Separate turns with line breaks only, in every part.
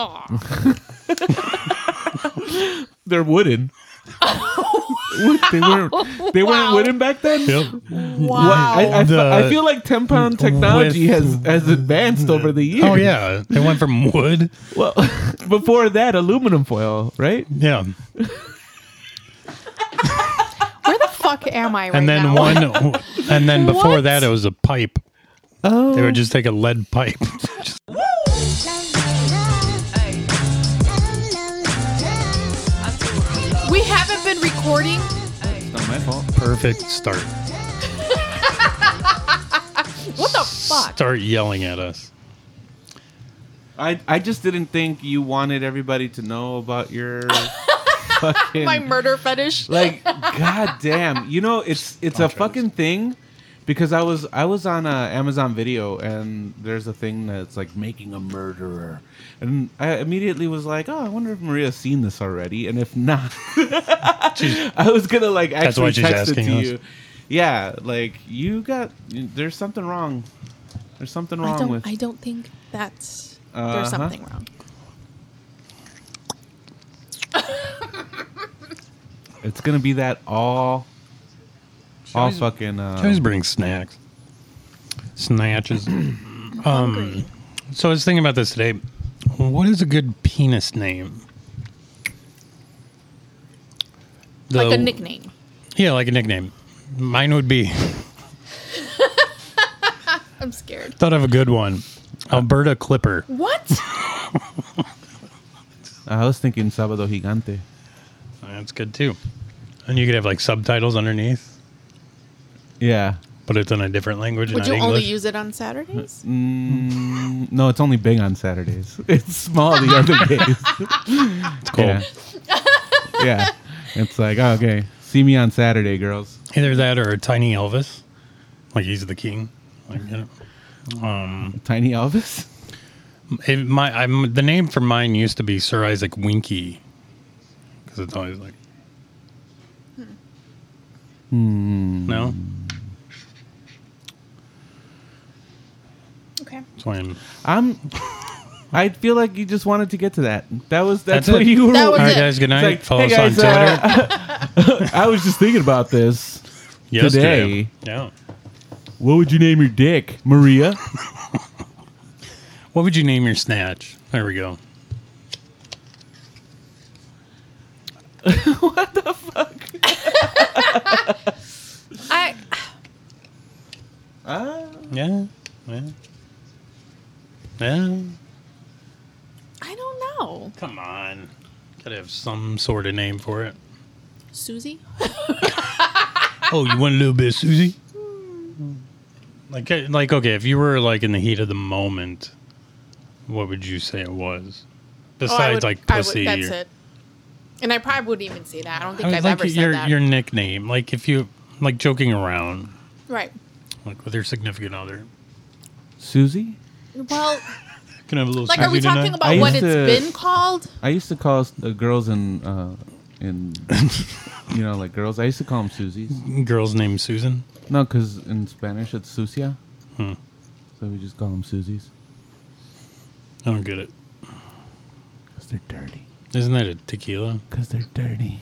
Aw.
They're wooden. Wood- they weren't. They weren't
Wow.
wooden back then.
Wow.
I, I, fe-
The-
I feel like ten pound technology has has advanced over the years.
Oh yeah, they went from wood.
Well, before that, aluminum foil, right?
Yeah,
Where the fuck am I right
and then
now?
one, and then before
What?
that, it was a pipe.
Oh,
They would just take a lead pipe.
We haven't been recording.
not my fault.
Perfect start.
What the fuck?
Start yelling at us.
I I just didn't think you wanted everybody to know about your fucking
My murder fetish.
like god damn you know it's it's a fucking thing because i was i was on uh, amazon video and there's a thing that's like making a murderer and i immediately was like oh i wonder if maria's seen this already and if not i was gonna like
That's why
actually
she's
text it to
asking us.
you yeah like you got there's something wrong there's something
I
wrong
don't.
with
I don't think that's
Uh-huh.
there's something wrong.
it's gonna be that all all
always-
fucking uh,
I always bring snacks. Snatches. um, so I was thinking about this today. What is a good penis name? The-
like a nickname.
Yeah, like a nickname. Mine would be
I'm scared.
thought of a good one. Alberta Clipper.
What?
i was thinking sabado gigante
That's good too. And you could have like subtitles underneath,
yeah
but it's in a different language,
Would
not
you
English.
only use it on Saturdays?
Mm, no, it's only big on Saturdays. It's small the other days.
it's cool.
Yeah. yeah. It's like, oh, okay, see me on Saturday, girls.
Either that or a Tiny Elvis, like he's the king. Like, you know.
Tiny Elvis?
It, my I'm, the name for mine used to be Sir Isaac Winky, because it's always like.
Hmm.
No,
Okay.
that's why I'm.
I'm. I feel like you just wanted to get to that. That was that's,
That's
what
it.
you were.
That
All
was
right,
it.
guys. Good
It's
night.
like,
Follow
hey,
us
guys,
on Twitter.
uh, I was just thinking about this.
yesterday.
today-
Yeah.
What would you name your dick, Maria?
What would you name your snatch? There we go.
I
Uh,
Yeah. Yeah. Yeah.
I don't know.
Come on. Gotta have some sort of name for it.
Susie?
Oh, you want a little bit of Susie? Like, eh, like, okay, if you were like in the heat of the moment, what would you say it was? Besides,
Oh, I would-
like
I would-
pussy.
that's it. And I probably wouldn't even say that. I don't
I
think
was
I've
like
ever said
your
that.
your nickname, like if you like joking around,
right.
like with your significant other.
Susie?
Well,
Can I have a little
like, are we
Susie tonight?
talking
I
about what
used
it's
to-
been called?
I used to call the girls in uh, in you know like girls. I used to call them Susies.
girl's named Susan?
No, because in Spanish it's Sucia.
Hmm.
So we just call them Susies.
I don't get it.
Because they're dirty.
Isn't that a tequila,
Because they're dirty.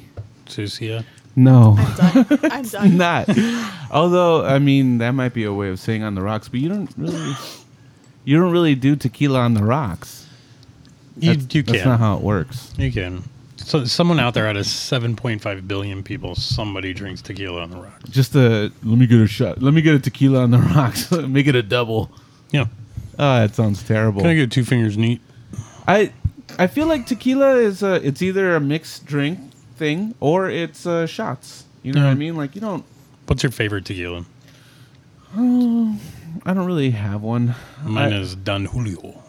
Susia?
No.
I'm done. I'm done.
Not. Although, I mean, that might be a way of saying on the rocks, but you don't really. You don't really do tequila on the rocks.
You,
That's-
you
That's not
can.
how it works.
You can. So someone out there out of 7.5 billion people, somebody drinks tequila on the rock.
Just a let me get a shot. Let me get a tequila on the rocks. Make it a double.
Yeah.
Oh, that sounds terrible.
Can I get two fingers neat?
I I feel like tequila is a it's either a mixed drink thing or it's uh, shots. You know what I
Mhm.
mean? Like you don't
What's your favorite tequila?
I don't really have one.
Mine
I-
is Don Julio.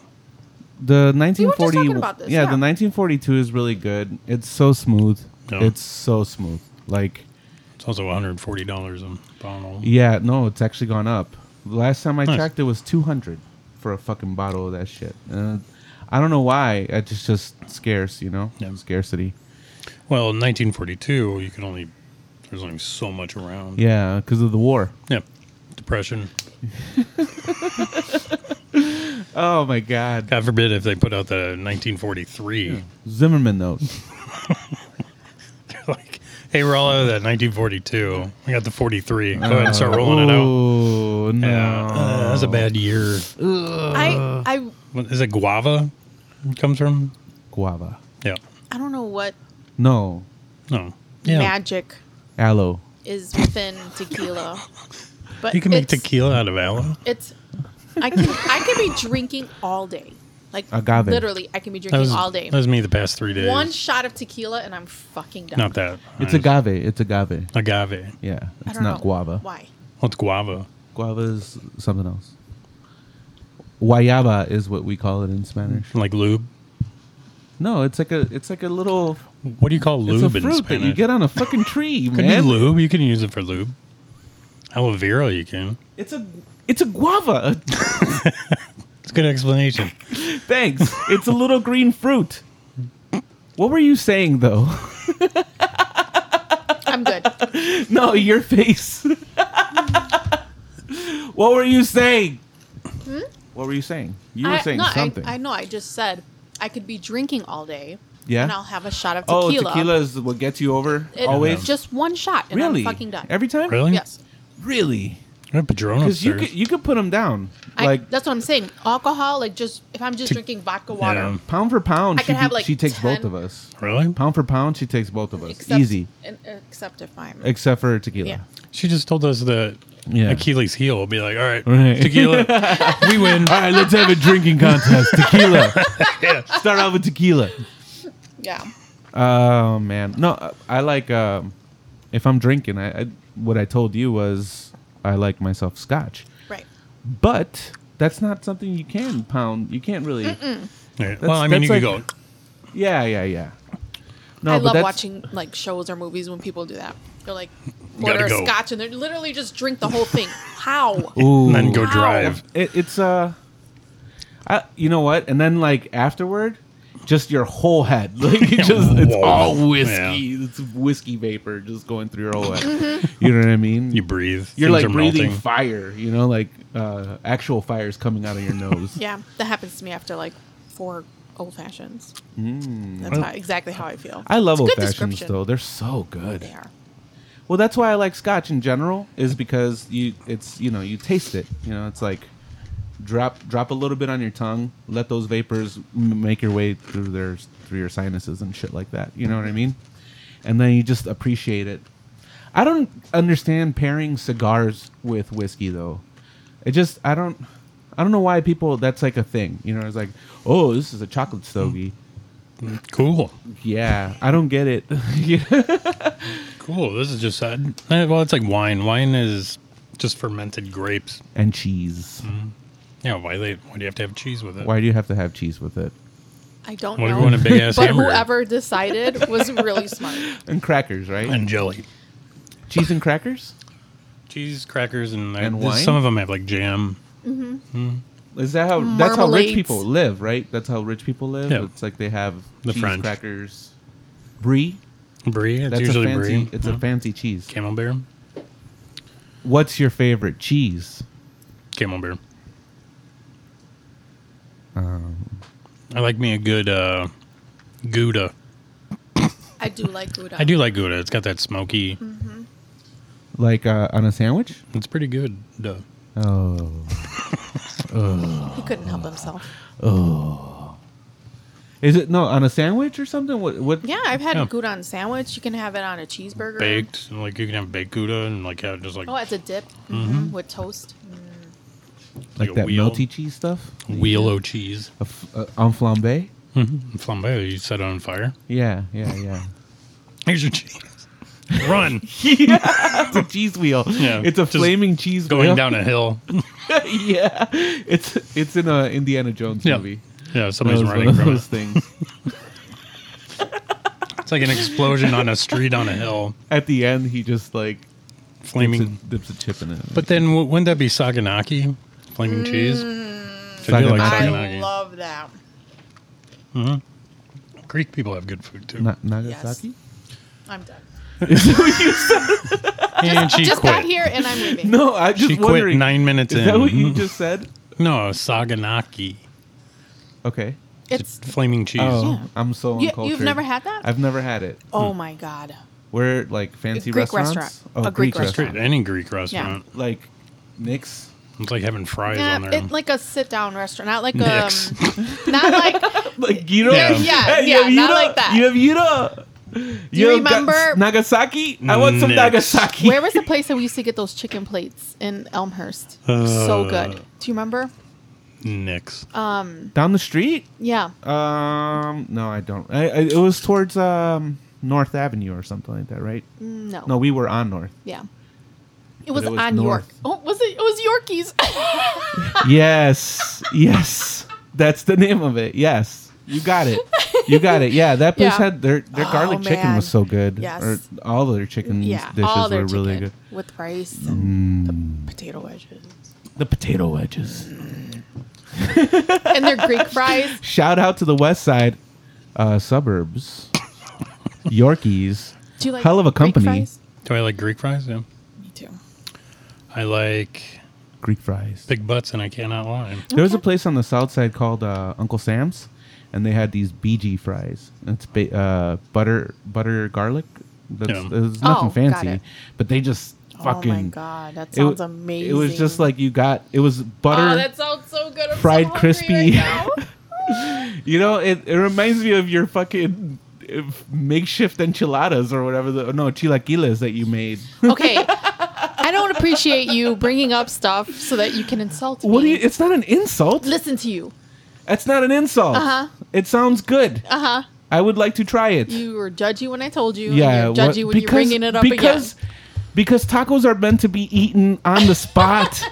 the
were just
1940
talking about this,
yeah, the
yeah.
1942 is really good. It's so smooth.
Yeah.
It's so smooth. Like
It's also $140 a bottle.
yeah, no, it's actually gone up. Last time I
Nice.
checked it was 200 for a fucking bottle of that shit. Uh, I don't know why. It's just just scarce, you know?
Yeah.
Scarcity.
Well, in 1942, you can only, there's only so much around.
Yeah, cuz of the war.
Yeah. Depression.
Oh my God.
God forbid if they put out the 1943.
Zimmerman notes.
They're like, hey, we're all out of that 1942. We got the 43. Go ahead and start rolling it out.
Oh no.
Uh, Yeah, uh, that was a bad year.
I I
What- Is it guava? It comes from?
Guava.
Yeah. Oh.
I don't know what
No.
No. Yeah.
magic
Aloe.
is within tequila, but
You can make
it's-
tequila out of aloe.
It's I can I can be drinking all day, like
Agave.
literally. I can be
That
drinking
was,
all day.
that was me the past three days.
One shot of tequila and I'm fucking done.
Not that.
It's agave. It's agave.
agave.
Yeah.
I
It's
don't know.
not guava.
Why?
What's guava?
Guava is something else. Guayaba is what we call it in Spanish.
Like lube?
No, it's like a it's like a little
What do you call lube
it's a
in
fruit that
Spanish?
you get on a fucking tree,
Could be
man.
lube. You can use it for lube. Aloe vera, you can.
It's a it's a guava.
It's a good explanation.
Thanks. It's a little green fruit. What were you saying though?
I'm good.
No, your face. what were you saying? What were you saying? You were
Hmm? I,
saying
no,
something.
I, I know. I just said I could be drinking all day.
Yeah?
And I'll have a shot of
oh,
tequila.
tequila. is what gets you over
It-
always.
Just one shot and
really?
I'm fucking done.
Every time?
Really?
Yes.
Really?
I have Padron
Because you
upstairs.
could you could put them down
I,
like
that's what I'm saying. Alcohol, like just if I'm just drinking vodka water,
Yeah.
pound for pound.
I
she,
could have,
be-
like,
she takes
10.
both of us.
Really?
Pound for pound, she takes both of us.
except,
Easy,
and- except if I'm
except for tequila.
Yeah.
She just told us that
Yeah.
Achilles' heel will be like, all right,
Right.
tequila, we win.
All right, let's have a drinking contest. Tequila. Start out with tequila.
yeah.
Oh man, no, I- I like um, if I'm drinking. I, I what I told you was I like myself scotch,
Right.
but that's not something you can pound. You can't really.
Yeah. Well, I mean, you
that's
could
like-
go.
Yeah, yeah, yeah. No,
I
but
love
that's-
watching like shows or movies when people do that. They're like
Gotta
order a
go.
scotch and they literally just drink the whole thing. How?
Ooh.
And then go
Wow.
drive.
It, it's uh, I, you know what? And then like afterward, just your whole head, like it just it's
Whoa.
all whiskey. It's whiskey vapor just going through your whole head. you know what I mean?
You breathe.
You're
Things
like
are
breathing
melting.
fire. You know, like uh, actual fire is coming out of your nose.
Yeah, that happens to me after like four old fashions.
Mm.
That's how, exactly how I feel.
I
It's
love old
a good
fashions
description.
though; they're so good.
They are.
Well, that's why I like Scotch in general, is because you it's you know you taste it. You know, it's like drop drop a little bit on your tongue, let those vapors m- make your way through their through your sinuses and shit like that. You know what I mean? And then you just appreciate it. I don't understand pairing cigars with whiskey though. It just I don't I don't know why people that's like a thing. You know, it's like oh this is a chocolate stogie.
Cool.
Yeah, I don't get it. Yeah.
Cool. This is just sad. Eh, Well, it's like wine. Wine is just fermented grapes.
and cheese.
Yeah, why they? Why do you have to have cheese with it?
Why do you have to have cheese with it?
I don't
What if
know.
you want a big ass
but
hamburger?
whoever decided was really smart.
And crackers, right?
And jelly,
cheese and crackers?
cheese crackers, and,
And
and
wine?
some of them have like jam.
Is that how that's how rich
Marmalades.
people live, right? That's how rich people live.
Yeah.
It's like they have
The
cheese
French.
crackers. Brie.
Brie. It's
That's a
usually
fancy
brie.
it's
yeah.
a fancy cheese.
camembert.
What's your favorite cheese?
Camembert.
Um.
I like me a good uh, Gouda.
I do like Gouda.
I do like Gouda. It's got that smoky.
Like uh, on a sandwich?
It's pretty good. Duh.
Oh.
He couldn't help himself.
Is it no on a sandwich or something? What what
Yeah, I've had
Yeah.
a Gouda on sandwich. You can have it on a cheeseburger.
Baked. and, Like you can have baked Gouda and like have just like
Oh, as a dip hmm
Mm-hmm.
with toast.
like
a
that
wheel.
melty cheese stuff?
wheel o' cheese.
A f- uh, en flambe?
Flambe, you set it on fire.
Yeah, yeah, yeah.
Here's your cheese. Run.
it's a cheese wheel.
Yeah,
it's a
just
flaming cheese
Going
wheel.
down a hill.
yeah. It's it's in a Indiana Jones
Yeah.
movie.
Yeah,
That
somebody's
was one
running
of
from it.
those things.
It's like an explosion on a street on a hill.
At the end, he just like dips,
Flaming.
a, dips a chip in it.
But then w- wouldn't that be Saganaki? Flaming cheese?
Mm.
I do like
Saganaki.
I
Saganaki.
love that.
Greek people have good food too.
Na- Nagasaki?
I'm done.
and she
just got
quit.
here and I'm leaving.
No, I'm just
She quit
wondering.
nine minutes
is
in.
that what you just said?
No, Saganaki.
Okay.
It's
Flaming cheese.
Oh,
Yeah.
I'm so
You- you've
uncultured.
never had that?
I've never had it.
oh my god.
We're at, like fancy
Greek
restaurants.
restaurant.
Oh,
A Greek
It's great. Any Greek restaurant.
Like Nick's.
It's like having fries
Yeah,
on there.
it, like a sit down restaurant, not like a,
Mix.
not like
Like you know,
Yeah.
Yeah, yeah, not like that.
You have Yura. You,
you
have Ga-
remember-
Nagasaki? I want some
Nick's.
Nagasaki.
Where was the place that we used to get those chicken plates in Elmhurst? so
Uh,
good. Do you remember?
Nix.
Um,
down the street?
yeah.
Um, no, I don't. I, I, it was towards um North Avenue or something like that, right?
Mm, No.
No, we were on North.
Yeah. It was,
it was
on York.
north.
Oh, was it? It was Yorkies.
yes, yes, that's the name of it. Yes, you got it. You got it. Yeah, that place
Yeah.
had their their
Oh,
garlic chicken was
man.
so good.
Yes.
all of their chicken
yeah,
dishes
all their
were
chicken
really good. Mm.
with rice and the potato wedges
The potato wedges.
and their Greek fries.
Shout out to the West Side uh, suburbs, Yorkies.
Do you like
Hell of a
Greek
company.
fries?
Do I like Greek fries? Yeah.
Me too.
I like
Greek fries.
big butts, and I cannot lie.
There was a place on the south side called uh, Uncle Sam's, and they had these BG fries. It's ba- uh, butter, butter, garlic. That's,
Yeah.
There's nothing
Oh, got
fancy,
it.
but they just fucking.
oh my god, that
It wa-
sounds amazing.
It was just like you got. It was
oh,
butter,
that sounds so good. I'm so
fried
hungry
crispy.
right now.
you know, it, it reminds me of your fucking uh, makeshift enchiladas or whatever. The no chilaquiles that you made.
okay, I don't appreciate you bringing up stuff so that you can insult
What do
me.
you? It's not an insult.
Listen to you.
That's not an insult.
Uh-huh.
It sounds good.
Uh huh.
I would like to try it.
You were judgy when I told you.
yeah,
and
what-
you're judgy when you're bringing it up
because because tacos are meant to be eaten on the spot.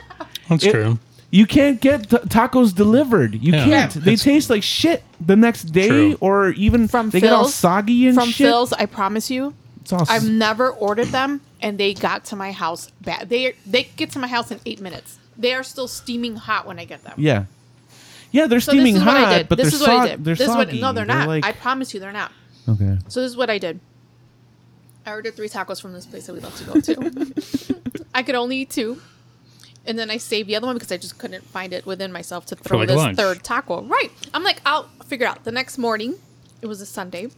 That's
It-
true.
you can't get t- tacos delivered. You
Yeah.
can't.
Yeah,
They
it's-
taste like shit the next day,
True.
or even
From
they get all
Phil's-
soggy
again.
and
From
shit.
Phil's, I promise you,
it's all. s-
I've never ordered them, and they got to my house bad. They they get to my house in eight minutes. They are still steaming hot when I get them.
yeah, yeah. They're
So
steaming
this is
hot,
what I did.
but
this
they're
is what I
so-
did.
They're
this is what
soggy.
no, they're not.
like-
I promise you, they're not.
okay.
So this is what I did. I ordered three tacos from this place that we love to go to. I could only eat two. And then I saved the other one because I just couldn't find it within myself to throw
like,
this
lunch.
third taco. Right. I'm like, I'll figure it out. The next morning, it was a Sunday.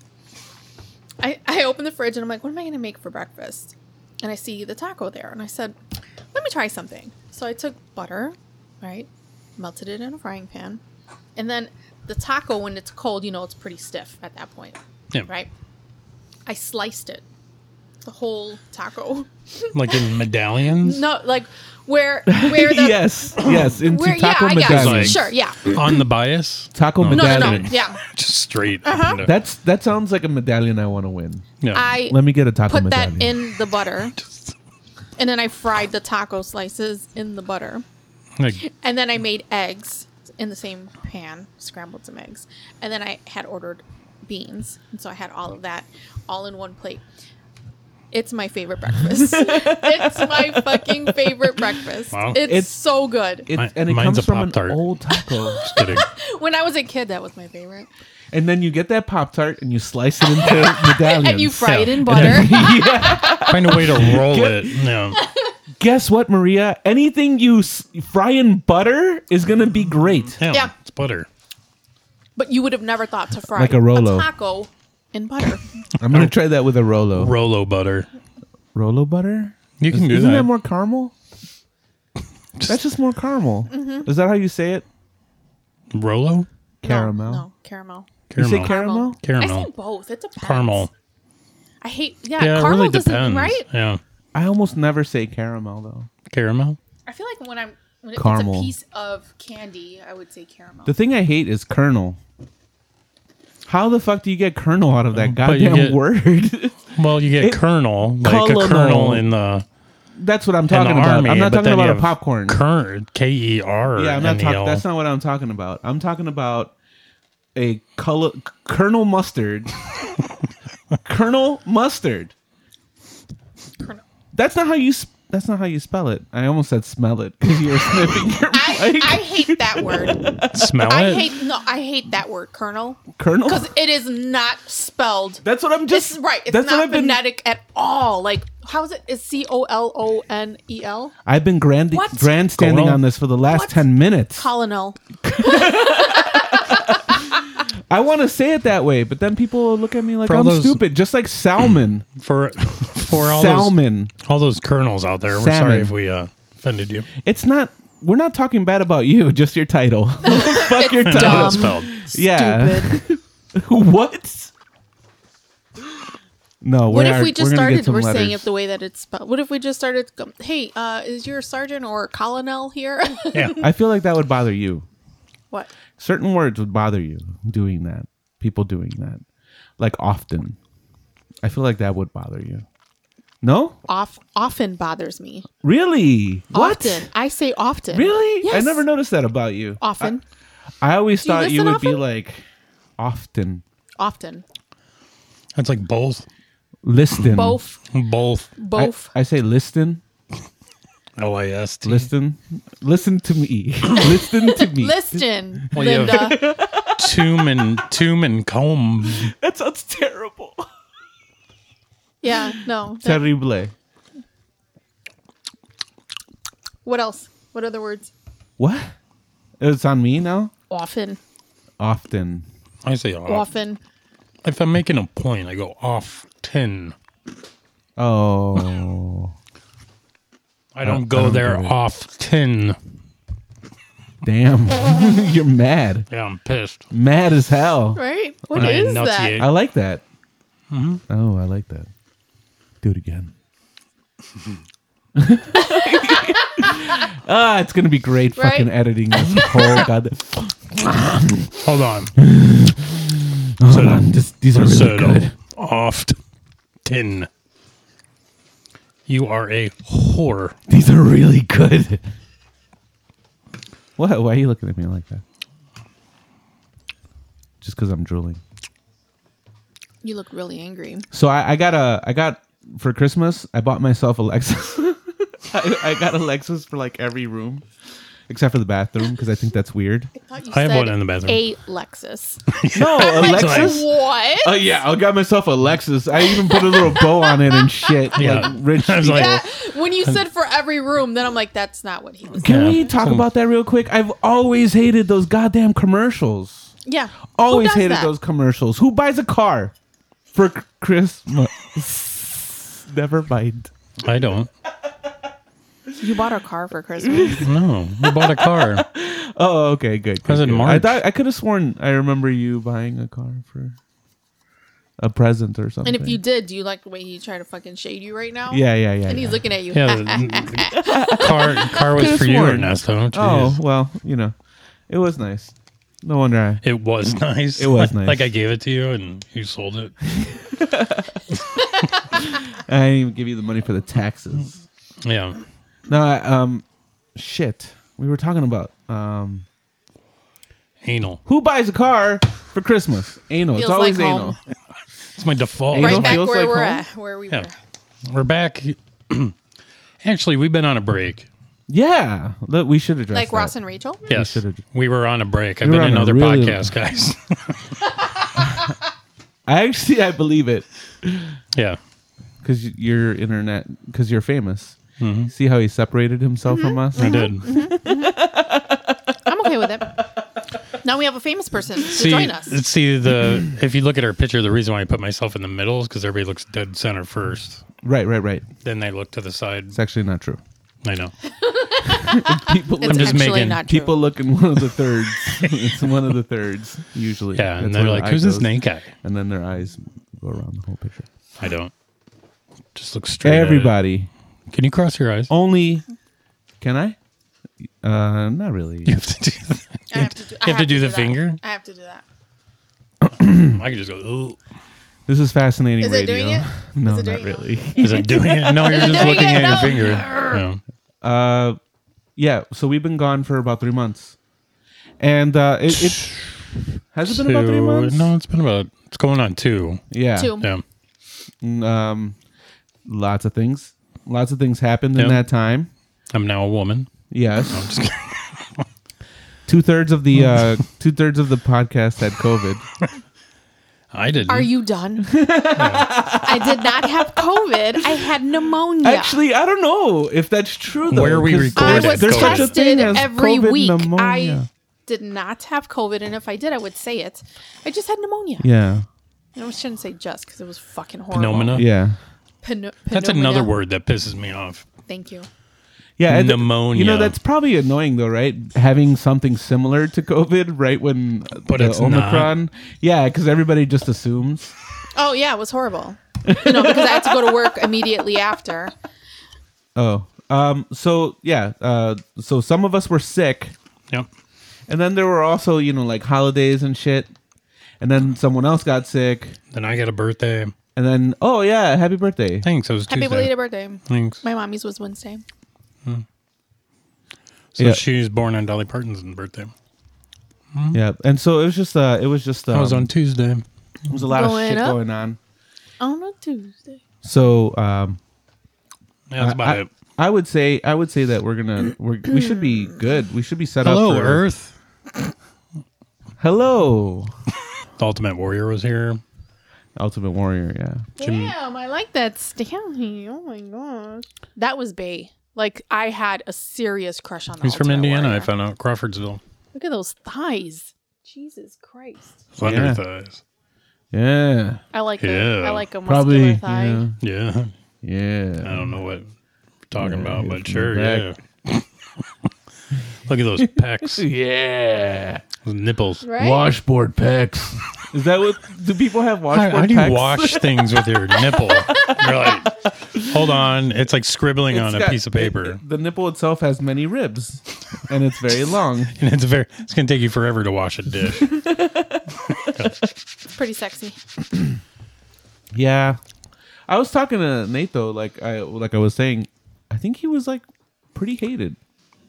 I, I opened the fridge and I'm like, what am I going to make for breakfast? And I see the taco there. And I said, let me try something. So I took butter, right? Melted it in a frying pan. And then the taco, when it's cold, you know, it's pretty stiff at that point
Yeah.
right? I sliced it, the whole taco.
Like in medallions
No, like where where the
yes, yes. Into
where yeah
taco
I got
medallion.
you.
Like-
sure yeah
on the bias.
Taco
No,
no no
medallion.
no yeah
Just straight.
Uh-huh.
No.
That's that sounds like a medallion I want to win.
Yeah.
I
Let me get a taco
put that
medallion.
in the butter and then I fried the taco slices in the butter
Like,
and then I made eggs in the same pan scrambled some eggs and then I had ordered beans and so I had all of that all in one plate. It's my favorite breakfast. it's my fucking favorite breakfast.
Wow.
It's,
It's-
so good.
It's,
Mi-
and it
mine's
comes
a
from an
Pop-Tart.
old taco.
just kidding.
When I was a kid, that was my favorite.
And then you get that Pop Tart and you slice it into medallions.
And you fry it
Yeah.
in butter.
Find a way to roll it. No.
Guess what, Maria? Anything you s- fry in butter is going to be great.
Hell,
Yeah.
It's butter.
but you would have never thought to fry
Like a Rolo.
taco in butter.
I'm going to try that with a Rolo.
Rolo butter.
Rolo butter?
You can do
Isn't that.
that.
more caramel? That's just more caramel. Is that how you say it?
Rolo?
Caramel.
Mm-hmm. No, no, caramel.
You
Caramel.
say caramel?
I say
Caramel.
both. It depends.
Caramel.
I hate. Yeah,
Yeah, it
Uh, caramel
really
doesn't.
depends.
Right.
Yeah.
I almost never say caramel, though.
Caramel?
I feel like when I'm when it's
Caramel.
a piece of candy, I would say caramel.
The thing I hate is kernel. How the fuck do you get kernel out of that
But you
goddamn
get-
word?
Well, you get
It-
kernel, like
Colonel.
a kernel in the,
That's what I'm
in the
talking about.
army.
I'm not
but
talking
then you
about a
have
popcorn.
Kern, K E R.
Yeah, I'm not
N E
talking.
L.
That's not what I'm talking about. I'm talking about a color Colonel Mustard. Colonel Mustard.
Caramel.
That's not how you. Sp- that's not how you spell it. I almost said smell it because you were sniffing your
I,
mic.
I hate that word.
Smell
I
it?
hate no. I hate that word, Colonel,
Colonel.
because it is not spelled.
That's what I'm just.
It's right. It's
that's what
not
I've been.
phonetic at all. Like how is it? It's C O L O N E L.
I've been grand-
What?
grandstanding
Colonel?
on this for the last
What?
ten minutes.
Colonel.
I want to say it that way, but then people look at me like
For all
I'm
those-
stupid, just like salmon.
for for all
salmon.
those all those colonels out there. We're
Salmon.
sorry if we uh, offended
Um,
you.
It's not. We're not talking bad about you. Just your title. Fuck your
It's
title.
That's
Dumb.
spelled.
Yeah.
Stupid.
what? No.
What
we
if
are-
we just
we're gonna
started?
get some
We're saying
letters.
it the way that it's spelled. What if we just started? go- Hey, uh, is your sergeant or colonel here?
Yeah.
I feel like that would bother you.
what?
Certain words would bother you doing that. People doing that, like often. I feel like that would bother you. No,
Off often bothers me.
really? What?
Often, I say often.
Really?
Yes.
I never noticed that about you.
Often,
I always
you
thought you,
listen
would be
often?
like often
often,
That's like both.
listen.
both,
Both.
Mm. I,
both.
I say listen,
L I S T.
listen, listen to me, listen to me.
Listen,
Well, you have-
Linda.
Tomb and tomb and comb.
That sounds terrible.
yeah, no. that-
Terrible.
what else? What other words?
What? It's on me now.
Often,
Often.
I say
Oh.
off.
often.
If I'm making a point, I go off ten.
Oh,
I don't
I
go
don't
there
get it.
off ten.
damn! You're mad,
Yeah, I'm pissed.
mad as hell.
Right? What
I
is
enunciate.
that?
I like that. Oh, I like that. Do it again. ah, it's gonna be great
Right?
fucking editing this whole god.
Hold on. Oh,
This- these are really
Settle.
good.
Off ten. You are a whore.
These are really good. What? Why are you looking at me like that? Just because I'm drooling.
You look really angry.
So I, I got a I got for Christmas I bought myself a Lexus. I, I got a Lexus for like every room, except for the bathroom because I think that's weird.
I thought you
I have
said
one in the bathroom.
A Lexus.
No, a
Like,
Lexus.
what?
Oh yeah, I got myself a Lexus. I even put a little bow on it and shit.
Yeah.
Like rich.
I was
people.
like-
That- when you said for every room, then I'm like, that's not what he was.
Can
Yeah.
we talk about that real quick? I've always hated those goddamn commercials.
Yeah.
Always
Who does
hated
that?
those commercials. Who buys a car for c- Christmas? Never mind.
I don't.
You bought a car for Christmas.
No, I bought a car.
Oh, okay, good. good,
was in
good. I
March.
thought I could have sworn I remember you buying a car for a present or something.
and if you did, do you like the way he tried to fucking shade you right now?
yeah, yeah, yeah.
And he's
yeah.
looking at you.
Yeah, the- the car car was
Could've
for you,
sworn.
Ernesto.
oh
Jeez.
well, you know, it was nice. No wonder I.
It was nice.
It was
Like-
nice.
Like I gave it to you and you sold it.
I didn't even give you the money for the taxes.
Yeah.
No, I, um, shit. We were talking about um,
Anal.
who buys a car for Christmas. Anal. it's
Feels
always
like
anal.
home.
It's my default.
Anal
right back where
feels like
we're
home?
at, where we
Yeah.
were.
We're back. Actually, we've been on a break.
Yeah, look, we should address
Like
that.
Ross and Rachel?
Yes. We,
should've-
were on a break. I've
We were
been in
on a
other
really-
podcasts, guys.
I actually I believe it
yeah.
because you're internet because you're famous. See how he separated himself
Mm-hmm.
from us.
Mm-hmm. I did.
I'm okay with it. Now we have a famous person to
See,
join us.
see the if you look at our picture, the reason why I put myself in the middle is because everybody looks dead center first.
Right, right, right.
Then they look to the side.
It's actually not true.
I know.
People,
It's
look,
just
actually
making
not true.
people look in one of the thirds. it's one of the thirds usually.
Yeah.
That's
and they're
where the
like,
eye
who's
goes."
this Nate guy?
And then their eyes go around the whole picture.
I don't. Just look straight. at it.
Everybody, Oh.
Can you cross your eyes?
only can I? Uh, not really.
You have to do that.
I have to do, I
have to do the
that.
finger?
I have to do that.
I could just go, ooh.
This is fascinating
Is it
radio.
doing it?
No,
Is it
not
doing it?
really.
Is it doing it? No, you're just
doing
looking
it?
at your
No.
finger. Yeah.
Uh, yeah. So we've been gone for about three months, and uh, it, it has it been about three
Two-
months.
No, it's been about, it's going on two.
Yeah.
Two.
Yeah.
Um, lots of things. Lots of things happened in
Yeah.
that time.
I'm now a woman.
Yes. Two thirds of the uh, two thirds of the podcast had COVID.
I didn't.
Are you done? I did not have COVID. I had pneumonia.
Actually, I don't know if that's true. Though,
Where we
'cause
recorded
I
it
was
there's such a
tested every week. I did not have COVID, and if I did, I would say it. I just had pneumonia.
Yeah.
And I shouldn't say just because it was fucking horrible.
Pneumonia?
Yeah.
Pneu-
That's
pneumonia.
another word that pisses me off.
Thank you.
Yeah. I th-
Pneumonia.
You know, that's probably annoying though, right? Having something similar to COVID right when
But
the
it's not.
Omicron. Yeah, because everybody just assumes.
Oh yeah, it was horrible. You know, because I had to go to work immediately after.
Oh. Um, so yeah, uh, so some of us were sick,
Yep.
and then there were also, you know, like holidays and shit. And then someone else got sick,
Then I got a birthday.
and then oh yeah, happy birthday.
Thanks. I was
Happy
Tuesday.
belated birthday.
Thanks.
My mommy's was Wednesday.
So
Yeah.
she was born on Dolly Parton's birthday.
Yeah. And so it was just uh it was just um,
I was on Tuesday.
it was a lot of
Going
shit
up.
going on.
On a Tuesday.
So um
Yeah, that's about
I,
it.
I would say I would say that we're gonna we're, we should be good. We should be set up.
Hello,
for-
Earth.
Hello,
The Ultimate Warrior was here.
Ultimate Warrior. Yeah.
Damn, I like that Stanley. Oh my gosh. That was Bay. Like I had a serious crush on that.
He's from
Ultimate
Indiana, I
Warrior.
found out. Crawfordsville.
Look at those thighs. Jesus Christ.
Thunder
Yeah.
thighs.
Yeah.
I like
Yeah.
the, I like a muscular
Probably. you
thigh.
know,
Yeah.
yeah.
I don't know what we're talking
Yeah,
about,
you're
but
from
sure,
the
yeah.
back.
Look at those pecs,
Yeah.
those nipples.
Right?
Washboard pecs. Is that what do people have
How,
washboard
how do
pecs?
you wash things with your nipple? You're like, hold on, it's like scribbling
It's
on a
got-
piece of paper,
the nipple itself has many ribs, and it's very long.
and it's very. It's gonna take you forever to wash a dish.
It's pretty sexy.
Yeah, I was talking to Nate though. Like I like I was saying, I think he was like pretty hated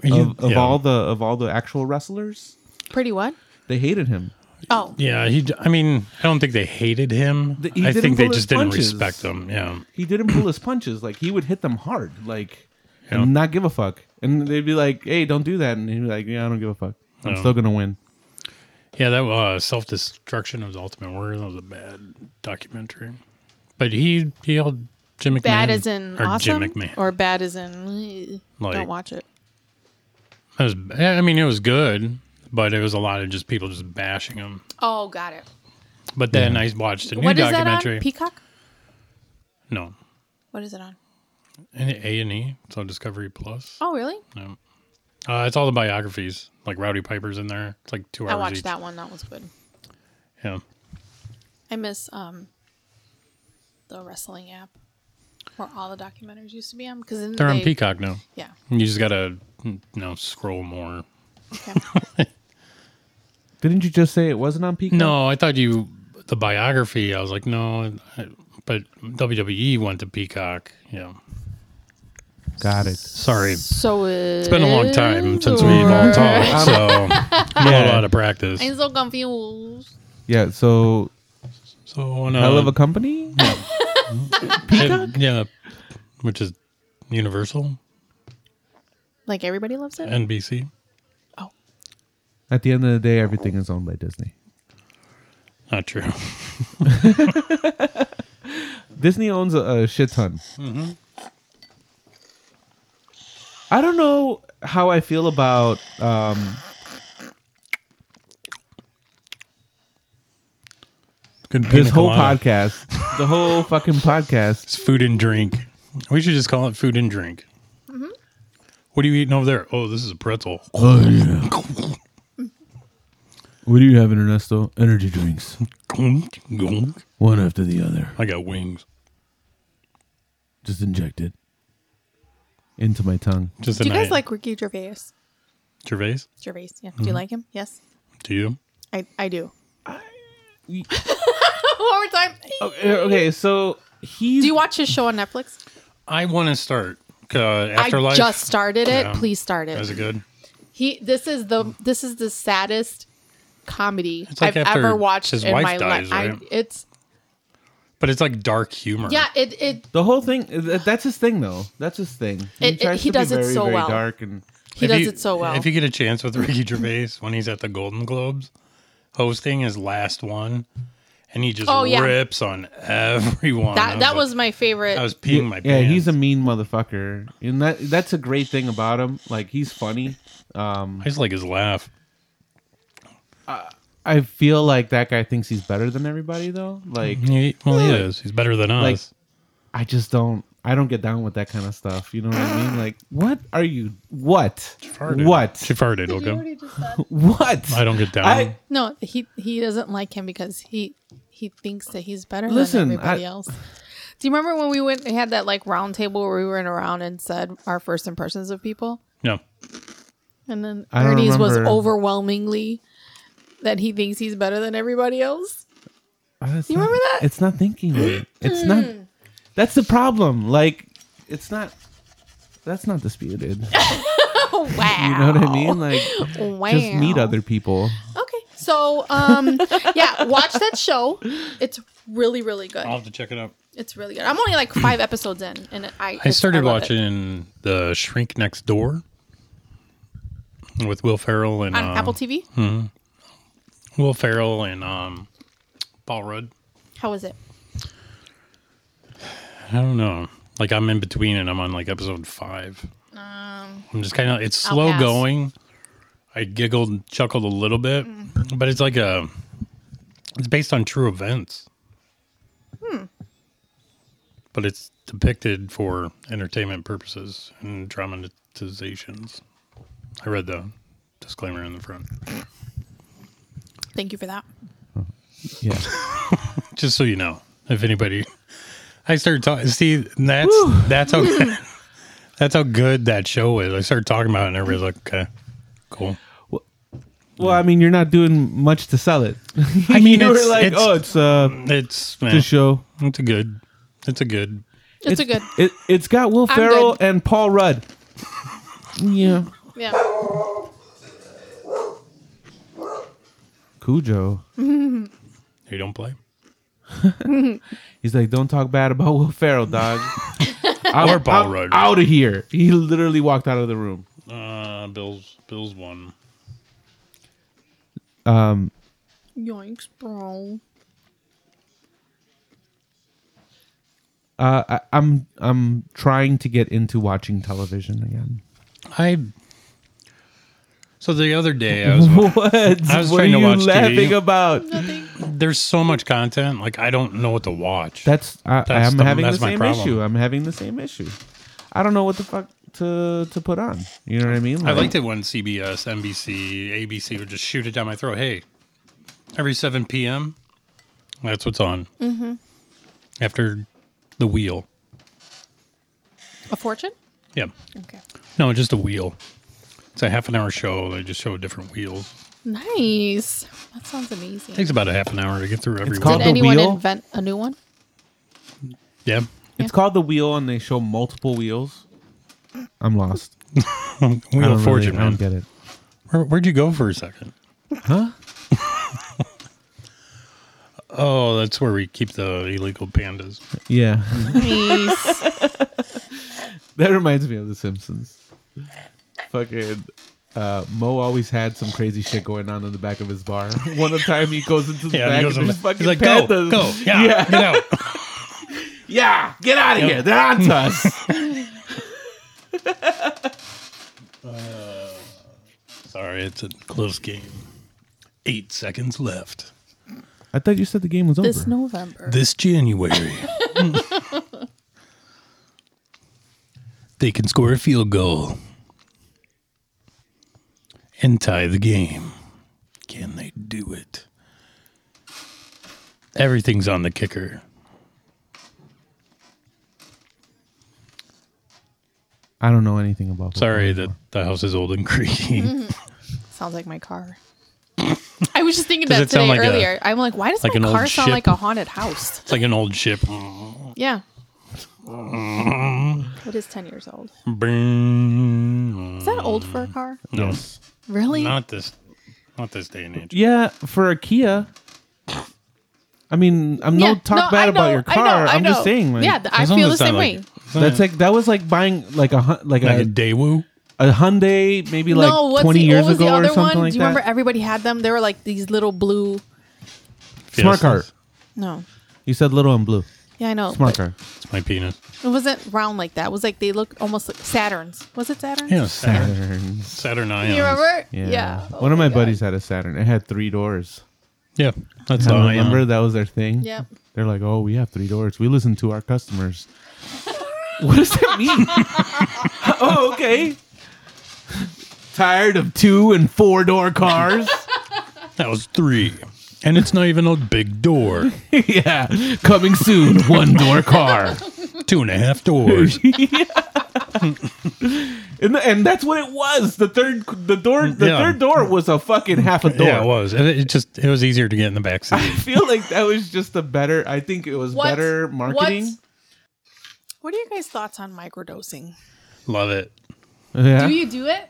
of, of
yeah.
all the of all the actual wrestlers.
Pretty what?
They hated him.
Oh.
Yeah, he. d- I mean, I don't think they hated him.
The- he
I
didn't
think they
pull his
just didn't
punches.
respect him. Yeah,
He didn't pull his punches. Like he would hit them hard. Like
Yeah.
and not give a fuck. And they'd be like, "Hey, don't do that." And he'd be like, "Yeah, I don't give a fuck. I'm
Yeah.
still gonna win."
yeah. That uh, self destruction of the Ultimate Warrior. That was a bad documentary, but he he held Jim McMahon.
Bad as in
or
awesome,
Jim McMahon.
or bad as in
Like-
don't watch it.
That was, I mean, it was good, but it was a lot of just people just bashing him.
Oh, got it.
But then I watched a new
What is that
documentary.
on Peacock?
no,
What is it on?
and A and E, so Discovery Plus.
Oh, really?
No. Uh, it's all the biographies. Like Rowdy Piper's in there. It's like two hours.
I watched
each.
that one. That was good.
Yeah.
I miss um the wrestling app where all the documentaries used to be on because
They're on Peacock now.
Yeah.
You just gotta you know scroll more.
Okay.
Didn't you just say it wasn't on Peacock?
No, I thought you the biography. I was like, no, I, but WWE went to Peacock. Yeah.
got it.
Sorry, it's
so it's
been a long time since we've all talked, so not a lot of practice.
I'm so confused.
Yeah. So
So uh, on a,
hell of a company.
Peacock, yeah, which is Universal
Like everybody loves it.
NBC.
At the end of the day, everything is owned by Disney.
Not true.
Disney owns a, a shit ton. Mm-hmm. I don't know how I feel about. Um,
Good
this
pina
whole
colada.
podcast, the whole fucking podcast.
It's food and drink. We should just call it food and drink.
Mm-hmm.
What are you eating over there? Oh, this is a pretzel.
What are you having, Ernesto? Energy drinks,
I
one after the other,
got wings.
just injected into my tongue.
Just
Do you
an
guys
eye-
like Ricky Gervais?
Gervais?
Gervais, yeah.
Mm-hmm.
Do you like him? Yes,
Do you?
I I do. One more time.
Okay, okay, so he's.
Do you watch his show on Netflix?
I want to start uh,
I
Afterlife.
just started it.
Yeah.
Please start it.
Is it good?
He this is the this is the saddest comedy
It's like
I've
after
ever watched
his
in
wife
my
dies,
life. I-
right?
It's
But it's like dark humor.
yeah, it it
the whole thing. th- That's his thing, though. That's his thing.
It- it-
tries
he
to be
does it
very,
so
very
well.
Dark and
he
If
does
you-
it so well.
If you get a chance with Ricky Gervais when he's at the Golden Globes, hosting his last one, and he just
Oh, yeah.
rips on everyone.
Oh,
I
that that
like-
was my favorite.
I was peeing my
yeah,
pants.
he's a mean motherfucker, and that that's a great thing about him. Like he's funny. Um,
I just like his laugh.
I feel like that guy thinks he's better than everybody though. Like
He, well, he is. He's better than
Like-
us.
I just don't. I don't get down with that kind of stuff. You know what I mean? Like, what are you? What?
Farted.
What?
She farted.
Did you
Okay.
already just said?
What?
I don't get down.
I-
No, he he doesn't like him because he he thinks that he's better
Listen,
than everybody
I-
else. Do you remember when we went and had that like round table where we went around and said our first impressions of people?
no.
And then
I don't
Ernie's was
remember.
overwhelmingly that he thinks he's better than everybody else.
Uh, it's
You
not-
remember that?
It's not thinking. right. It's not. That's the problem. Like, it's not. That's not disputed.
Oh wow.
You know what I mean? Like,
Wow.
just meet other people.
Okay. So um yeah, watch that show. It's really, really good.
I'll have to check it out.
It's really good. I'm only like five episodes in and I
I started
love it.
watching The Shrink Next Door with Will Ferrell and
on
um,
Apple TV.
Will Ferrell and um, Paul Rudd.
How is it?
I don't know. Like I'm in between and I'm on like episode five. I'm just kind of it's
Um, I'll
slow
pass.
going. I giggled, and chuckled a little bit,
Mm-hmm.
but it's like a it's based on true events.
Hmm.
But it's depicted for entertainment purposes and dramatizations. I read the disclaimer in the front.
Thank you for that.
Yeah.
just so you know, if anybody, I started talking. See, that's that's how that's how good that show is. I started talking about it, and everybody's like, "Okay, cool."
Well, I mean, you're not doing much to sell it. I
mean,
you
it's-
were like,
it's-
oh, it's uh,
It's eh,
this show.
it's a good, it's a good.
It's, a good.
It, it's got Will
I'm
Ferrell
good.
and Paul Rudd. Yeah.
Yeah.
Cujo.
You don't play
He's like, don't talk bad about Will Ferrell, dog. I'm,
or Paul Rudd.
Out of here. He literally walked out of the room.
Uh, Bills, Bills won.
Yoinks, bro.
Uh, I, I'm I'm trying to get into watching television again.
I. So the other day, I was
What?
was
what
trying
are
to
you
watch TV.
laughing about?
Nothing.
there's so much content. Like I don't know what to watch.
That's I,
That's
I'm
the-
having
that's
the
my
same
problem.
issue. I'm having the same issue. I don't know what the fuck to to put on. You know what I mean?
I liked it when CBS, NBC, ABC would just shoot it down my throat. Hey, every 7 p.m., that's what's on. Mm-hmm. After the wheel.
A fortune?
Yeah.
Okay.
No, just a wheel. It's a half an hour show. They just show different wheels.
Nice. That sounds amazing.
takes about a half an hour to get through every wheel.
called
Did
the
anyone
wheel?
invent a new one?
yeah.
It's called the wheel, and they show multiple wheels. I'm lost. I
Wheel
don't
of Fortune,
really, I don't
man.
get it.
Where, where'd you go for a second?
Huh?
Oh, that's where we keep the illegal pandas.
Yeah,
Nice.
that reminds me of The Simpsons. Fucking. Uh, Mo always had some crazy shit going on in the back of his bar. One time he goes into the
Yeah,
back
he goes
and
on,
there's fucking
he's like, go,
pandas.
go, yeah, get out.
Yeah, get out of here. They're on to us.
Sorry, it's a close game. Eight seconds left.
I thought you said the game was over.
this November.
this January. they can score a field goal and tie the game. Can they do it? Everything's on the kicker.
I don't know anything about football.
Sorry that the house is old and creaky.
sounds like my car. I was just thinking
Does
that
it sound
today
like a-
earlier. i I'm like, why does
like an
my
old
car sound
ship?
like a haunted house?
It's like an old ship.
Yeah.
Mm.
It is 10 years old. Is that old for a
Mm.
car?
No,
Really?
not this, not this day and age.
Yeah, for a Kia. I mean, I'm
Yeah.
no talk
I
bad about
know,
your
I
car.
know, I
am
know.
just saying, like,
yeah, th- I
Doesn't
feel
it
the
sound
same
like-
way.
that's like that was like buying like a hun- like,
like a
a,
Daewoo.
a Hyundai maybe like
no, what's
20
the,
years
what was
ago
the
or
other one?
something like
Do you remember
that.
everybody had them? They were like these little blue.
Smart car.
No.
You said little and blue.
Yeah, I know.
Smart
but
car.
It's my penis.
It wasn't round like that. It was like they look almost like Saturns. Was it Saturns?
Yeah, Saturn.
Saturn.
Saturn ions.
You remember?
Yeah.
Oh
One of my
God.
buddies had a Saturn. It had three doors.
Oh, Yeah, that's the
I
ion.
remember that was their thing.
Yep.
They're like, oh, we have three doors. We listen to our customers. what does that mean? oh, okay. Tired of two and four door cars?
That was three. And it's not even a big door.
yeah. Coming soon, one door car.
Two and a half doors.
And, and that's what it was. The third the door the
Yeah.
third door was a fucking half a door.
Yeah, it was. It, it just it was easier to get in the back
I
seat.
feel like that was just a better I think it was
What?
better
What?
marketing.
What are your guys' thoughts on microdosing?
Love it.
Yeah.
Do you do it?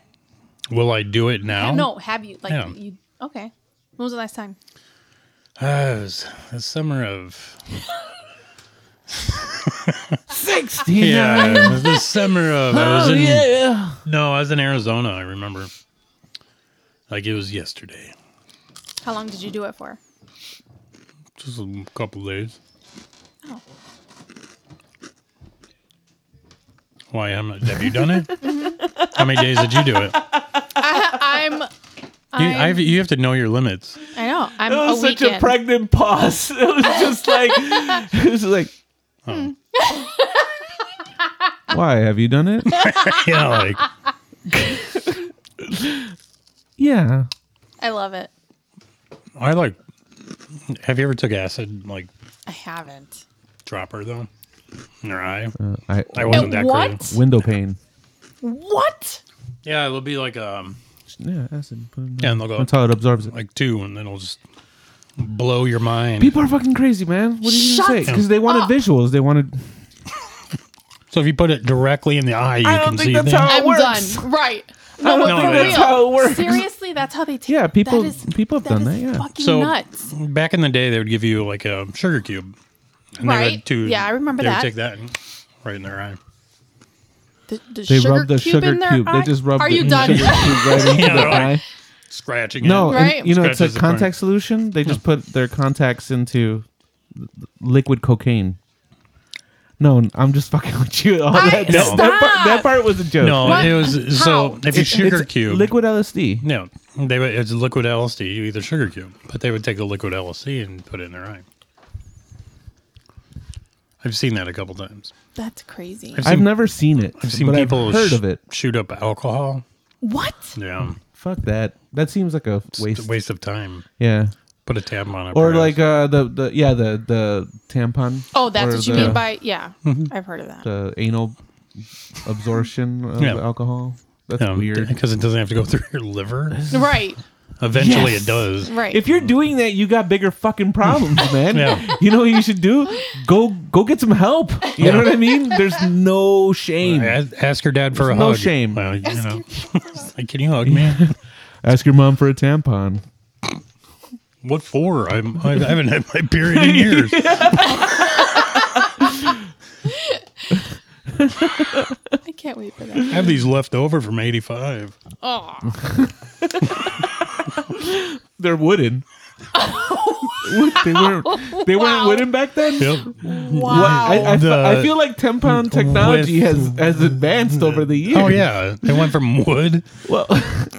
Will I do it
Oh.
now?
No, have you? Like
Yeah.
you? Okay. When was the last time?
Uh, it was the summer of
69.
yeah, it was the summer of I was
Oh,
in
yeah.
no, I was in Arizona. I remember, like it was yesterday,
How long did you do it for?
just a couple days.
Oh.
Why? I'm not, have you done it? How many days did you do it?
I'm.
You, I've, you have to know your limits.
I know. I'm
It was
a
such
weekend.
a pregnant pause. It was just like, it was like,
Hmm.
oh. why have you done it?
yeah, like
Yeah.
I love it.
I like. Have you ever took acid like
I haven't.
dropper though? In your eye?
Uh, I,
I wasn't that
What?
crazy.
window pane.
What?
Yeah, it'll be like um
Yeah, acid. Put it in
Yeah,
there.
and they'll go-
That's how it absorbs it.
like two, and then it'll just blow your mind.
People are fucking crazy, man. What do you
Shut
say? Because they wanted
up. Oh.
visuals. They wanted.
so if you put it directly in the eye, you
I
can
don't think
see
that's
things.
how it
I'm
works.
done. Right.
I don't
No,
think
no,
that's
no.
how it works.
Seriously, that's how they take.
Yeah, people-
That is,
people have done
is
that, yeah.
Fucking
So-
nuts.
Back in the day, they would give you like a sugar cube, and they
Right.
would two.
Yeah, I remember
they
that.
Would take that and right in their eye.
The, the
They
sugar
rubbed the
cube
sugar
in their
cube.
eye?
They just rubbed
Are
the
you done?
sugar cube right into
Yeah,
the
they're like-
eye.
Scratching.
No,
it.
and,
Right.
you know it's
Scratches
a
the front.
contact solution. They just put their contacts into liquid cocaine. No, I'm just fucking with you. All
I-
that, that, that part,
stop!
that part was a joke.
no,
What?
it was
How?
so if you
It's-
sugar
it's
cube
liquid LSD.
No, they would, it's liquid LSD. You either sugar cube, but they would take the liquid LSD and put it in their eye. I've seen that a couple times.
That's crazy.
I've seen,
I've never seen it.
I've seen
but
people
I've heard
sh-
of it.
shoot up alcohol.
What?
Yeah,
Fuck that. That seems like a
waste.
waste.
waste of time.
Yeah.
Put a tab on it.
Or like uh, the the yeah the the tampon.
Oh, that's
or
what you
the-
mean by yeah. I've heard of that.
the anal absorption of
Yeah.
alcohol. That's weird.
because it doesn't have to go through your liver.
Right.
Eventually,
Yes.
it does.
Right.
If you're doing that, you got bigger fucking problems, man.
Yeah.
You know what you should do? Go go get some help. You know what I mean? There's no shame.
A- Ask your dad for a
no
hug.
shame.
Well, you know, like, can you hug me?
Ask your mom for a tampon.
What for? I'm, I haven't had my period in years.
I can't wait for that.
I have these left over from '85.
Oh.
They're wooden. What? they weren't they weren't
Wow.
wooden back then.
Yep.
Wow.
I, I, fe-
The-
I feel like tampon technology has, has advanced over the years.
Oh yeah, they went from wood.
Well,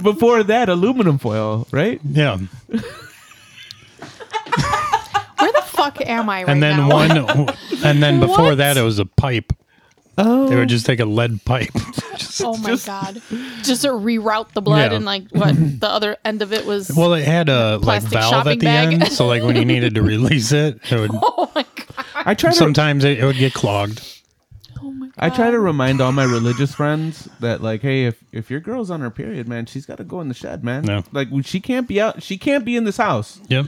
before that, aluminum foil, right?
Yeah,
Where the fuck am I right
and then
now?
one, and then before
What?
that, it was a pipe.
Oh,
They would just take a lead pipe. Just-
Oh my
Just-
god! Just to reroute the blood
Yeah.
and like what the other end of it was.
well, it had a like
Plastic
valve
shopping
at the
bag.
end, so like when you needed to release it, it would
oh my god!
I try to
sometimes it, it would get clogged.
Oh my god!
I try to remind all my religious friends that like, hey, if if your girl's on her period, man, she's got to go in the shed, man.
No.
Like she can't be out. She can't be in this house.
Yep,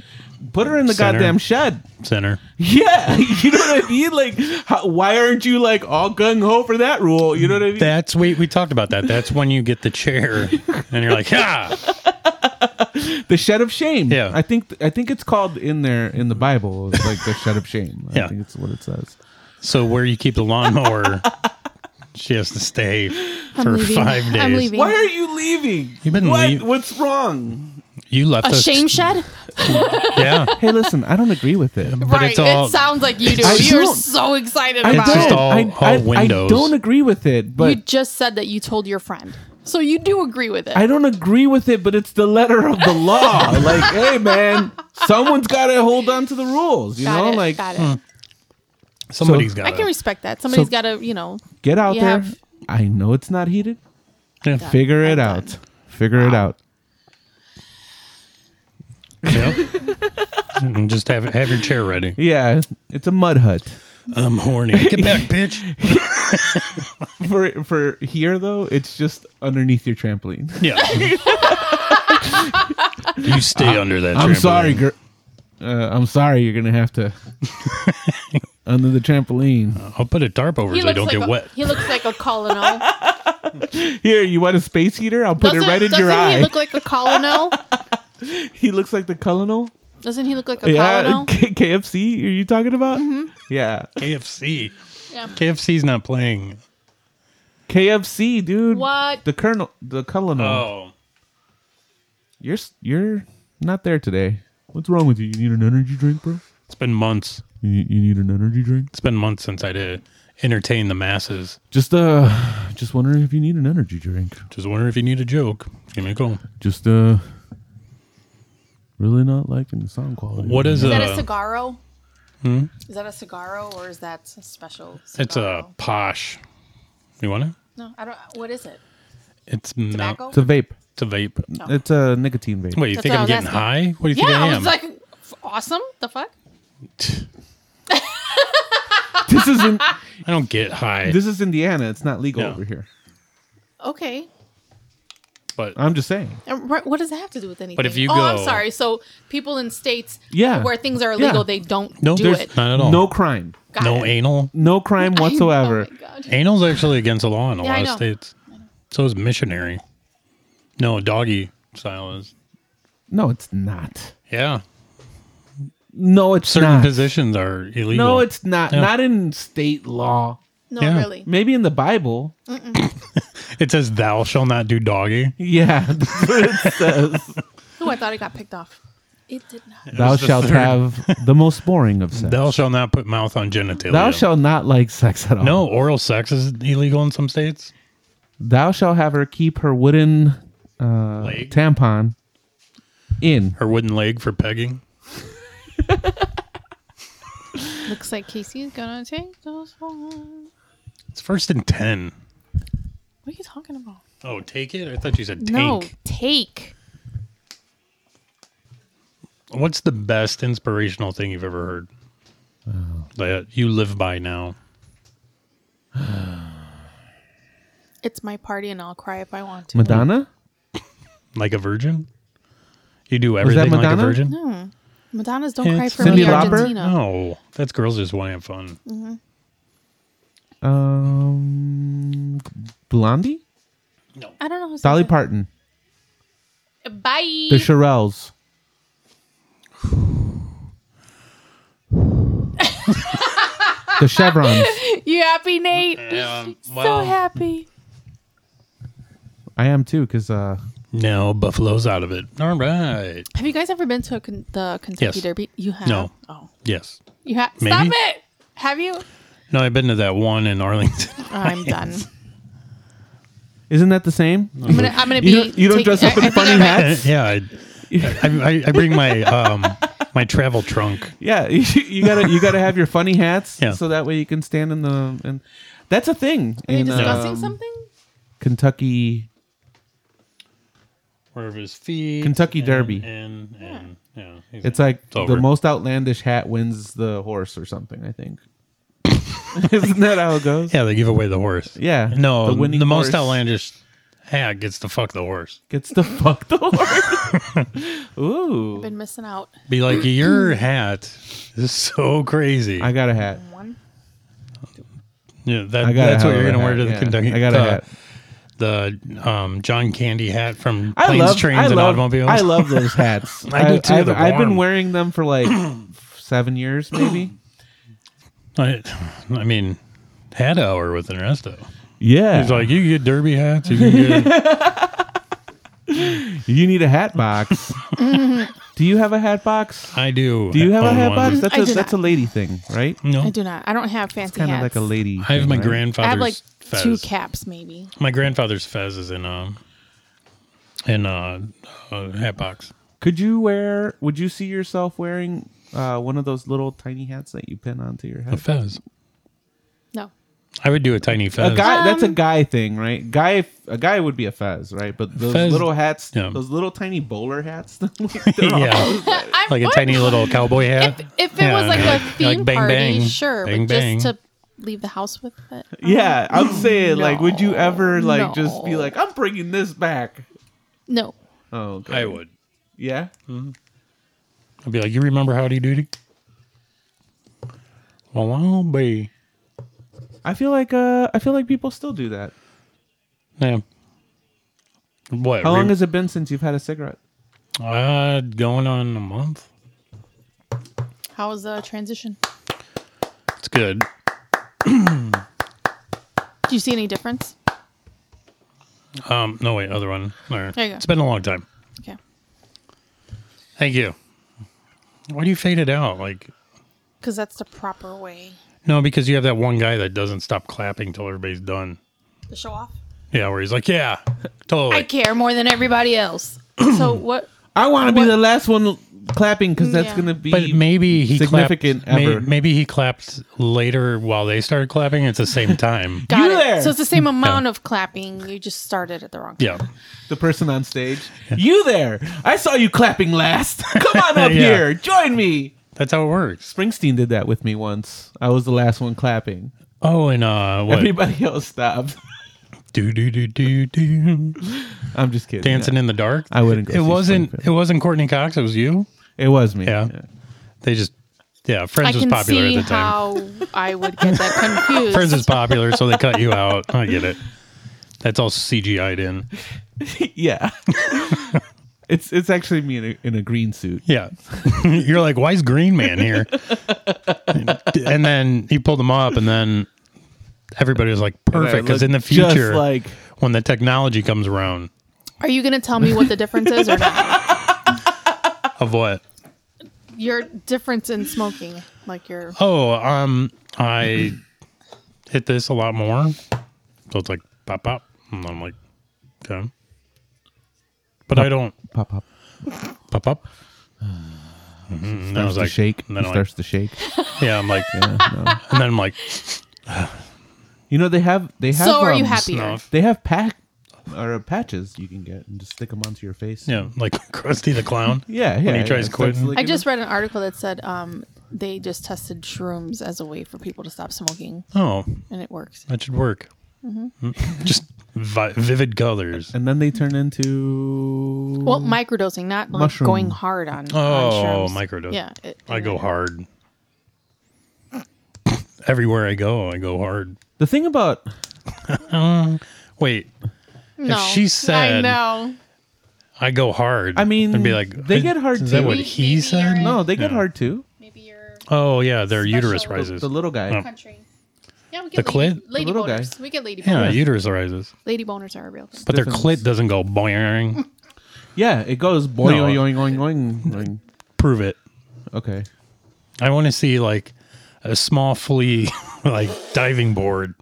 Put her in the
Send her.
goddamn shed.
center.
Yeah, you know what I mean. Like, how, why aren't you like all gung ho for that rule? You know what I mean?
That's we we talked about that. That's when you get the chair, and you're like, ah,
the shed of shame.
Yeah.
I think I think it's called in there in the Bible. It's like the shed of shame. I
Yeah.
think it's what it says.
so where you keep the lawnmower. She has to stay for
leaving.
five days.
I'm leaving.
Why are you leaving?
You've been
what?
leave-
What's wrong?
you left
A
us.
shame shed?
Yeah,
Hey, listen, I don't agree with it.
but
right.
it's all.
it sounds like you do.
I
You're
don't-
so excited
I
about
don't.
it.
Just all-
I, I,
windows.
I don't agree with it, but
you just said that you told your friend. So you do agree with it.
I don't agree with it. But it's the letter of the law. like, hey, man, someone's got to hold on to the rules. You
got
know,
it.
like, Hmm.
got it.
somebody's got.
I can
it.
respect that. Somebody's got to, you know.
get out
You
there.
have-
I know it's not heated.
Yeah.
Figure it
I'm
out. Figure it out.
Yeah. And just have have your chair ready.
Yeah, it's a mud hut.
I'm horny. Get back, bitch.
For for here though, it's just underneath your trampoline.
Yeah. you stay under that.
I'm
trampoline.
sorry, girl. Uh, I'm sorry. You're gonna have to under the trampoline.
I'll put a tarp over so I don't
like
get
a,
wet.
He looks like a colonel.
Here, you want a space heater? I'll put it right in
doesn't
your eye.
he look like a colonel?
he looks like the colonel.
Doesn't he look like a
Yeah,
colonel?
K- KFC. Are you talking about?
Mm-hmm.
Yeah,
KFC.
Yeah.
KFC's not playing.
KFC, dude.
What?
The colonel. The colonel.
Oh.
You're s- you're not there today. What's wrong with you? You need an energy drink, bro.
It's been months.
You, you need an energy drink.
It's been months since I did entertain the masses.
Just uh, just wondering if you need an energy drink.
Just wondering if you need a joke. Give me a call.
Just uh, really not liking the sound quality.
What is
Is that a
a?
cigaro? Is that a cigaro or is that a special? Cigaro?
It's a posh. You want it?
No, I don't. What is it?
It's mel-
Tobacco?
It's a vape.
It's a vape.
No.
It's a nicotine vape.
Wait, you
That's
think
what
I'm
I was
getting
asking.
high? What do you think
yeah,
I
I
am?
was like, f- awesome. The fuck?
This is in
I don't get high,
this is Indiana. It's not legal
No.
over here.
Okay.
but
I'm just saying.
And right- What does that have to do with anything?
if you
oh, I'm
go-
sorry. So people in states
Yeah.
where things are illegal,
Yeah.
they don't
no,
do
there's
it.
not at all.
No crime.
Got
no
it.
anal.
No crime whatsoever.
Oh my God.
Anal's actually against the law in a
Yeah, I
lot of
know.
states. So is missionary. No, doggy style is.
no, it's not.
Yeah,
No, it's
certain
not.
positions are illegal.
No, it's not.
Yeah.
Not in state law.
No,
Yeah.
really.
Maybe in the Bible.
it says thou shall not do doggy.
Yeah, that's what it says.
Ooh, I thought it got picked off. It did not.
Thou
was the
shalt
third.
have the most boring of sex. Thou,
Thou shall not put mouth on genitalia.
shalt not like sex at all.
No, oral sex is illegal in some states.
Thou shalt have her keep her wooden uh,
Leg.
tampon in.
Her wooden leg for pegging.
Looks like Casey's gonna take those home.
It's first and ten.
What are you talking about?
Oh, take it. I thought you said
No,
tank.
take.
What's the best inspirational thing you've ever heard that you live by now?
It's my party and I'll cry if I want to.
Madonna?
Like a virgin? You do
that
everything like a
Madonna?
virgin?
Madonna's Don't Cry
It's
for
Cyndi
Me
Lauper?
Argentina.
No, that's girls just want to have fun.
Um, Blondie?
I don't know. who said
Dolly
that.
Parton.
Bye.
The Shirelles. the Chevrons.
you happy, Nate? so happy.
I am too, because uh,
no, Buffalo's out of it. All right.
Have you guys ever been to a con- the Kentucky
Yes.
Derby? You have.
No.
Oh,
Yes.
you have.
Maybe.
Stop it. Have you?
No, I've been to that one in Arlington.
I'm done.
isn't that the same?
I'm gonna. I'm gonna be.
You don't- you don't
taking-
dress up in
I- I think
funny
I'm-
hats?
yeah, I, I, I- I bring my um, my travel trunk.
Yeah, you, you gotta you gotta have your funny hats,
Yeah.
so that way you can stand in the and that's a thing
Are you
in
discussing
um,
something?
Kentucky.
Wherever his feet.
Kentucky
and-
Derby.
And, and, yeah.
It's like
over.
the most outlandish hat wins the horse or something. I think. Isn't that how it goes?
yeah, they give away the horse.
Yeah.
No, the,
winning
most
horse
outlandish hat gets to fuck the horse.
gets to fuck the horse. Ooh,
Been missing out.
Be like, your hat is so crazy.
Hmm. I got a hat.
One.
yeah, that,
I got.
that's
a
what
hell
you're
of
gonna
a hat,
wear to the
yeah.
Kentucky.
I got a
the,
hat.
the um, John Candy hat from
I
Planes,
love
Trains,
I
and
love,
Automobiles.
I love those hats.
I do too,
I've,
they're
I've been
warm.
wearing them for like seven years, maybe.
I, I mean, hat hour with Ernesto.
Yeah.
He's like, you can get derby hats. You can get.
You need a hat box. do you have a hat box?
I do.
Do you have a
own
hat
one.
box? That's
I
a
do
that's
not.
a lady thing, right?
No,
I
I,
do not. I don't have fancy
Kind of
hats.
like a lady.
have
thing,
my
right?
I
grandfather's.
have like
fez.
two caps, maybe.
My grandfather's fez is in um in a, a hat box.
Could you wear? Would you see yourself wearing uh, one of those little tiny hats that you pin onto your
A
head?
fez.
No.
I would do a tiny fez.
A guy. that's a
Um,
guy thing, right? Guy. A guy would be a fez, right? But those
fez-
little hats,
yeah.
those little tiny bowler hats.
yeah,
Oh. I
like a
would.
tiny little cowboy
If,
hat.
if it
Yeah,
was like a
like-
theme
like bang,
party,
bang.
sure,
Bang,
but
bang.
just to leave the house with it.
yeah, I'm saying like, would you ever like just be
no.
like, I'm bringing this back?
No.
Oh, okay.
I would.
Yeah.
I'd be like, you remember Howdy Doody? Well, I'll be.
I feel like uh, I feel like people still do that.
Yeah. What?
How
re-
long has it been since you've had a cigarette?
uh, going on a month?
How was the transition?
It's good.
Do you see any difference?
Um, no wait, other one. There.
There you go.
It's been a long time.
Okay.
Thank you. Why do you fade it out? Like,
Because that's the proper way
no, because you have that one guy that doesn't stop clapping till everybody's done.
to show off.
Yeah, where he's like, yeah, totally.
I care more than everybody else. so what?
I want to be
What-
the last one clapping because that's
Yeah.
gonna be.
but maybe he
significant
clapped, may-
ever.
maybe he clapped later while they started clapping. It's the same time.
Got
You
it.
there.
So it's the same amount of clapping. You just started at the wrong.
yeah.
the person on stage. You there? I saw you clapping last. Come on up
Yeah.
here. Join me.
That's how it works.
Springsteen did that with me once. I was the last one clapping.
Oh, and uh, what?
Everybody else stopped.
Do do do do do.
I'm just kidding.
Dancing
Yeah.
in the dark.
I wouldn't go
It
see
wasn't.
Springfield.
It wasn't Courtney Cox. It was you.
It was me.
Yeah. They just. Yeah, Friends
I
was
can
popular
see
at the time.
how I would get that confused.
Friends is popular, so they cut you out. I get it. That's all CGI'd in.
Yeah. it's it's actually me in a, in a green suit.
Yeah. You're like, why is Green Man here? and then he pulled him up, and then everybody was like,
And I
perfect. Because
look
in the
just
future,
like
when the technology comes around,
Are you going to tell me what the difference is or not?
of what?
Your difference in smoking, like your
Oh, um, I hit this a lot more. So it's like, pop, pop. And I'm like, okay. But I don't
pop up.
pop, pop. Mm-hmm. And then
Starts
I was
to
like,
shake.
And then
It
I'm like,
starts to shake.
yeah, I'm like, and then I'm like,
You know they have they have.
So are you
um,
happy?
snuff.
They have pack or patches you can get and just stick them onto your face.
Yeah, like Krusty the Clown.
Yeah, yeah.
he
yeah.
tries
It starts
quitting.
I
licking
just read an article that said um, they just tested shrooms as a way for people to stop smoking,
Oh,
and it works.
that should work.
Mm-hmm.
Just vi- vivid colors.
And then they turn into
Well, microdosing, not like
Mushroom.
going hard on.
Mm. Oh,
on shrooms.
microdose.
Yeah, it-
I go hard. Everywhere I go, I go hard.
the thing about
Wait,
No,
she said-
Oh, I know.
I go hard.
I mean,
I'd be like,
they get hard
Is that
too.
what
Maybe-
he said?
no, they get hard too.
Maybe you're
Oh yeah, their uterus
Special-
rises.
The little guy.
No.
country. Yeah, we
get The lady- clit?
lady
little guy.
boners. We get lady
Oh,
yeah,
boners.
uterus rises,
Lady boners are a real thing.
but their
Difference.
clit doesn't go boing.
Yeah, it goes boing
No.
oing oing oing oing.
Prove it.
Okay.
I want to see like a small flea like diving board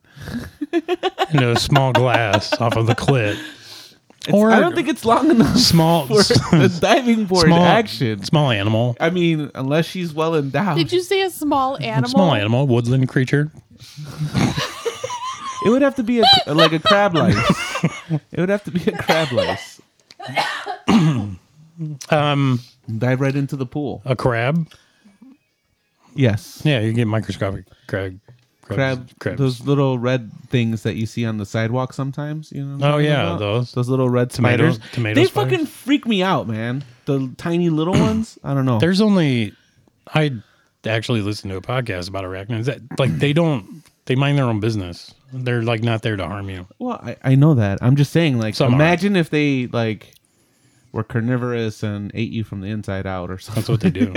into a small glass off of the clit. or
I don't think it's long enough
small
for the diving board
small
action.
Small animal.
I mean, unless she's well endowed,
Did you say a small animal?
Small animal, woodland creature.
it would have to be a, like a crab lice. it would have to be a crab lice.
Um
Dive right into the pool.
a crab.
Yes,
Yeah, you get microscopic crab crabs,
crab.
crabs.
Those little red things that you see on the sidewalk sometimes. You know. what I'm
Oh,
talking
yeah,
about?
those.
Those little red
Tomato-
spiders.
tomato
they
spiders.
fucking freak me out, man. The tiny little ones. I don't know.
There's only I actually listened to a podcast about arachnids that like they don't they mind their own business. They're like not there to harm you.
Well, I, I know that. I'm just saying, like,
Some are.
imagine if they like were carnivorous and ate you from the inside out or something.
That's what they do.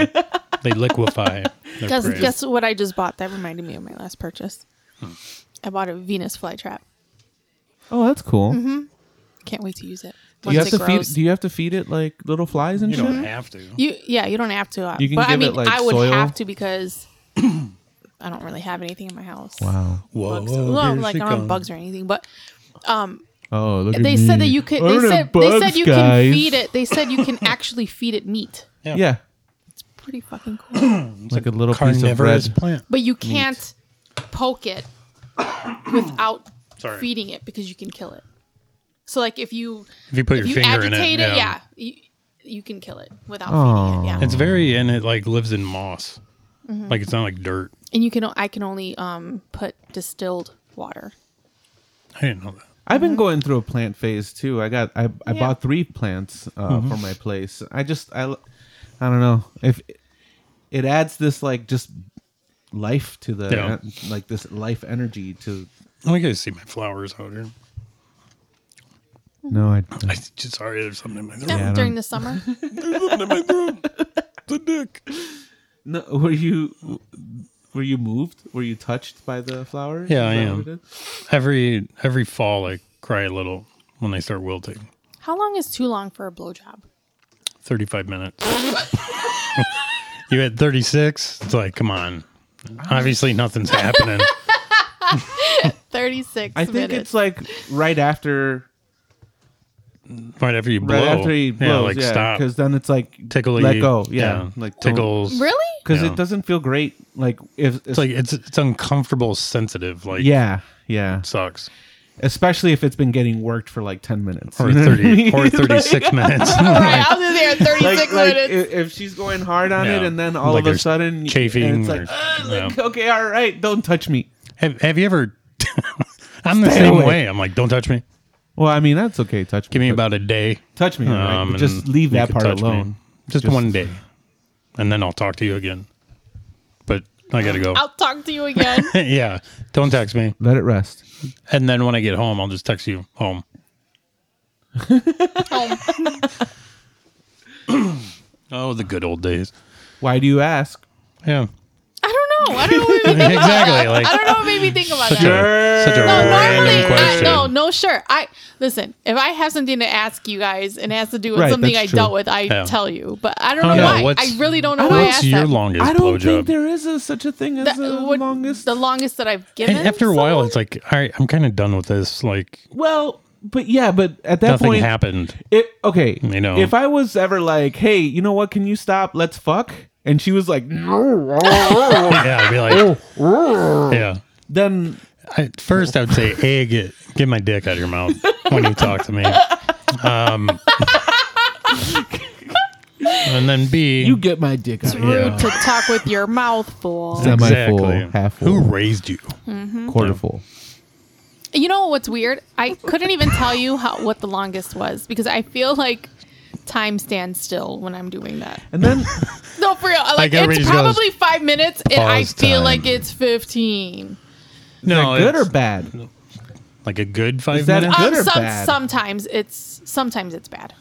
they liquefy. Their
Guess,
prey.
guess what I just bought? That reminded me of my last purchase.
Hmm.
I bought a Venus flytrap.
Oh, that's cool.
Can't wait to use it.
Do you
Mm-hmm. once
have
it
to
grows.
feed? Do you have to feed it like little flies and
You
shit?
don't have to.
Mhm. You yeah, you don't have to. Uh,
You can
but I
give it,
mean,
like,
I would
soil.
have to because I don't really have anything in my house.
Wow.
Whoa,
Bugs. no, like I don't have bugs or anything, but um,
Oh, look at
they said
me.
that you could.
I
They
don't
said
have
they
bugs,
said you
guys.
can feed it. They said you can actually feed it meat.
Yeah,
Yeah,
Pretty fucking cool.
like a little piece of
carnivorous
bread.
plant.
But you can't poke it without
Sorry.
feeding it because you can kill it. So like if you
If you put
if
your
you
finger in
agitate
it,
it,
yeah. Oh.
yeah, you, you can kill it without feeding it. Yeah.
it's very and it like lives in moss.
Mm-hmm.
Like it's not like dirt.
And you can o- I can only um put distilled water.
I didn't know that.
I've been going through a plant phase too. I got I, I
Yeah.
bought three plants uh,
Mm-hmm.
for my place. I just I l- I don't know if it adds this like just life to the
Yeah.
like this life energy to
Let me go see my flowers out here.
no I
I just sorry, there's something in my throat.
No,
I
during
don't-
the summer.
There's something in my throat. The dick.
no were you were you moved were you touched by the flowers
Yeah, I
Is that
am.
what it is?
Every every fall I cry a little when they start wilting.
How long is too long for a blowjob?
Thirty five minutes. you had thirty six? It's like, come on. Obviously nothing's happening.
Thirty six
I think
minutes.
it's like right after
Right after you blow.
right after he blows
yeah, like stop.
because then it's like
Tickle
let
you.
go yeah, like
tickles.
really?
because
Yeah.
it doesn't feel great like if
It's like it's it's uncomfortable, sensitive. Like
yeah yeah
sucks.
especially if it's been getting worked for like 10 minutes
Or
You know what I
thirty
mean?
or thirty six minutes.
right, I was in there thirty
like,
six
like i-
minutes.
if she's going hard on it
Yeah.
and then all
Like
of a
there's
sudden
chafing
and it's like,
or-
"Ah,"
yeah.
like, okay all right don't touch me
Have, have you ever? I'm the
Stay
same
away.
way. I'm like, don't touch me.
well i mean that's okay touch
Give me
but
about a day.
touch me all right?
Um,
But just
and
leave
you
that
can
part
touch me.
alone
Just,
Just-
one day, and then I'll talk to you again. But I gotta go.
I'll talk to you again.
yeah, don't text me.
let it rest
And then when I get home, I'll just text you home.
Home.
Oh, the good old days.
why do you ask
Yeah,
I don't know. I don't know. What made me think
exactly.
about, I
Like
don't know what made me think about
such
that.
a such a
No, normally,
random
I,
question.
no, no, sure. I listen. If I have something to ask you guys and it has to do with
Right,
something I
that's
dealt
true.
with, I
Yeah.
tell you. But I don't
Oh,
know
yeah,
why.
what's-
I really don't know why I
What's
asked
your
that.
longest
i don't think
blowjob?
there is a, such a thing as
That-
the
what-
longest
the longest that I've given.
And after a while,
someone?
it's like, all right, I'm kind of done with this. Like
well but yeah but at that
nothing
point
happened.
It, okay,
You know.
if I was ever like, "Hey, you know what? Can you stop? Let's fuck," and she was like, "No,"
Yeah, I'd be like,
Oh.
yeah.
then
I, at first, I would say, "Hey, get get my dick out of your mouth when you talk to me." Um, and then B,
you get my dick out of
rude
here.
Yeah.
to talk with your mouth full.
Semi full,
exactly.
half full,
Who raised you?
quarter full.
You know what's weird? I couldn't even tell you how what the longest was because I feel like time stands still when I'm doing that.
And then
No, for real. I- Like,
everybody
it's
just goes,
probably five minutes, and I
"Pause
feel
time."
like it's fifteen.
No,
good or
it's
bad?
like a good five
that
minutes.
Good
Um,
or
some,
bad?
sometimes it's sometimes it's bad.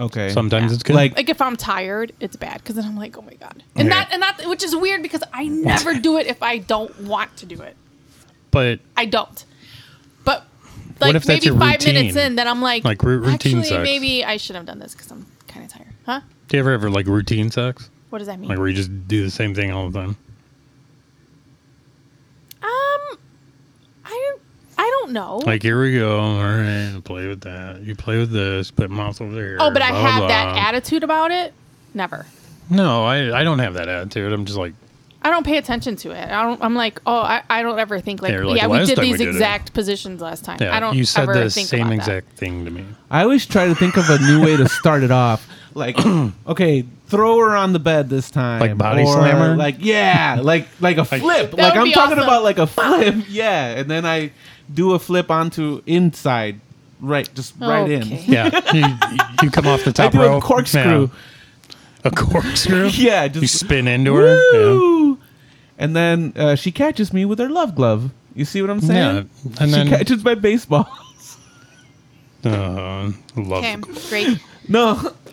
Okay,
Sometimes
Yeah.
it's good.
Like-
Like if I'm tired, it's bad because then I'm like, oh my god, and
Yeah.
that and that, which is weird because I never do it if I don't want to do it.
but
I don't. But
What
like
if that's
maybe
your
five
routine?
minutes in, then I'm like,
Like, ru- routine
actually,
sex.
maybe I should have done this because I'm kind of tired. Huh?
do you ever ever like routine sex?
What does that mean?
Like where you just do the same thing all the time?
um, I I don't know.
Like here we go. All right, play with that. You play with this. Put mouth over there.
oh, but I
blah,
have
blah,
that
blah.
attitude about it. Never.
No, I I don't have that attitude. I'm just like,
I don't pay attention to it. I don't. I'm like, oh, I, I don't ever think like,
Yeah,
yeah,
you're like,
we
last
did
time we
these
did it.
exact positions last time.
yeah.
I don't.
you said
ever
the
think
same
about
exact thing to me.
I always try to think of a new way to start it off. Like, okay, throw her on the bed this time.
Like body slammer?
Like yeah, like like a flip.
That
like
would
I'm
be
talking
awesome.
about like a flip. Yeah, and then I do a flip onto inside, right, just right in.
Okay.
Yeah, you, you come off the
I
top
do
row.
a corkscrew.
A corkscrew.
Yeah, just
You spin into her. Yeah.
Woo! And then uh, she catches me with her love glove. You see what I'm saying?
Yeah, and
she
then-
catches my baseball.
Uh, love.
that. Okay, great.
no,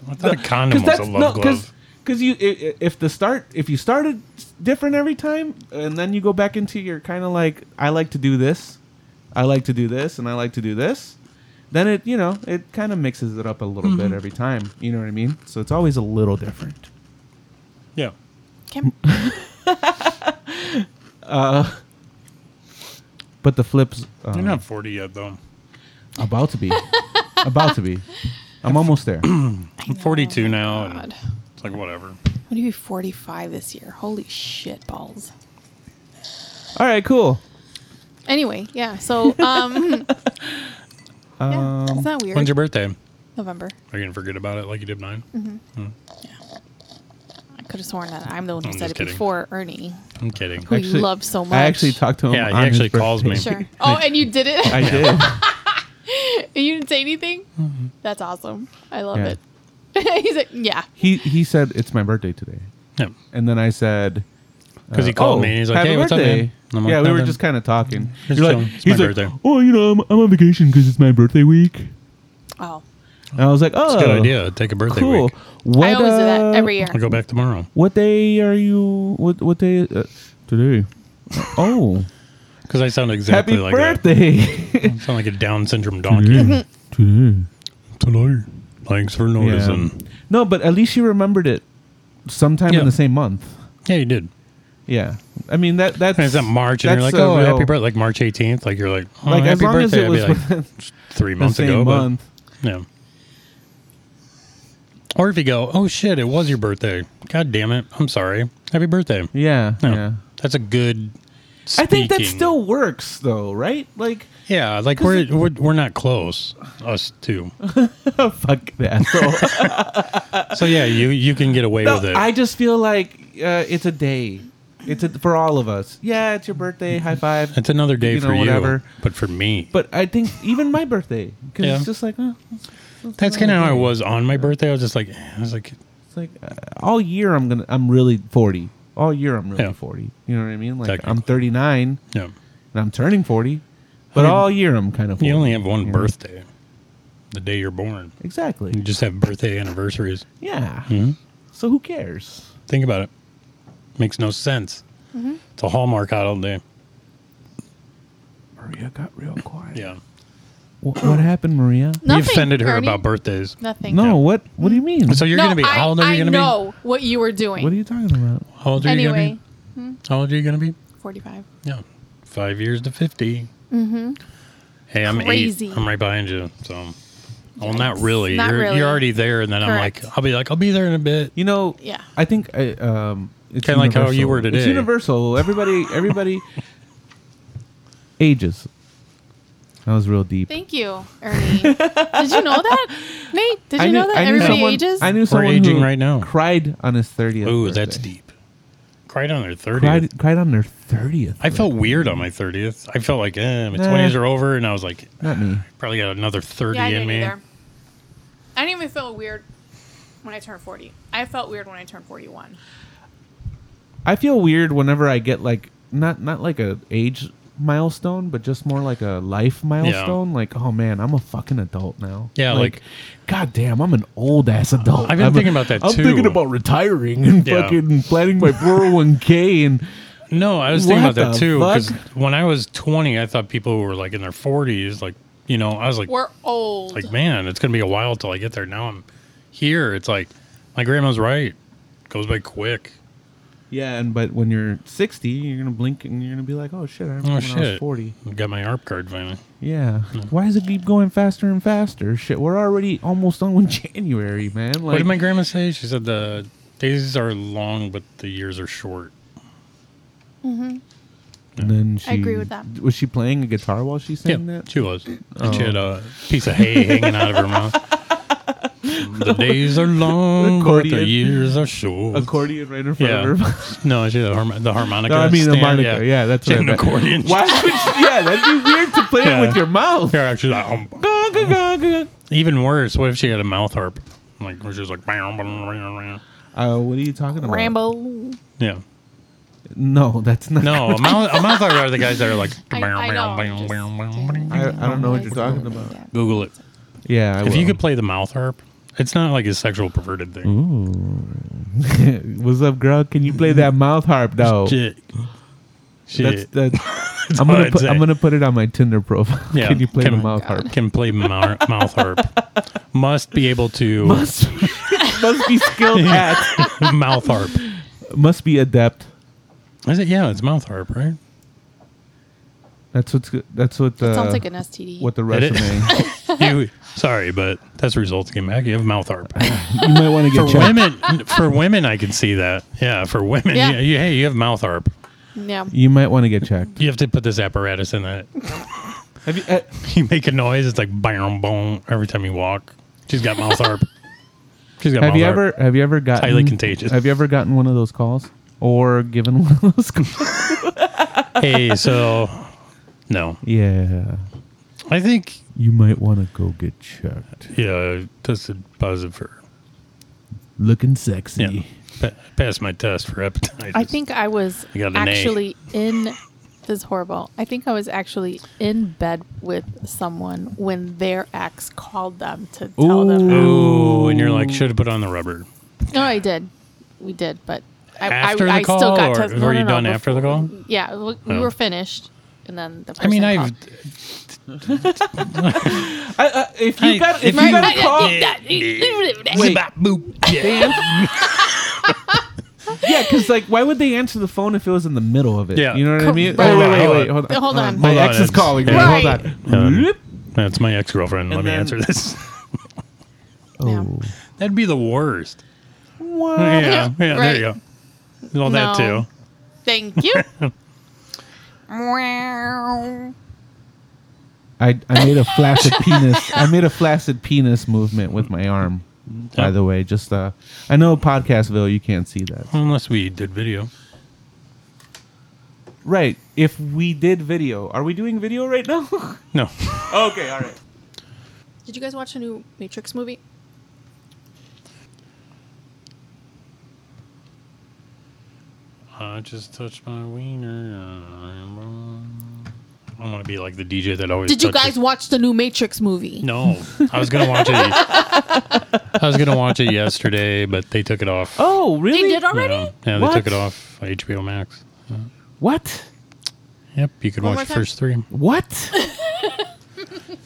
I thought a condom
because
was a
that's
love
no,
glove.
because because you i- i- if the start if you started different every time and then you go back into your kind of like I like to do this, I like to do this, and I like to do this. then it you know it kind of mixes it up a little
Mm-hmm.
bit every time. You know what I mean? So it's always a little different.
Yeah.
Kim,
But the flips uh,
You're not 40 yet, though.
about to be, about to be. I'm almost there.
I'm 42 now, and
Oh God.
it's like, whatever.
I'm gonna be 45 this year. Holy shit balls.
All right, cool.
Anyway, yeah. So, um, yeah,
Um,
it's not weird.
When's your birthday? Are
November.
you going to forget about it like you did mine?
Mm-hmm. I could have sworn that I'm the one who
I'm
said
just
it
kidding.
before Ernie,
I'm kidding.
who you love so much.
I actually talked to him.
Yeah, he
on his
actually calls me.
birthday.
Sure. Oh, and you did it.
I did.
And you didn't say anything. That's awesome. I love
Yeah.
it. He's like, yeah.
He he said it's my birthday today,
Yeah.
and then I said.
'Cause he
uh,
called me and he's like,
happy
"Hey, what's up,
birthday."
man?" And I'm like,
yeah, we were
"Nothing."
just kind of talking.
Just
You're like-
chilling. It's
he's
my
like,
birthday.
"Oh, you know, I'm, I'm on vacation because it's my birthday week."
Oh,
And I was like, "Oh,
Good idea. Take a birthday
cool.
week.
What,
I always do that
uh,
every year.
I'll go back tomorrow.
What day are you? What what day uh, today? Oh,
Because I sound exactly
happy
like
birthday!
that. I sound like a Down syndrome donkey.
today.
Tonight. Mm-hmm. Thanks for noticing.
No, but at least she remembered it sometime
Yeah.
in the same month.
Yeah, you did.
Yeah, I mean that that's
And it's not March, and you're like,
that's
oh,
a
happy
real-
birthday. Like March 18th. Like, you're like, oh,
Like as
happy
long as
birthday.
it
I'd be
was
like,
within
three
the
months
same
ago. but-
month.
Yeah. Or if you go, oh shit, it was your birthday. God damn it. I'm sorry. Happy birthday.
yeah,
No,
yeah.
That's a good.
I think that
speaking.
still works though, right? Like,
Yeah, like we're, we're we're not close, us two.
fuck that. So,
So yeah, you you can get away
no,
with it.
I just feel like uh, it's a day. It's a, for all of us. Yeah, it's your birthday. High five.
it's another day
you know,
for
whatever.
you, but for me,
But I think even my birthday, because
Yeah.
it's just like, oh,
that's kind of how I was on my birthday. I was just like, eh, I was like,
it's like uh, all year I'm gonna, I'm really forty. All year I'm really
Yeah.
forty. You know what I mean? Like
Technically.
I'm thirty nine
no,
and I'm turning forty, but
I mean,
all year I'm kind of. 40.
you only have one
Yeah.
birthday, the day you're born. You
Exactly.
just have birthday anniversaries.
Yeah.
Mhm.
So who cares?
Think about it. Makes no sense.
Mm-hmm.
It's a hallmark holiday.
Maria got real quiet.
Yeah.
What, what happened, Maria?
nothing.
we offended her
Ernie.
about birthdays.
nothing.
No. What? What do you mean?
So you're
No,
gonna be
I,
how old are
I
you gonna
know what you were doing.
What are you talking about?
be? How old are
anyway,
you gonna be? How old are you gonna be?
45.
Yeah, five years to fifty. Mm-hmm. Hey, I'm
Crazy.
eight. I'm right behind you. So, well, not really.
Not
you're,
really.
you're already there, and then
Correct.
I'm like, I'll be like, I'll be there in a bit.
You know.
Yeah.
I think I, um, it's
Kinda like how
universal.
you were today.
It's universal. Everybody. Everybody. ages. That was real deep.
Thank you, Ernie. did you know that? Nate, did you know that everybody
someone,
ages?
I knew someone
aging
who
right now.
Cried on his thirtieth.
Ooh, that's deep. Cried on their thirtieth.
Cried, cried on their thirtieth.
I felt weird on my thirtieth. I felt like eh, my
Nah.
twenties are over, and I was like,
not me.
probably got another thirty
yeah, I
in
didn't
me.
either. I didn't even feel weird when I turned 40. I felt weird when I turned 41.
I feel weird whenever I get like not not like a age milestone, but just more like a life milestone. Like, oh man, I'm a fucking adult now.
Yeah, like-
God damn, I'm an old ass adult.
I've been
I'm-
thinking about that,
I'm
too.
thinking about retiring and
Yeah.
fucking planning my 401k and
No, I was thinking
What
about
the
that too. Because
fuck?
when I was twenty, I thought people who were like in their forties, like you know, I was like,
We're old.
like man, it's gonna be a while till I get there. Now I'm here. It's like my grandma's right. Goes by quick.
yeah. And but when you're 60, you're gonna blink and you're gonna be like, oh shit, I remember
Oh
when I was
shit! Hmm.
40.
Got my ARP card finally.
Yeah. Why does it keep going faster and faster? Shit, we're already almost on with January, man.
what
Like,
did my grandma say? She said the days are long, but the years are short.
and then she,
I agree with that.
Was she playing a guitar while she sang
yeah,
that? Oh.
she was. And she had a piece of hay hanging out of her mouth. the days are long, but the
Accordion.
years are short.
accordion right in front
yeah.
of her.
no, she had a harmo- the harmonica.
no, I mean
stand,
the harmonica. Yeah, that's
She
what
had
I
an
meant.
accordion.
Why would you, yeah, that'd be weird to play
Yeah.
it with your mouth.
Yeah, she's like, um, even worse. What if she had a mouth harp? Like, where she was like, "Bam, bam, bam, bam."
Uh, what are you talking about?
Ramble.
yeah.
No, that's not.
No, a mouth, a mouth harp are the guys that are like.
I- I know, I'm
I, I don't know what you're talking about.
Yeah.
Google it.
Yeah, I
If you
will.
could play the mouth harp, it's not like a sexual perverted thing.
What's up, girl? Can you play that mouth harp though?
Shit.
Oh. That's
Shit.
that.
That's
I'm
what
gonna
I'd
put,
say.
I'm gonna put it on my Tinder profile.
Yeah.
Can you play
Can-
the mouth harp?
can play mar- mouth harp. Must be able to
Must must be skilled at.
mouth harp.
Must be adept.
Is it? Yeah, it's mouth harp, right?
That's what's good. That's what. Uh,
Sounds like an STD.
what the
Did it?
resume.
You, sorry, but that's the results came back. You have mouth harp.
you might want to
For
get checked.
women, for women, I can see that. Yeah, for women,
Yeah.
yeah. you- hey, you have mouth harp.
yeah.
You might want to get checked.
You have to put this apparatus in that.
Have you, uh,
You make a noise. It's like bam, boom every time you walk. She's got mouth harp. She's got.
have
mouth
you
harp.
ever have you ever gotten
highly contagious.
Have you ever gotten one of those calls or given one of those? calls?
Hey, so no,
Yeah,
I think
you might want to go get checked.
yeah, tested positive for
Looking sexy.
yeah, pa- passed my test for hepatitis.
I think I was
I got an A.
actually in this is horrible. I think I was actually in bed with someone when their ex called them to tell them.
Ooh.
Ooh, and you're like, should have put on the rubber
No, I did. We did, but I,
after the
I, I
call,
still got
or
tested. No,
were
no,
you
no,
done
before-
after the call?
Yeah, we, we
Oh.
were finished, and then the person
I mean,
called.
I've
I, uh, if you
Hey,
got if
if
you
you-
got a call,
eh.
yeah,
Wait.
Wait. because like, why would they answer the phone if it was in the middle of it?
Yeah.
you know what I mean.
Right.
Oh, wait, wait,
Hold
wait,
on.
hold on.
Hold on.
My
Hold on,
ex is
it's-
calling.
yeah.
Hold on.
Right.
Hold on.
Whoop.
Um, that's my ex girlfriend. Let me
then-
answer this.
Yeah.
Oh.
That'd be the worst.
What?
Yeah, yeah, there
Right.
you go. And All that
No.
too.
Thank you. Wow.
I, I made a flaccid penis. I made a flaccid penis movement with my arm. By the way, just uh, I know Podcastville, you can't see that.
Unless we did video.
Right. If we did video, are we doing video right now?
No.
okay. All right.
Did you guys watch a new Matrix movie?
I just touched my wiener. I want to be like the DJ that always.
Did you guys
touches-
watch the new Matrix movie?
No, I was gonna watch it. I was gonna watch it yesterday, but they took it off.
Oh,
They
really?
did already?
Yeah, yeah, they
What?
took it off HBO Max.
What?
Yep, you could
One
watch the
more time.
first three.
What?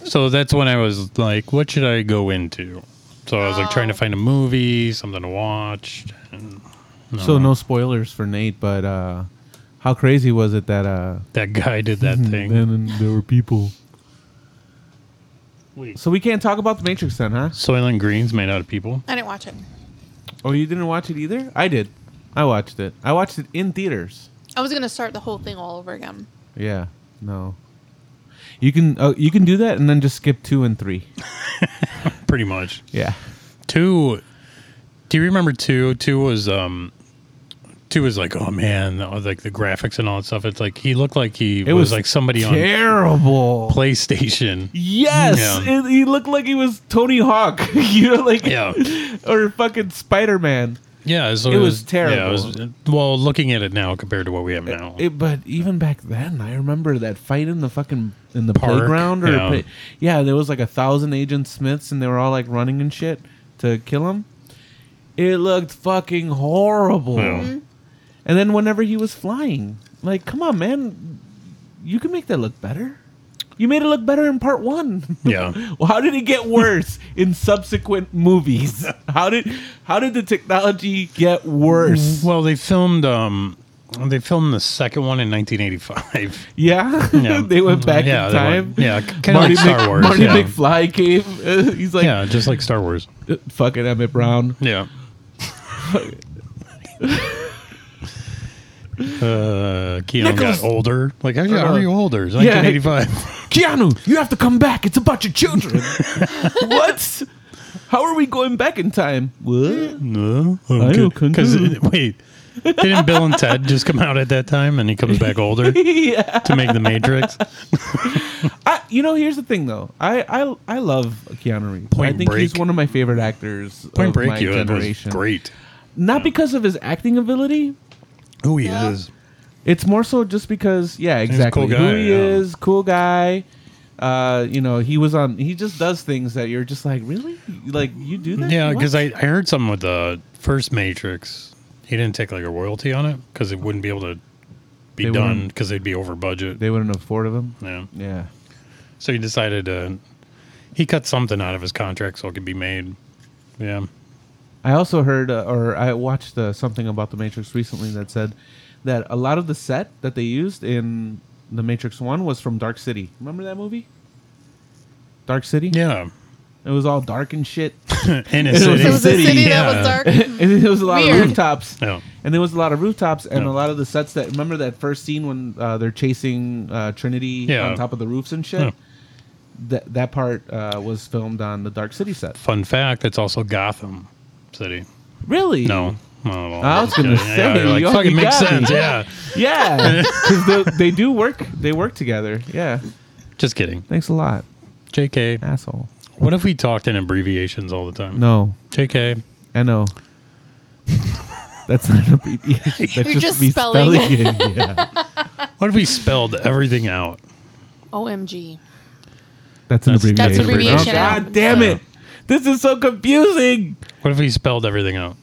So that's when I was like, what should I go into? So I was like
Oh.
trying to find a movie, something to watch. And
So no spoilers for Nate, but uh, how crazy was it that uh,
that guy did that
Hmm.
thing.
then there were people.
Wait.
So we can't talk about the Matrix then, huh?
Soylent Green's made out of people.
I didn't watch it.
Oh, you didn't watch it either? I did. I watched it. I watched it in theaters.
I was gonna start the whole thing all over again.
Yeah. No. You can uh, you can do that and then just skip two and three.
Pretty much.
Yeah.
Two. Do you remember two? Two was um, two was like, oh man, that was like the graphics and all that stuff. It's like he looked like he was,
was
like somebody on
Terrible.
PlayStation.
yes.
Yeah.
It- he looked like he was Tony Hawk. you know, like
Yeah.
or fucking Spider Man.
Yeah, so
It was
Yeah,
terrible.
it was, well, looking at it now compared to what we have now,
Eh, But even back then, I remember that fight in the fucking in the
Park,
playground or
yeah.
yeah. yeah, there was like a thousand Agent Smiths and they were all like running and shit to kill him. It looked fucking horrible.
Yeah.
And then whenever he was flying, like, come on, man, you can make that look better. You made it look better in part one.
Yeah.
well, how did it get worse in subsequent movies? How did how did the technology get worse?
Mm, Well, they filmed um, they filmed the second one in 1985.
Yeah,
Yeah.
they went back
Yeah,
in
they
time.
went- yeah, kind of like
Marty
Star
Mc-
Wars.
Marty
yeah.
McFly came. uh, he's like,
yeah, just like Star Wars.
"Uh, fucking Emmett Brown.
Yeah. uh, Keanu
Nicholas!
got older. Like, how, how
Uh,
are you older? It's
yeah.
1985.
Keanu, you have to come back. It's about your children. what? How are we going back in time? What?
No,
I don't
because
concur.
wait, didn't Bill and Ted just come out at that time, and he comes back older
yeah.
to make the Matrix?
I, you know, here's the thing though. I I, I love Keanu Reeves.
Point
I think he's
Break.
one of my favorite actors
Point
of
Break,
my
you it was
generation.
great.
Not because of his acting ability, Oh,
Who he
Yeah.
is?
It's more so just because, yeah,
a
exactly.
cool
Who
guy,
he
yeah.
is, cool guy. Uh, you know, he was on. He just does things that you're just like, really, like you do that.
Yeah,
What?
because I, I heard something with the first Matrix. He didn't take like a royalty on it because it wouldn't be able to be
They
done
wouldn't-
because they'd be over budget.
They wouldn't afford them.
yeah.
Yeah.
So he decided to. He cut something out of his contract so it could be made. Yeah.
I also heard uh, or I watched uh, something about the Matrix recently that said that a lot of the set that they used in the Matrix One was from Dark City. Remember that movie? Dark City.
Yeah.
It was all dark and shit.
In
It
a
was
city.
It was a
City,
city that
yeah.
was dark.
and it was a lot
Weird.
of rooftops.
Yeah.
And there was a lot of rooftops and
Yeah.
a lot of the sets that remember that first scene when uh, they're chasing uh, Trinity
Yeah.
on top of the roofs and shit.
Yeah.
That that part uh, was filmed on the Dark City set.
Fun fact it's also Gotham City.
Really?
No. Oh, well,
I was
just
gonna
kidding.
say,
yeah, you're like,
yo,
fuck,
you
it
got
makes
me.
sense. Yeah,
Yeah, because they do work. They work together. Yeah.
just kidding.
Thanks a lot,
Jk,
asshole.
what if we talked in abbreviations all the time?
No,
Jk,
I know. That's not a abbreviation. That's
You're just
me
spelling.
it. Yeah.
what if we spelled everything out?
OMG.
That's an
That's-
abbreviation.
that's
abbreviation.
Oh, God damn it! This is so confusing.
What if we spelled everything out?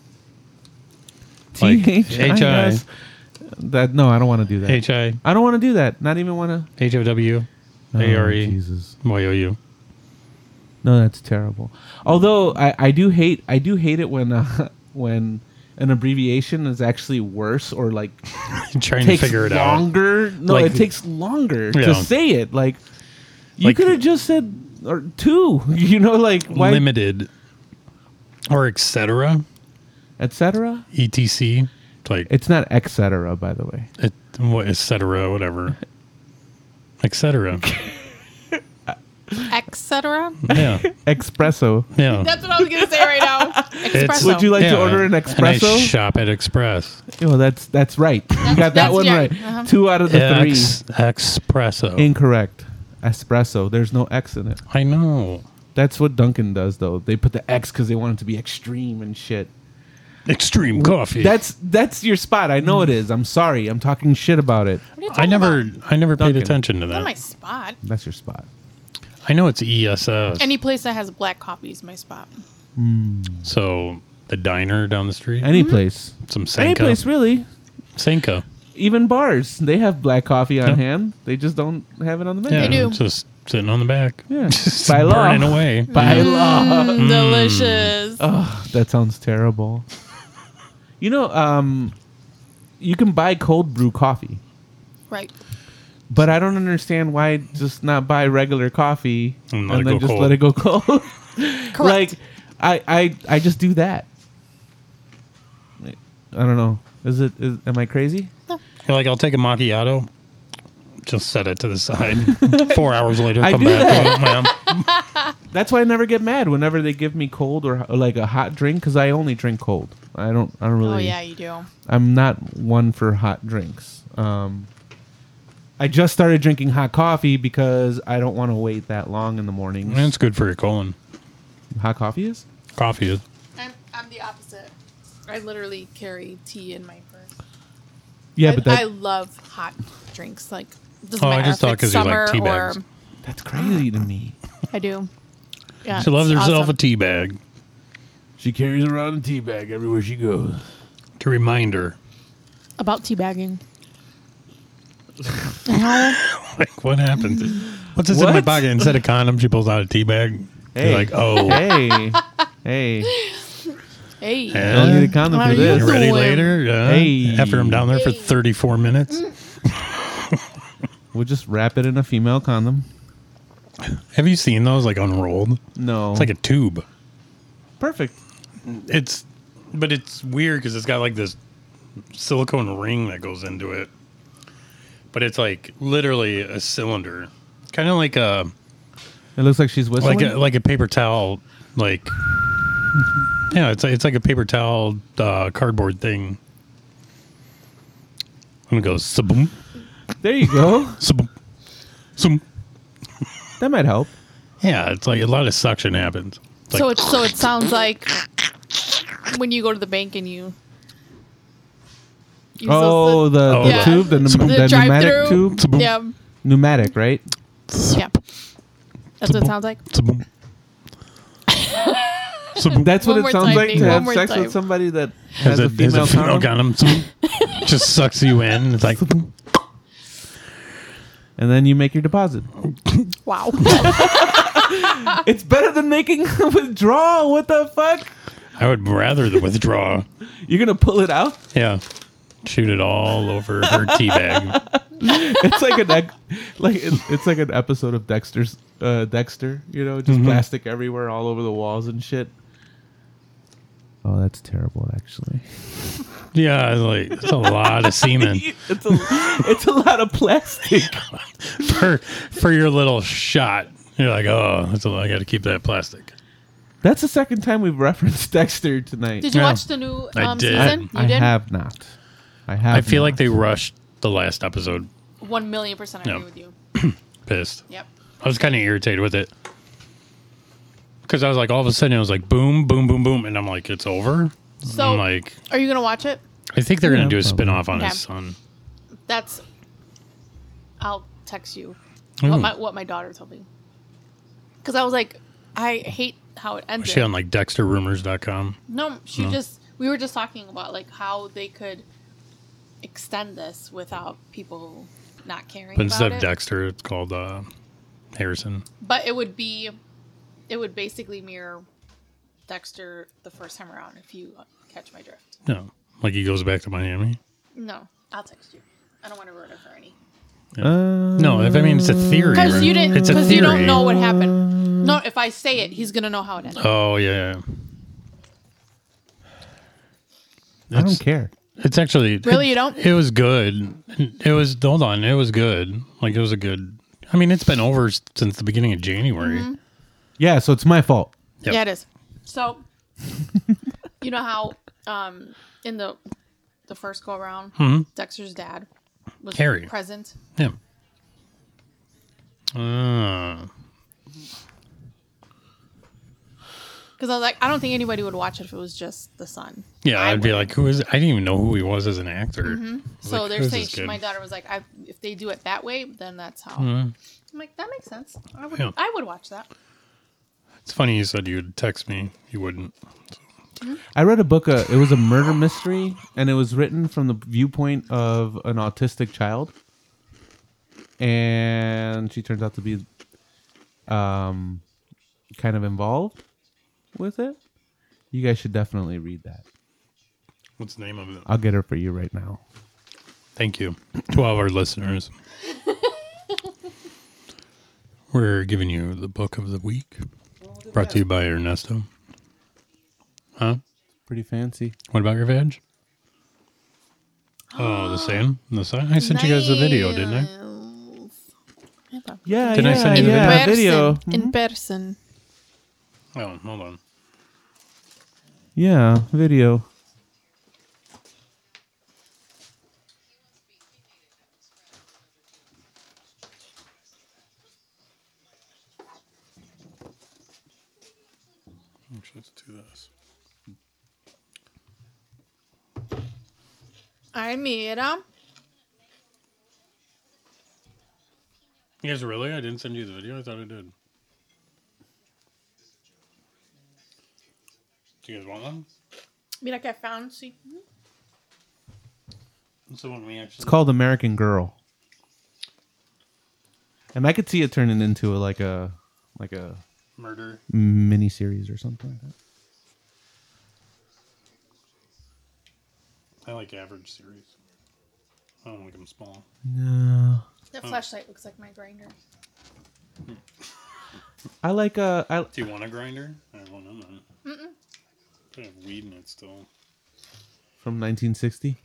Like,
T H I S. That no, I don't want to do that.
H i
I don't want to do that. Not even want
h o w
to.
a r e
Oh, Jesus.
y o u.
No, that's terrible. Although I, I do hate I do hate it when uh, when an abbreviation is actually worse or like
Trying to
takes
figure it out.
longer. No,
Like-
it takes longer
Yeah.
to say it. Like you
Like-
could have just said or two. You know, like why
Limited or etc.
etc.
etc. Like
It's not etc. By the way,
it, what etc. Whatever. Etc.
Etc.
Yeah,
espresso.
yeah.
That's what I was gonna say right now. Espresso.
Would you like
Yeah,
to order an
and I
espresso?
shop at Express.
Oh, that's that's right. You got that
that's-
one
yeah.
right.
Uh-huh.
Two out of the
Ex- espresso.
three incorrect. Espresso. There's no X in it.
I know.
That's what Duncan does, though. They put the X because they want it to be extreme and shit.
Extreme coffee.
That's that's your spot. I know it is. I'm sorry. I'm talking shit about it.
What are you
I
talking
never
about?
I never paid
Dunkin'.
attention to
Not my
that.
spot.
That's your spot.
I know it's E ESS.
Any place that has black coffee is my spot.
so the diner down the street.
Any
Mm-hmm.
place.
Some
Any place,
Senko.
really.
Senko.
Even bars, they have black coffee on
Yeah.
hand. They just don't have it on the menu.
Yeah.
do.
Just sitting on the back.
Yeah.
Just
By law.
burning away.
By law.
Mm.
Hmm.
Delicious.
Oh,
Ugh, that sounds terrible. you know, um, you can buy cold brew coffee.
Right.
But I don't understand why just not buy regular coffee
And
and,
let it
then
go
just
cold.
let it go cold. like
Correct.
I, I I just do that. I don't know. Is it is, am I crazy?
You're like, I'll take a macchiato. Just set it to the side. Four hours later,
I
come
do
back. Oh, Yeah.
That's why I never get mad whenever they give me cold or, or like a hot drink cuz I only drink cold. I don't I don't really
Oh yeah, you do.
I'm not one for hot drinks. Um I just started drinking hot coffee because I don't want to wait that long in the morning.
And it's good for your colon.
Hot coffee is?
Coffee is.
I'm I'm the opposite. I literally carry tea in my purse.
Yeah,
I,
but that,
I love hot drinks. Like doesn't
Oh, I
matter
just
if
thought
it's
'cause you
summer
like tea
or
bags.
that's crazy to me.
I do. Yeah,
She loves
it's
herself
awesome.
a tea bag
She carries around a tea bag everywhere she goes.
to remind her.
about tea bagging.
Like, what happened? What's this in my
What?
pocket? Instead of condom, she pulls out a tea bag. You're
Hey.
like, oh,
Hey, hey,
Hey,
Yeah.
don't need a condom
Are
for
you
this.
You ready
Cool.
later? Yeah.
Hey.
After I'm down there for
Hey. Mm.
34 minutes.
We'll just wrap it in a female condom.
Have you seen those like unrolled?
No,
It's like a tube.
perfect.
It's, but it's weird because it's got like this silicone ring that goes into it. But it's like literally a cylinder, kind of like a
It looks like she's whistling.
like a, like a paper towel, like yeah, it's it's like a paper towel uh, cardboard thing. And it goes saboom,
there you go.
saboom, saboom.
That might help.
Yeah, it's like a lot of suction happens. It's like,
so it so it sounds like when you go to the bank and you. use
oh,
those-
the,
Oh.
the
Yeah.
tube, the,
The
pneum- the pneumatic
drive-through.
tube,
It's a boom.
Yeah,
pneumatic, right?
yeah. That's what it sounds like.
Saboom. Saboom.
That's what
One
it
more
sounds
time,
like
Nate,
to
one
have
more
sex
time.
with somebody that has
Has a,
a
has
female
a female
condom.
condom. Saboom. Just sucks you in. It's like
and then you make your deposit.
Wow.
It's better than making a withdrawal. What the fuck?
I would rather the withdraw.
You're gonna pull it out.
Yeah. Shoot it all over her tea bag.
It's like an ec- like it- it's like an episode of Dexter's uh, Dexter. You know,
Mm-hmm.
just plastic everywhere, all over the walls and shit. Oh, that's terrible. Actually,
Yeah, it's like it's a lot of semen
it's a it's a lot of plastic.
for for your little shot. You're like, oh, that's a lot. I got to keep that plastic.
That's the second time we've referenced Dexter tonight.
Did you
Yeah.
watch the new
I
um,
did.
I,
season?
I
you did.
have not. I have.
I feel like
not.
they rushed the last episode.
One million percent. I
Yeah.
agree with you.
Pissed.
Yep.
I was kind of irritated with it because I was like, all of a sudden, it was like boom, boom, boom, boom, and I'm like, it's over.
So-
I'm like,
Are you gonna watch it?
I think they're
Yeah,
gonna do a
probably.
spin off on
Okay.
his son.
That's. I'll text you
Mm.
what my what my daughter told me. Because I was like, I hate how it ended.
Is she on like DexterRumors.com?
No, she just. We were just talking about like how they could extend this without people not caring.
But instead
about
of
it.
Dexter, it's called uh, Harrison.
but it would be, it would basically mirror Dexter the first time around. If you catch my drift.
No, like he goes back to Miami.
No, I'll text you. I don't want to ruin it for any.
Uh,
No, if I mean it's a theory.
Because you
right?
didn't.
It's a
Because
theory.
you don't know what happened. No, if I say it, he's gonna know how it ended.
Oh yeah.
I don't
It's-
care.
It's actually
Really, you don't?
It was good. It was hold on. It was good. Like it was a good. I mean, it's been over s- since the beginning of January.
Mm-hmm.
Yeah, so it's my fault.
Yep.
Yeah, it is. So, you know how um in the the first go around, Dexter's dad was
Hmm. Harry.
present.
Yeah. Uh,
Because I was like, I don't think anybody would watch it if it was just the son.
yeah,
I Mm-hmm.
I'd be like, who is? I didn't even know who he was as an actor. I was
So
like,
they're
this
saying
is
she-
good.
my daughter was like, I, if they do it that way, then that's how. I'm like, that makes sense. I would
Hmm. Yeah.
I would watch that.
It's funny you said you'd text me. You wouldn't.
I read a book. Uh, it was a murder mystery, and it was written from the viewpoint of an autistic child. And she turns out to be, um, kind of involved with it. You guys should definitely read that.
What's the name of it?
I'll get her for you right now.
Thank you to all of our listeners. We're giving you the book of the week, brought to you by Ernesto. Huh?
Pretty fancy.
What about your veg? Oh,
Ah.
the same. The same. I sent you guys the video, didn't I?
Yeah,
Didn't I
yeah,
send you the
Uh,
yeah, video.
In person.
Oh, hold on.
Yeah, video.
Actually, let's do this.
I mira.
You guys really? I didn't send you the video. I thought I did. Do you guys want one?
Mira que I found. See.
It's the one we actually.
It's called American Girl. And I could see it turning into a, like a like a
murder.
mini series or something like that.
I like average series. I don't like them small.
No.
The
Oh.
flashlight looks like my grinder.
I like uh I
Do you want a grinder? I don't know. Mm-mm. Could have weed in it still.
from 1960.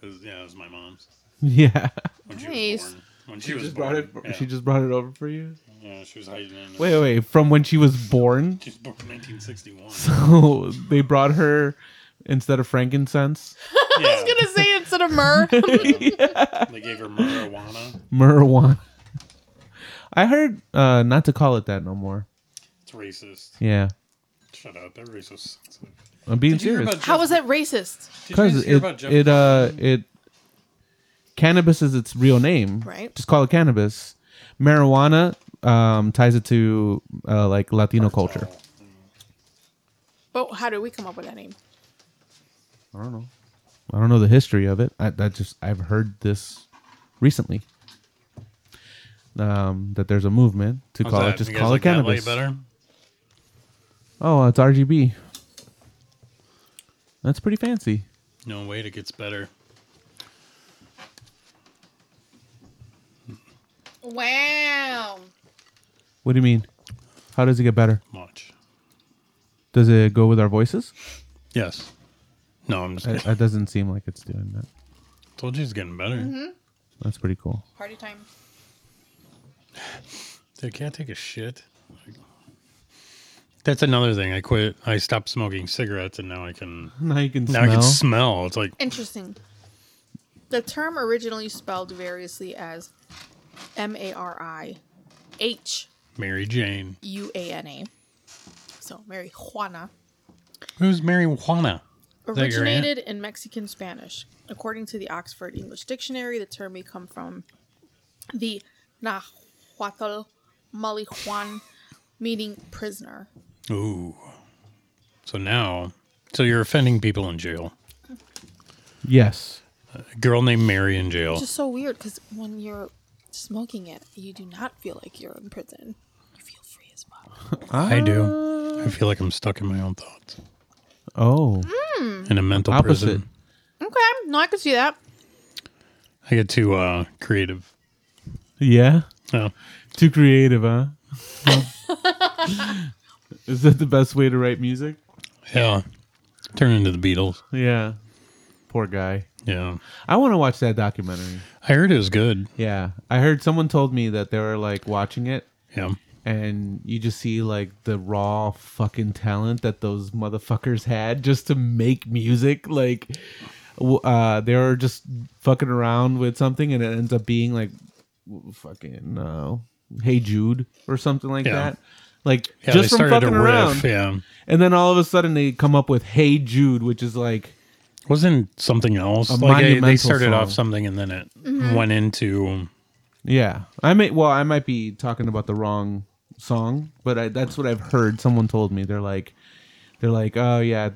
Because, yeah, it was my mom's.
Yeah.
When
Nice.
she was born. When she,
She
was
just
born.
brought it
yeah.
she just brought it over for you.
yeah, she was hiding it in it.
Wait, wait, wait, from when she was born.
She was born in 1961.
So they brought her instead of frankincense,
yeah.
I was gonna say instead of myrrh.
They gave her marijuana.
marijuana. I heard uh not to call it that no more.
It's racist.
Yeah.
Shut up. That racist.
I'm being
Did you hear
serious.
about
How
Jeff-
is that racist?
did you guys
Because
hear
it,
about Jeff-
it uh it cannabis is its real name.
Right.
Just call it cannabis. Marijuana um, ties it to uh, like Latino culture.
Oh,
But Oh, how do we come up with that name?
I don't know. I don't know the history of it. I, I just I've heard this recently. um, that there's a movement to
How's
call
that?
it just
You guys
call it
like that
cannabis.
light better?
Oh, it's RGB. That's pretty fancy.
No, wait, it gets better.
Wow.
What do you mean? How does it get better?
Watch.
Does it go with our voices?
Yes. No, I'm just
It,
kidding.
it doesn't seem like it's doing that.
told you it's getting better.
Mm-hmm.
That's pretty cool.
Party time.
Dude, can't take a shit. That's another thing. I quit. I stopped smoking cigarettes, and now I can.
Now you can smell.
Now I can smell. It's like
Interesting. The term originally spelled variously as M A R I H
Mary Jane.
U A N A. So marijuana
Who's marijuana? Is that your aunt?
originated in Mexican Spanish. According to the Oxford English Dictionary, the term may come from the Nahuatl Malihuan, meaning prisoner.
Ooh. So now, so you're offending people in jail.
Yes.
A girl named Mary in jail.
Which is so weird because when you're smoking it, you do not feel like you're in prison. You feel free as well.
I do. I feel like I'm stuck in my own thoughts
Oh,
in a mental
opposite.
prison.
Okay, no, I could see that.
I get too uh, creative.
Yeah.
Oh,
Too creative, huh? Is that the best way to write music?
yeah. Turn into the Beatles.
Yeah. Poor guy.
Yeah.
I want to watch that documentary.
I heard it was good.
Yeah. I heard someone told me that they were like watching it
Yeah.
and you just see like the raw fucking talent that those motherfuckers had just to make music like w- uh they were just fucking around with something and it ends up being like w- fucking uh, hey jude or something like
Yeah.
that like
Yeah,
just from fucking around
Yeah.
and then all of a sudden they come up with hey jude which is like
Wasn't something else?
A
like they- they
monumental
started off
song.
something and then it
Mm-hmm.
went into
yeah i may well i might be talking about the wrong song but I, that's what i've heard someone told me they're like they're like oh yeah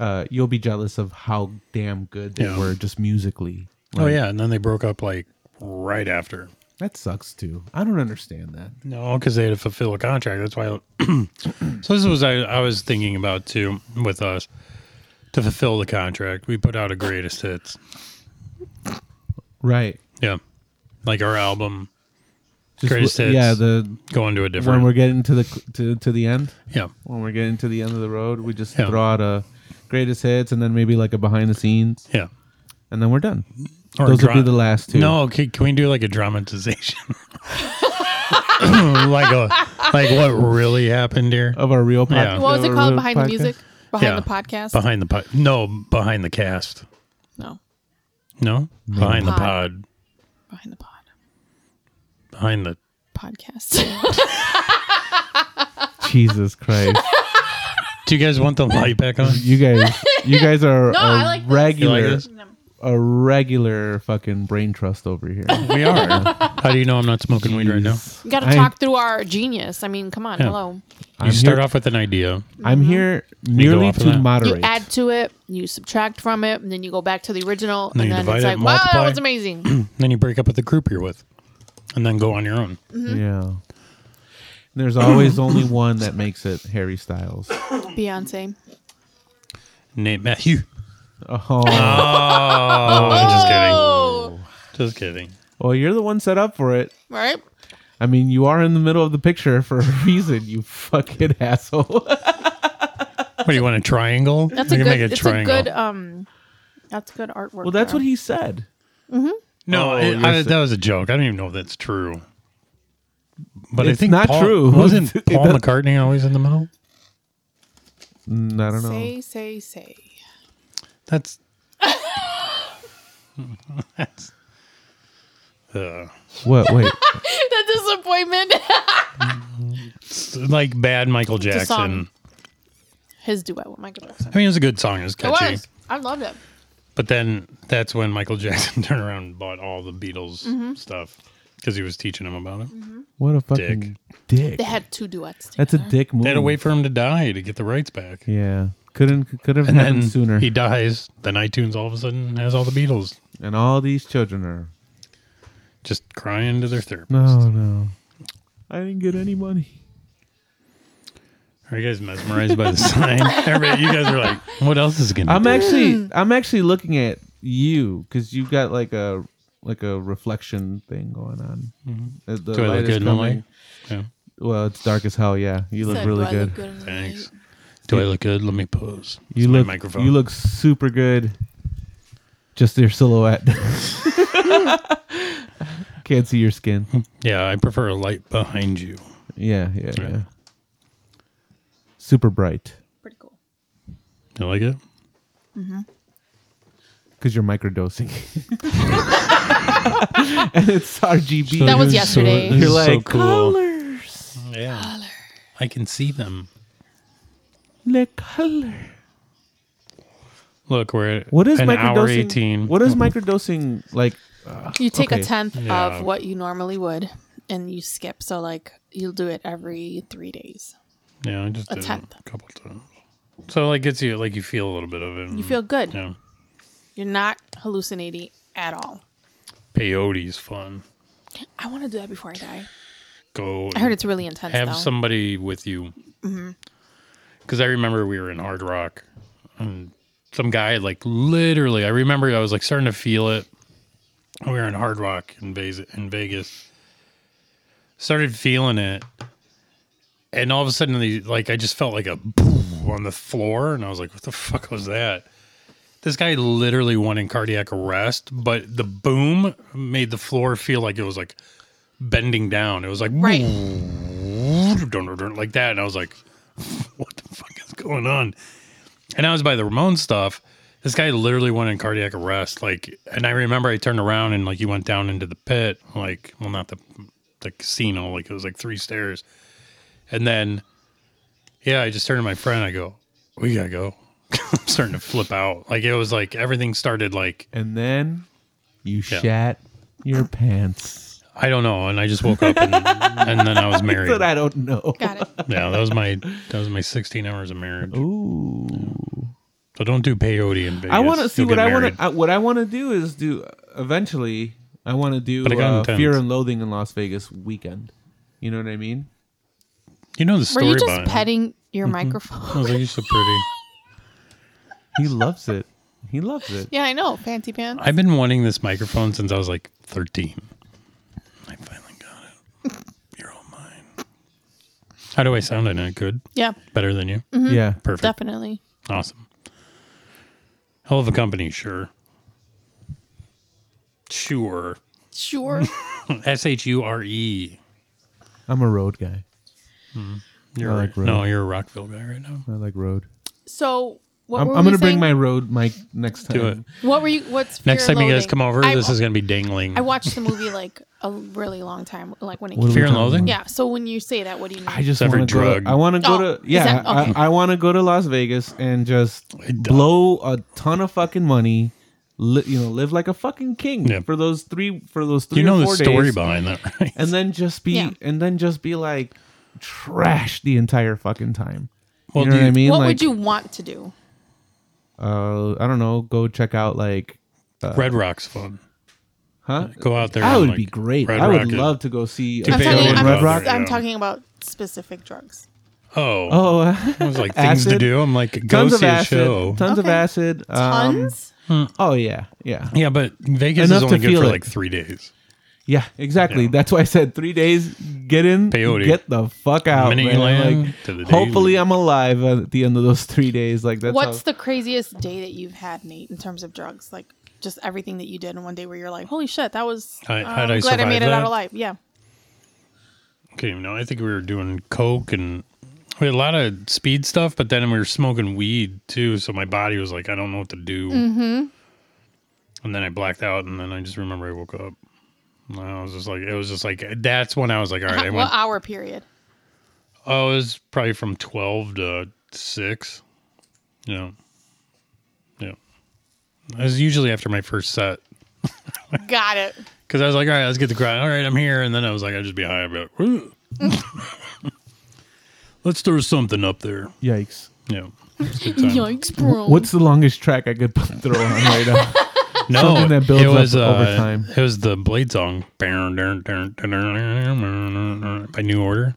uh, you'll be jealous of how damn good they
Yeah.
were just musically
Oh yeah, and then they broke up like right after.
that sucks too i don't understand that
No, because they had to fulfill a contract. That's why. so this was I, I was thinking about too with us to fulfill the contract. We put out a greatest hits.
right
Yeah, like our album
just,
Greatest
w- yeah
hits.
the
going to a
when we're
different.
getting to the cl- to, to the end
Yeah,
when we're getting to the end of the road we just
Yeah.
throw out a greatest hits and then maybe like a behind the scenes
yeah.
and then we're done
Or
those
dra-
would be the last two
No, can, can we do like a dramatization? like a like what really happened here
of our real podcast
Yeah.
What was Oh, it called? Behind the music? Behind
Yeah.
the podcast?
behind the pod? No, behind the cast.
no,
No, behind the
Pod.
pod.
behind the pod.
Behind the
Podcast.
jesus christ
Do you guys want the light back on?
You guys, you guys are
No,
a
I like this.
You
regular,
like this?
a regular fucking brain trust over here.
We are. How do you know I'm not smoking weed right now?
you got
I-
to talk through our genius. I mean, come on,
Yeah.
hello.
I'm
You start
here,
off with an idea.
I'm here merely
off of
to
that.
moderate.
Mm-hmm. You add to it, you subtract from it, and then you go back to the original,
then
and
you
then
divide
it's
it,
like, wow, that
multiply.
was amazing.
Then you break up with the group you're with, and then go on your own.
mm-hmm.
Yeah. There's always only one that makes it Harry Styles.
Beyonce.
Nate Matthew.
Oh,
Ah. Oh, I'm just kidding.
Oh,
Just kidding.
well, you're the one set up for it.
right?
I mean, you are in the middle of the picture for a reason, you fucking asshole.
What do you want? A triangle?
That's
we
a
can
good.
make a
it's
triangle.
a good. Um, that's good artwork.
well, that's
there.
what he said.
no,
Oh,
it-
you're
I-
sick.
that was a joke. I don't even know if that's true. But I
It's
think
not
Paul-
true.
Wasn't
It
Paul
does-
McCartney always in the middle?
Mm, I
Oh.
don't know.
Say, say, say.
That's. that's. Uh,
What? Wait.
the disappointment.
it's like bad Michael
a song.
Jackson.
His duet with Michael Jackson.
I mean, it was a good song. It was
It
catchy.
was. I loved it.
But then that's when Michael Jackson turned around and bought all the Beatles
Mm-hmm.
stuff because he was teaching him about it.
What a fucking dick.
They had two duets. Together.
That's a dick move.
They had to wait for him to die to get the rights back.
Yeah. Couldn't could have
And
happened
then
sooner.
he dies. Then iTunes all of a sudden has all the Beatles.
and all these children are
Just crying to their therapist.
No, no. I didn't get any money.
Are you guys mesmerized by the sign? Everybody, you guys are like, what else is going to
I'm
do?
actually I'm actually looking at you because you've got like a like a reflection thing going on. Uh, The
Mm-hmm. Do I look
light is
good in the
coming.
light? Yeah.
Well, it's dark as hell. Yeah, you look
Said,
really
"Do I
good.
look in the
Thanks.
light?"
Do I look good? Let me pose.
You
It's my
look
microphone.
you look super good. Just your silhouette. Can't see your skin.
Yeah, I prefer a light behind you.
Yeah, yeah,
Yeah.
yeah. Super bright
Pretty cool.
You like it?
because you're microdosing. and it's RGB.
That was
So-
yesterday.
this
You're
is so
like,
cool.
colors.
Yeah. I can see them.
Le color.
Look, we're at
What is
an
microdosing?
hour 18.
What is microdosing like?
You take
Okay.
a tenth
Yeah.
of what you normally would, and you skip. So like you'll do it every three days.
Yeah, I just
A
did it
tenth.
a couple times. So like gets you like you feel a little bit of it.
You feel good.
yeah.
You're not hallucinating at all.
Peyote's fun.
I want to do that before I die.
Go.
I heard it's really intense.
have
though.
somebody with you. Because I remember we were in Hard Rock, and some guy like literally. I remember I was like starting to feel it. We were in Hard Rock in Vegas. In Vegas, started feeling it, and all of a sudden, the, like I just felt like a boom on the floor, and I was like, "What the fuck was that?" This guy literally went in cardiac arrest, but the boom made the floor feel like it was like bending down. It was like
Right.
like that. And I was like, what the fuck is going on? And I was by the Ramon stuff. This guy literally went in cardiac arrest. Like, and I remember I turned around and like he went down into the pit, like, well, not the, the casino, like it was like three stairs. And then, yeah, I just turned to my friend. I go, we gotta go. I'm starting to flip out. Like, it was like everything started like,
And then you shat your pants.
I don't know. And I just woke up and, and then I was married.
But I don't know.
Got it.
yeah, that was my that was my 16 hours of marriage.
Ooh.
So don't do peyote in Vegas.
I want to see
You'll
what
get
I want
married.
to. What I want to do is do eventually. I want to do
But it got
uh,
intense.
Fear and Loathing in Las Vegas weekend. You know what I mean?
You know the
Were
story
you just
behind it.
petting your
Mm-hmm. I
microphone?
was like, you're so pretty.
He loves it. He loves it.
yeah, I know. Fancy pants.
I've been wanting this microphone since I was like 13. I finally got it. You're all mine. How do I sound in it? Good.
Yeah,
Better than you.
Mm-hmm.
Yeah.
Perfect.
definitely.
Awesome. Hell of a company, sure. Sure.
Sure.
Mm-hmm. S H U R E.
I'm a road guy.
You're
I like road.
no, you're a Rockville guy right now.
I like road.
So what
I'm,
were
I'm
we
gonna bring
saying?
my road mic next time.
Do it.
What were you? What's
Next
Fear
time you guys
Loathing?
come over,
I-
this is going to be dangling.
I watched the movie like a really long time, like when it
What are
came.
we
Fear and
talking
Loathing?
about?
Yeah. So when you say that, what do you mean?
I just
Except for
want to go.
drug.
To, I want to go
Oh,
to yeah.
is that- okay.
I, I want to go to Las Vegas and just
It-
blow a ton of fucking money. Li, you know, live like a fucking king
Yeah.
for those three for those three.
you know
or
the
four
story
days,
behind that, right?
and then just be
Yeah.
and then just be like trash the entire fucking time.
Well,
you know
do
what I
you-
mean?
what
like,
would you want to do?
Uh, I don't know. Go check out like
Red Rock's fun.
huh?
Go out there.
Uh, That
and,
would
like,
be great.
Red
I would
Rock it.
love to go see
To
a
I'm
Big
talking,
Old
in
I'm,
Red
Brother,
Rock.
I'm
yeah.
talking about specific drugs.
Oh,
Oh,
I was like things to
acid.
do. I'm like, go
tons of
see a
acid.
show.
Tons of
Okay.
acid. um,
Tons.
Oh yeah, yeah,
Yeah, but Vegas
Enough
is
to
only good
feel
for
it.
like three days.
yeah. Exactly.
Yeah.
That's why I said three days. Get in.
Peyote.
Get the fuck out. man.
Miniland
Like,
to the
hopefully,
daily.
I'm alive at the end of those three days. Like that's
What's
how,
the craziest day that you've had, Nate, in terms of drugs? Like just everything that you did in one day where you're like, holy shit, that was.
How-
um,
how'd I
glad I
survive
made it out
that?
alive. Yeah.
Okay, you know, I think we were doing coke and we had a lot of speed stuff, but then we were smoking weed too. So my body was like, I don't know what to do. Mm-hmm. And then I blacked out, and then I just remember I woke up. And I was just like, it was just like that's when I was like, all right, I
How-
went
what hour period?
Oh, it was probably from twelve to six. Yeah, yeah. It was usually after my first set
Got it.
because I was like, all right, let's get the crowd. All right, I'm here, and then I was like, I'd just be high. I'd be like, "Woo." let's throw something up there.
yikes.
Yeah, it's a good time.
Yikes, bro.
What's the longest track I could throw on right now?
No,
Something that builds
it
up
was uh,
over time.
It was the Blade song by New Order.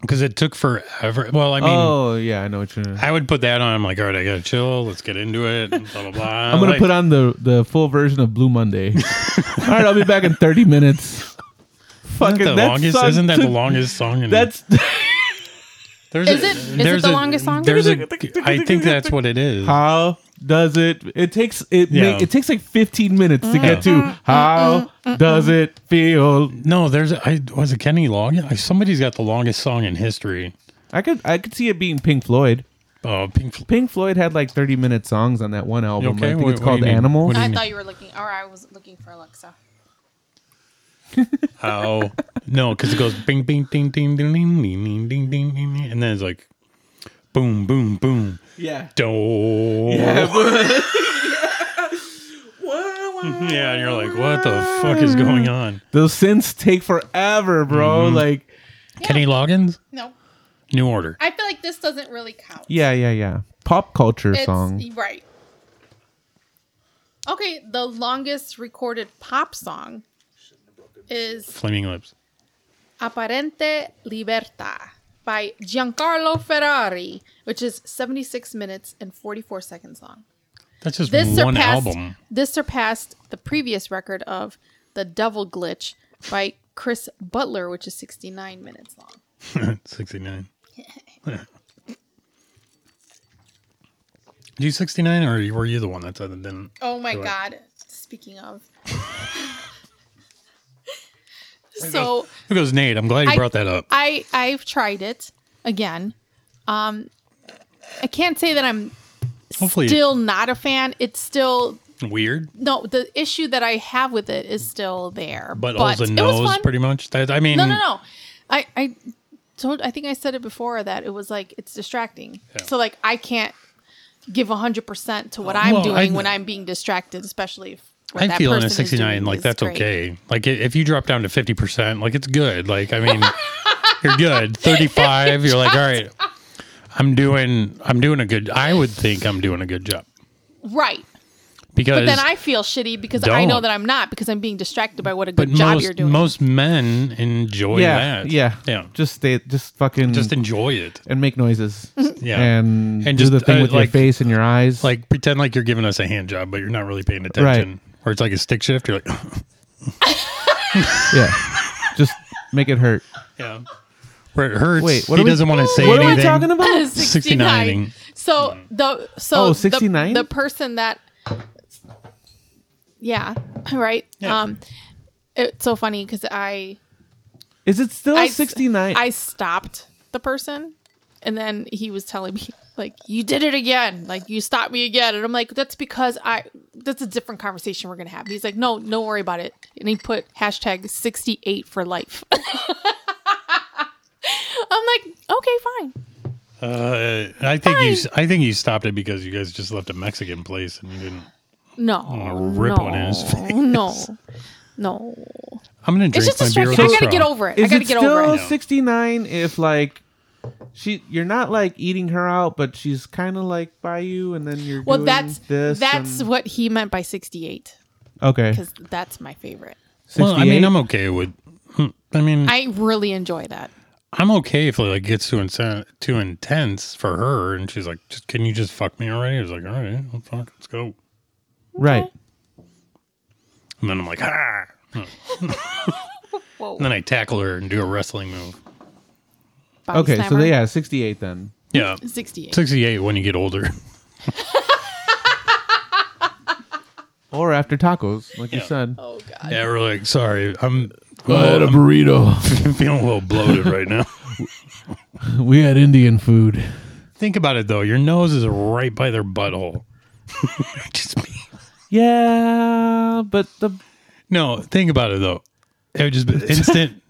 Because it took forever. Well, I mean,
Mm-hmm. oh yeah, I know what you mean.
I would put that on. I'm like, all right, I gotta chill. Let's get into it. and Blah blah blah.
I'm gonna
Like,
put on the the full version of Blue Monday. All right, I'll be back in 30 minutes. Fucking
the
that
longest.
song
Isn't that the
took-
longest song? In,
That's
there's
Is it- is it
there's
the longest song?
There's a. I think that's what it is.
how does it? It takes it.
Yeah. Mm-hmm.
ma- it takes like 15 minutes to get to how does it feel?
No, there's. A, I was it Kenny Long. Somebody's got the longest song in history.
I could I could see it being Pink Floyd.
Oh, Pink. Fl-
Pink Floyd had like 30 minute songs on that one album.
okay?
I think
What-
it's
what
called
do you mean?
Animal.
What do you
I
mean?
thought you were looking, or I was looking for Alexa.
Oh no, because it goes bing bing ding ding ding ding ding ding ding ding ding, ding, and then it's like boom boom boom.
Yeah.
Do. Yeah. yeah, and you're like, what the fuck is going on?
Those synths take forever, bro.
Mm-hmm.
Like
Kenny Loggins,
No,
New Order.
I feel like this doesn't really count.
yeah, yeah, yeah. Pop culture
it's
song.
right. Okay, the longest recorded pop song is
Flaming Lips.
Apparente Libertà by Giancarlo Ferrari, which is 76 minutes and 44 seconds long.
That's just
This
one
surpassed
album.
this surpassed the previous record of The Devil Glitch by Chris Butler, which is 69 minutes long.
69. Do you 69 or were you the one that said it didn't?
Oh my
Sure.
god. Speaking of. so
Who goes, Nate? I'm glad you
I-
brought that up.
I I've tried it again. Um I can't say that I'm
Hopefully,
still not a fan. It's still
weird,
no, the issue that I have with it is still there.
but, also knows pretty much. That, I mean,
No, no, no. I I told I think I said it before that it was like it's distracting.
Yeah. Uh,
So like I can't give 100% to what I'm
Well,
doing
I-
when I'm being distracted, especially if what
I
that
feel in
person
a
is
69
doing
like
is
that's
great.
okay. Like i- if you drop down to 50%, like it's good. Like I mean, you're good. 35, you're like, "All right. I'm doing I'm doing a good I would think I'm doing a good job."
Right.
Because
But then I feel shitty because I know
Don't.
that I'm not because I'm being distracted by what a
but
good job
most,
you're doing.
most men enjoy
Yeah,
that.
yeah,
Yeah. Just,
Just stay, just fucking, just
enjoy it.
and make noises.
Yeah.
and
And
do
just,
the thing
uh,
with your
like-
face and your eyes.
Like pretend like you're giving us a hand job, but you're not really paying attention. Or it's like a stick shift, you're like,
yeah, just make it hurt.
yeah. Where it hurts.
Wait, what
he
are we-
doesn't want to say
what
anything.
are we talking about?
69.
69.
So the so
Oh,
the-
69?
The, person that Yeah, right.
Yeah.
Um it's so funny cuz I
Is it still
I-
69?
I stopped the person and then he was telling me like you did it again. Like you stopped me again. And I'm like that's because I that's a different conversation we're going to have. He's like no, don't worry about it. And he put hashtag 68 for life. I'm like okay, fine.
Uh, I think you. I think you stopped it because you guys just left a Mexican place and you didn't.
No.
Oh, rip
no,
on his face.
No. No.
I'm gonna
It's
drink
just
my beer.
distracting.
With
I
this
gotta get
straw.
over it. I
Is
gotta
it
get
still
over it.
No.
69 if like she you're not like eating her out, but she's kind of like by you, and then you're
Well,
doing
that's
this.
that's
and-
what he meant by 68
okay.
because that's my favorite.
68?
Well, I mean, I'm okay with. hmm, I mean, I,
I really enjoy that.
am okay if it like gets too intense, too intense for her, and she's like, just, "Can you just fuck me already?" I was like, "All right, well, fuck, let's go."
right.
And then I'm like, "Ah!" and
Whoa.
then I tackle her and do a wrestling move.
Body
Okay, so
slammer.
they yeah, 68 then.
Yeah,
68.
68 when you get older.
Or after tacos, like you
Yeah.
said.
Oh god.
Yeah, we're like, sorry, I'm.
I had a burrito.
I'm feeling a little bloated right now.
we had Indian food.
Think about it though. Your nose is right by their butthole. Just me.
Yeah, but the
No, think about it though. It would just be instant.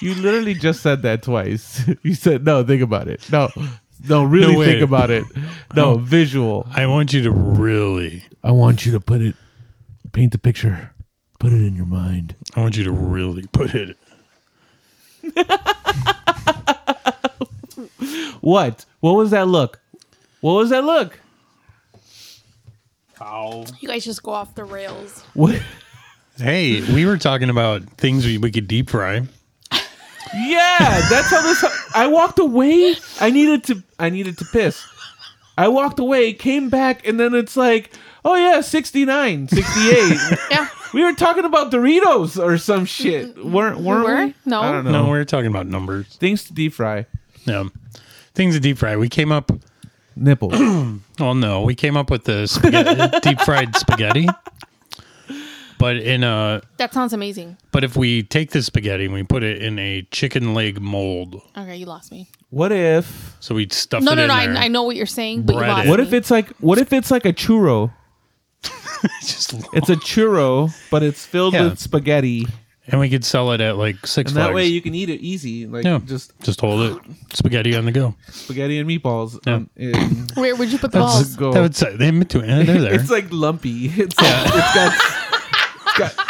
You literally just said that twice. You said no. Think about it. No, no. Really
No, wait.
think about it. No visual.
I want you to really,
I want you to put it, paint the picture, put it in your mind.
I want you to really put it.
What? What was that look? What was that look? Cow.
You guys just go off the rails.
What?
Hey, we were talking about things we, we could deep fry.
Yeah, that's how this. I walked away. I needed to. I needed to piss. I walked away, came back, and then it's like, oh yeah, 69, 68.
Yeah.
we were talking about Doritos or some shit, weren't weren't
Mm, were?
we?
No.
I don't know.
No, we were talking about numbers.
Things to deep fry.
Yeah. Things to deep fry. We came up
Nipples.
Well, no, we came up with the spaghetti, deep fried spaghetti. But in a
That sounds amazing.
but if we take the spaghetti and we put it in a chicken leg mold,
Okay, you lost me.
what if?
so we stuff
No,
it
no,
in
no. I,
there.
I know what you're saying, but
Bread
you lost
it.
What
me.
if it's like? What if it's like a churro?
Just-
It's a churro, but it's filled
Yeah.
with spaghetti,
and we could sell it at like Six
and
Flags.
that way you can eat it easy, like
yeah,
just
just just hold it, spaghetti on the go.
spaghetti and meatballs.
Yeah.
Um, and-
Where would you put the
That's-
balls?
Go.
That would say they in between. They're there.
It's like lumpy. It's like it's got, it's got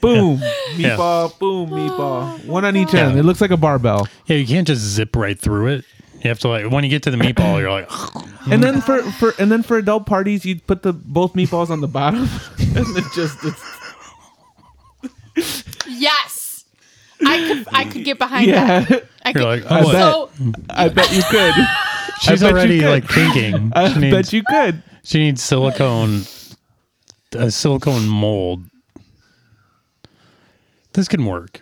boom meatball, boom meatball, one on each end.
Yeah.
It looks like a barbell.
yeah, you can't just zip right through it. You have to like when you get to the meatball, you're like,
And then for, for and then for adult parties, you'd put the both meatballs on the bottom, and then just it's,
Yes. I could I could get behind that.
yeah.
I could,
you're like,
I
oh,
bet.
so
I bet you could. bet
she's
you
already
could.
like thinking.
I
She needs-
bet you could.
She needs silicone, a silicone mold. This can work.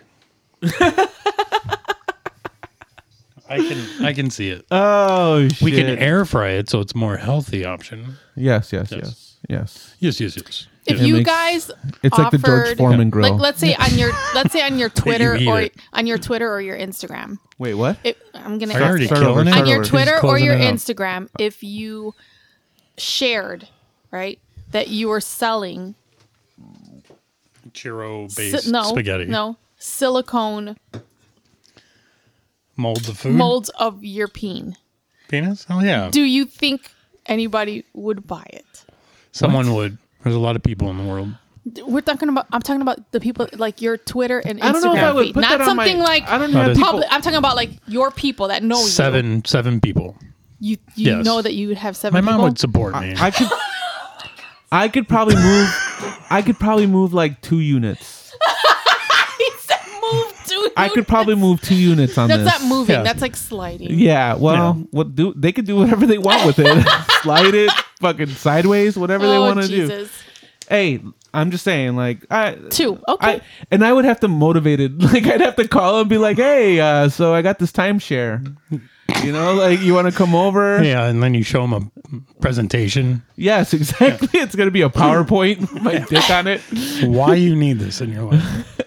I can, I can see it.
Oh shit!
we can air fry it, so it's more healthy option.
Yes, yes,
Yes.
yes, yes.
Yes, yes, yes.
if
It
you
makes-
guys
It's like the George
offered-
Foreman grill.
like let's say on your let's say on your Twitter
eat
or
it.
on your Twitter or your Instagram.
Wait, what?
It, I'm gonna
Are you
ask
already
it.
Start over,
killing it?
start
on your
over.
Twitter
He's
or
closing
your
it out.
Instagram if you shared, right, that you were selling
churro
si-
based
no
spaghetti.
no silicone
mold the food.
molds of your peen.
penis. Oh yeah,
Do you think anybody would buy it?
someone would. There's a lot of people in the world.
We're talking about. I'm talking about the people like your Twitter and Instagram
I don't know if I would
feed.
put
not
that on my-
something like
I don't
Not
have
as-
people.
public. I'm talking about like your people that know you.
Seven, seven people.
You you
Yes.
know that you would have seven.
My mom
people?
would support me.
I could I could probably move I could probably move like two units.
He said move to.
I could probably move two units on
That's
this.
not moving.
Yeah.
That's like sliding.
Yeah, well,
Yeah.
what do they could do whatever they want with it. Slide it fucking sideways, whatever they
Oh,
want to do.
Jesus.
Hey, I'm just saying like I
Two. Okay.
I, and I would have to motivate it. Like I'd have to call and be like, "Hey, uh, so I got this timeshare. You know, like you want to come over?
yeah, and then you show them a presentation.
Yes, exactly. It's gonna be a PowerPoint with my dick on it.
Why you need this in your life?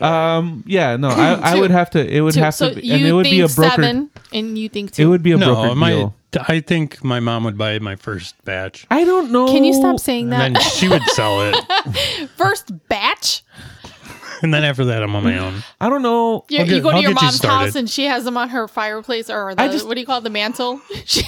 Um. Yeah. No. I, I
Two.
would have to. It would
Two.
have
so
to. Be,
you
and it would
think
be a broker.
seven, and you think two.
It would be a
No,
broker
my
deal.
I think my mom would buy my first batch,
I don't know.
Can you stop saying
and
that?
then she would sell it,
First batch.
and then after that, I'm on my own.
I don't know.
You,
I'll get-
you go
I'll
to your
get you
mom's
started.
house and she has them on her fireplace or the,
I just-
what do you call it, the mantle? She-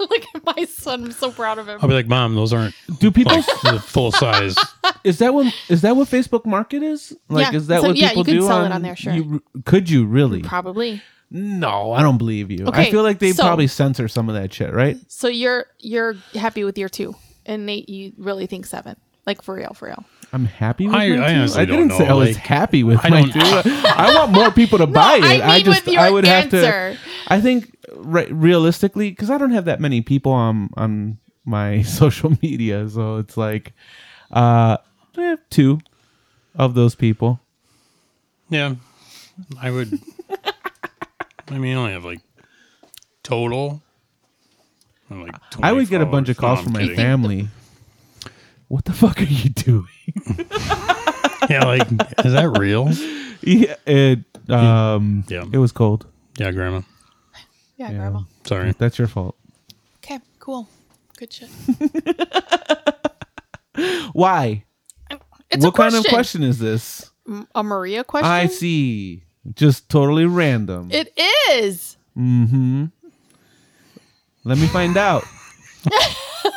Look at my son. I'm so proud of him.
I'll be like, Mom, those aren't
Do people?
like the full size.
is that what? Is that what Facebook Market is? Like,
Yeah,
is that
so-
what
yeah,
people
you can
do?
sell it on there, sure.
you- could you really?
Probably.
no, I don't believe you. I
Okay,
feel like they
so-
probably censor some of that shit, right?
So you're you're happy with your two, and Nate, you really think seven, like for real, for real.
I'm happy with
I-
my
I
two.
honestly
I
don't
didn't
know,
say I was
like,
happy with
I
my
don't-
two. I want more people to buy it.
I mean
just
with your
I would have
answer.
to. I think re- realistically, because I don't have that many people on on my social media, so it's like uh eh, two of those people.
Yeah, I would. I mean, I only have like total. I'm like
I would get a
20
bunch of
followers.
calls
No,
from
I'm
my
kidding.
family. What the fuck are you doing?
Yeah, like is that real?
yeah, it um
Yeah.
it was cold.
Yeah, Grandma.
Yeah,
Yeah.
Grandma.
Sorry.
That's your fault.
Okay, cool, good shit.
Why?
It's
what
a question.
kind of question is this?
A Maria question.
I see. Just totally random.
It is.
mm-hmm. Let me find out.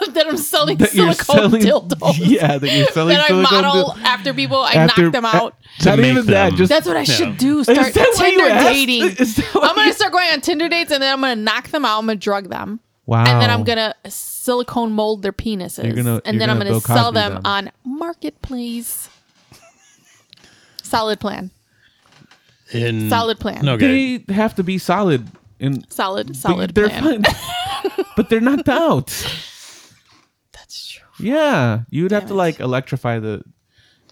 that I'm selling
That you're selling
silicone dildos.
Yeah, that you're selling
That I
silicone
model
dil-
after people. I
after-
knock them out.
To
Not
make
even that.
them.
Just
That's what I should do.
Is
Start
that what you
Tinder
asked?
dating.
Is that what
I'm gonna
you-
start going on Tinder dates and then I'm gonna knock them out. I'm gonna drug them.
wow.
And then I'm gonna s- silicone mold their penises,
You're gonna-
and
you're
then I'm
gonna
going to
Bill
sell
Cosby
them
them.
on marketplace. Solid plan.
In
Solid plan.
No, okay.
They have to be solid and
Solid, solid
They're
plan.
fine. but they're not out.
That's true.
Yeah, you would have
Damn
to
it.
like electrify the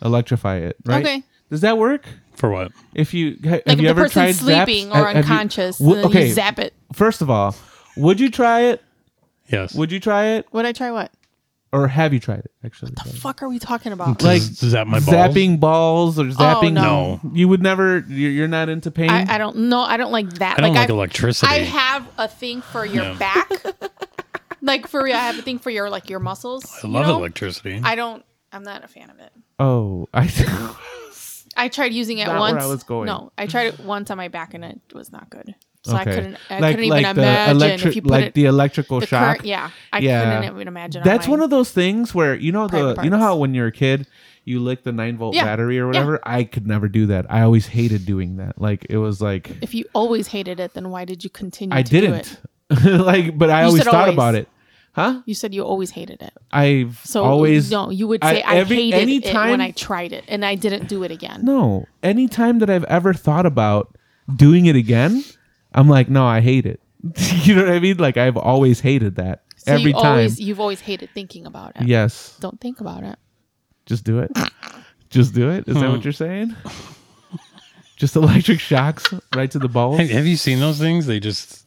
electrify it, right?
Okay.
Does that work?
for what?
If you ha- have
Like
you
if the
ever tried
person's
zaps?
sleeping
Ha-
or
have you-
unconscious,
Wo-
and then
okay,
you zap it.
first of all, would you try it?
Yes.
Would you try it,
Would I try what?
or have you tried it? Actually,
Fuck, are we talking about?
like
Does- does that my balls?
zapping balls or zapping?
Oh, no.
you would never. You're, you're not into pain.
I, I don't know. I don't like that.
I don't like
I've-
electricity.
I have a thing for your
Yeah.
back. like for real, I have a thing for your like your muscles.
I
you
love
know?
electricity.
I don't. I'm not a fan of it.
oh, I.
I tried using it
Not where
once.
I was going.
No, I tried it once on my back and it was not good. So I
Okay.
couldn't. I
like,
couldn't
like
even
the
imagine if
electric-
you put
like
it
the electrical
the
shock.
current. Yeah, I
Yeah.
couldn't even imagine.
That's one of those things where you know the
Private
you know
parts.
how when you're a kid you lick the nine volt
Yeah.
battery or
Yeah.
whatever. I could never do that. I always hated doing that. Like it was like
If you always hated it, then why did you continue?
I
to do
didn't
it?
like, but I
You
always
said
thought
always.
about it. Huh?
You said you always hated it.
I've
So
always
no. You would
I-
say I,
every-
hated
any
it
time-
when I tried it, and I didn't do it again.
no. Any time that I've ever thought about doing it again, I'm like, no, I hate it. you know what I mean? Like I've always hated that
So
every
you
time.
always, you've always hated thinking about it.
yes,
Don't think about it.
just do it. Just do it. Is that what you're saying? Just electric shocks right to the balls.
have, have you seen those things? They just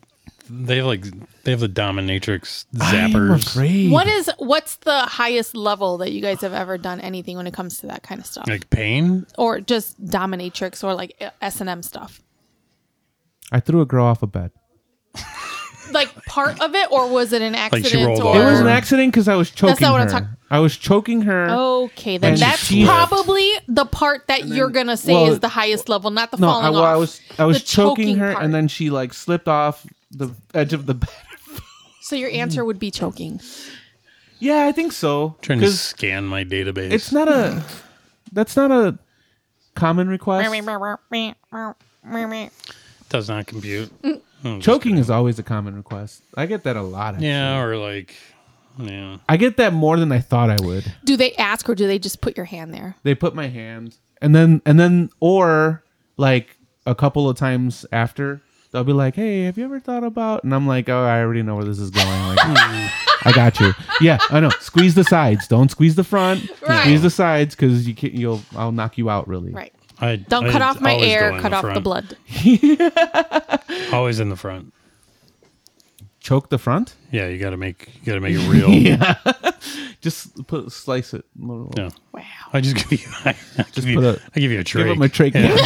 they have like they have the dominatrix zappers.
I'm afraid.
What is what's the highest level that you guys have ever done anything when it comes to that kind of stuff,
Like pain?
or just dominatrix or like S and M stuff?
I threw a girl off a bed.
Like part of it, or was it an
she
accident?
rolled
or
It was an
Or-
accident because I was choking
Oh. not what I'm Oh,
her.
talking-
I was choking her.
Okay, then
And
that's
she-
probably the part that you're gonna say
well,
is the highest level, not the
no,
falling
I, well,
off.
I was I was
The
choking, her,
part.
and then she like slipped off the edge of the bed.
so your answer would be choking.
yeah, I think so.
trying to
'Cause
scan my database.
it's not a. That's not a common request.
does not compute. I'm just
choking
kidding.
is always a common request. I get that a lot. Actually.
Yeah, or like yeah.
I get that more than I thought I would.
Do they ask or do they just put your hand there?
they put my hand and then and then or like a couple of times after they'll be like hey have you ever thought about and i'm like oh i already know where this is going like i got you yeah i know squeeze the sides don't squeeze the front
Right.
squeeze the sides because you can't you'll i'll knock you out really
Right.
I
Don't
I
cut off my
always go
air,
in
cut off the
front.
blood.
Always in the front.
choke the front
Yeah, you gotta make you gotta make it real.
just put slice it a little-
Yeah.
Wow.
I just give you I, give you,
put a-
I give you a
give
trach.
him a trach
Yeah,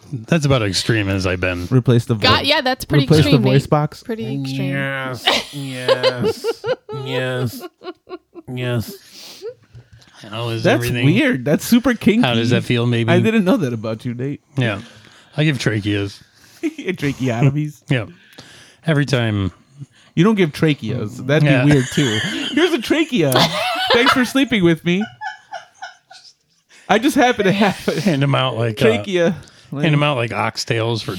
meat.
that's about as extreme as I've been.
replace the
God,
vo-
Uh, yeah, that's pretty
replace
extreme.
the voice
mate.
box
Pretty extreme.
yes yes yes yes
How is
That's
everything?
weird. That's super kinky.
How does that feel? Maybe
I didn't know that about you, Nate.
Yeah, I give tracheas.
tracheotomies.
Yeah, every time.
You don't give tracheas. That'd
Yeah.
be weird too. Here's a trachea. Thanks for sleeping with me. I just happen to have a
Hand them out like uh,
trachea.
hand them out like oxtails for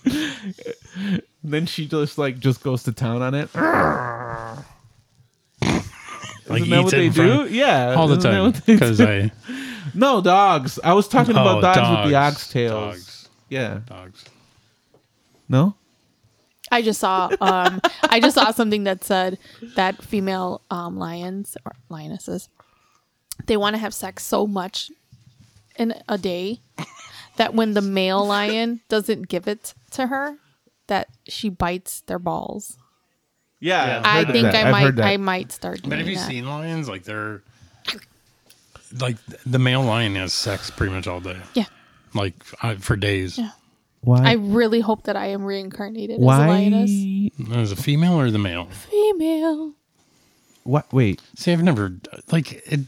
dogs.
Then she just like just goes to town on it. Isn't
like
that what
it
they
in front
do?
of-
Yeah,
all the
isn't that
time
what they
because
do?
I
no dogs. I was talking
oh,
about dogs, with the
dogs,
oxtails.
Dogs,
Yeah.
dogs.
No.
I just saw um I just saw something that said that female um lions or lionesses they want to have sex so much in a day that when the male lion doesn't give it to her that she bites their balls.
Yeah.
Yeah.
I've
I
heard of
think
that.
I
I've heard
might
that.
I might start doing
But have you
that.
seen lions? Like they're like the male lion has sex pretty much all day,
Yeah.
like I, for days.
Yeah.
Why?
I really hope that I am reincarnated as a lioness.
why?
Is it female or the male?
Female.
What? Wait.
See, I've never like it.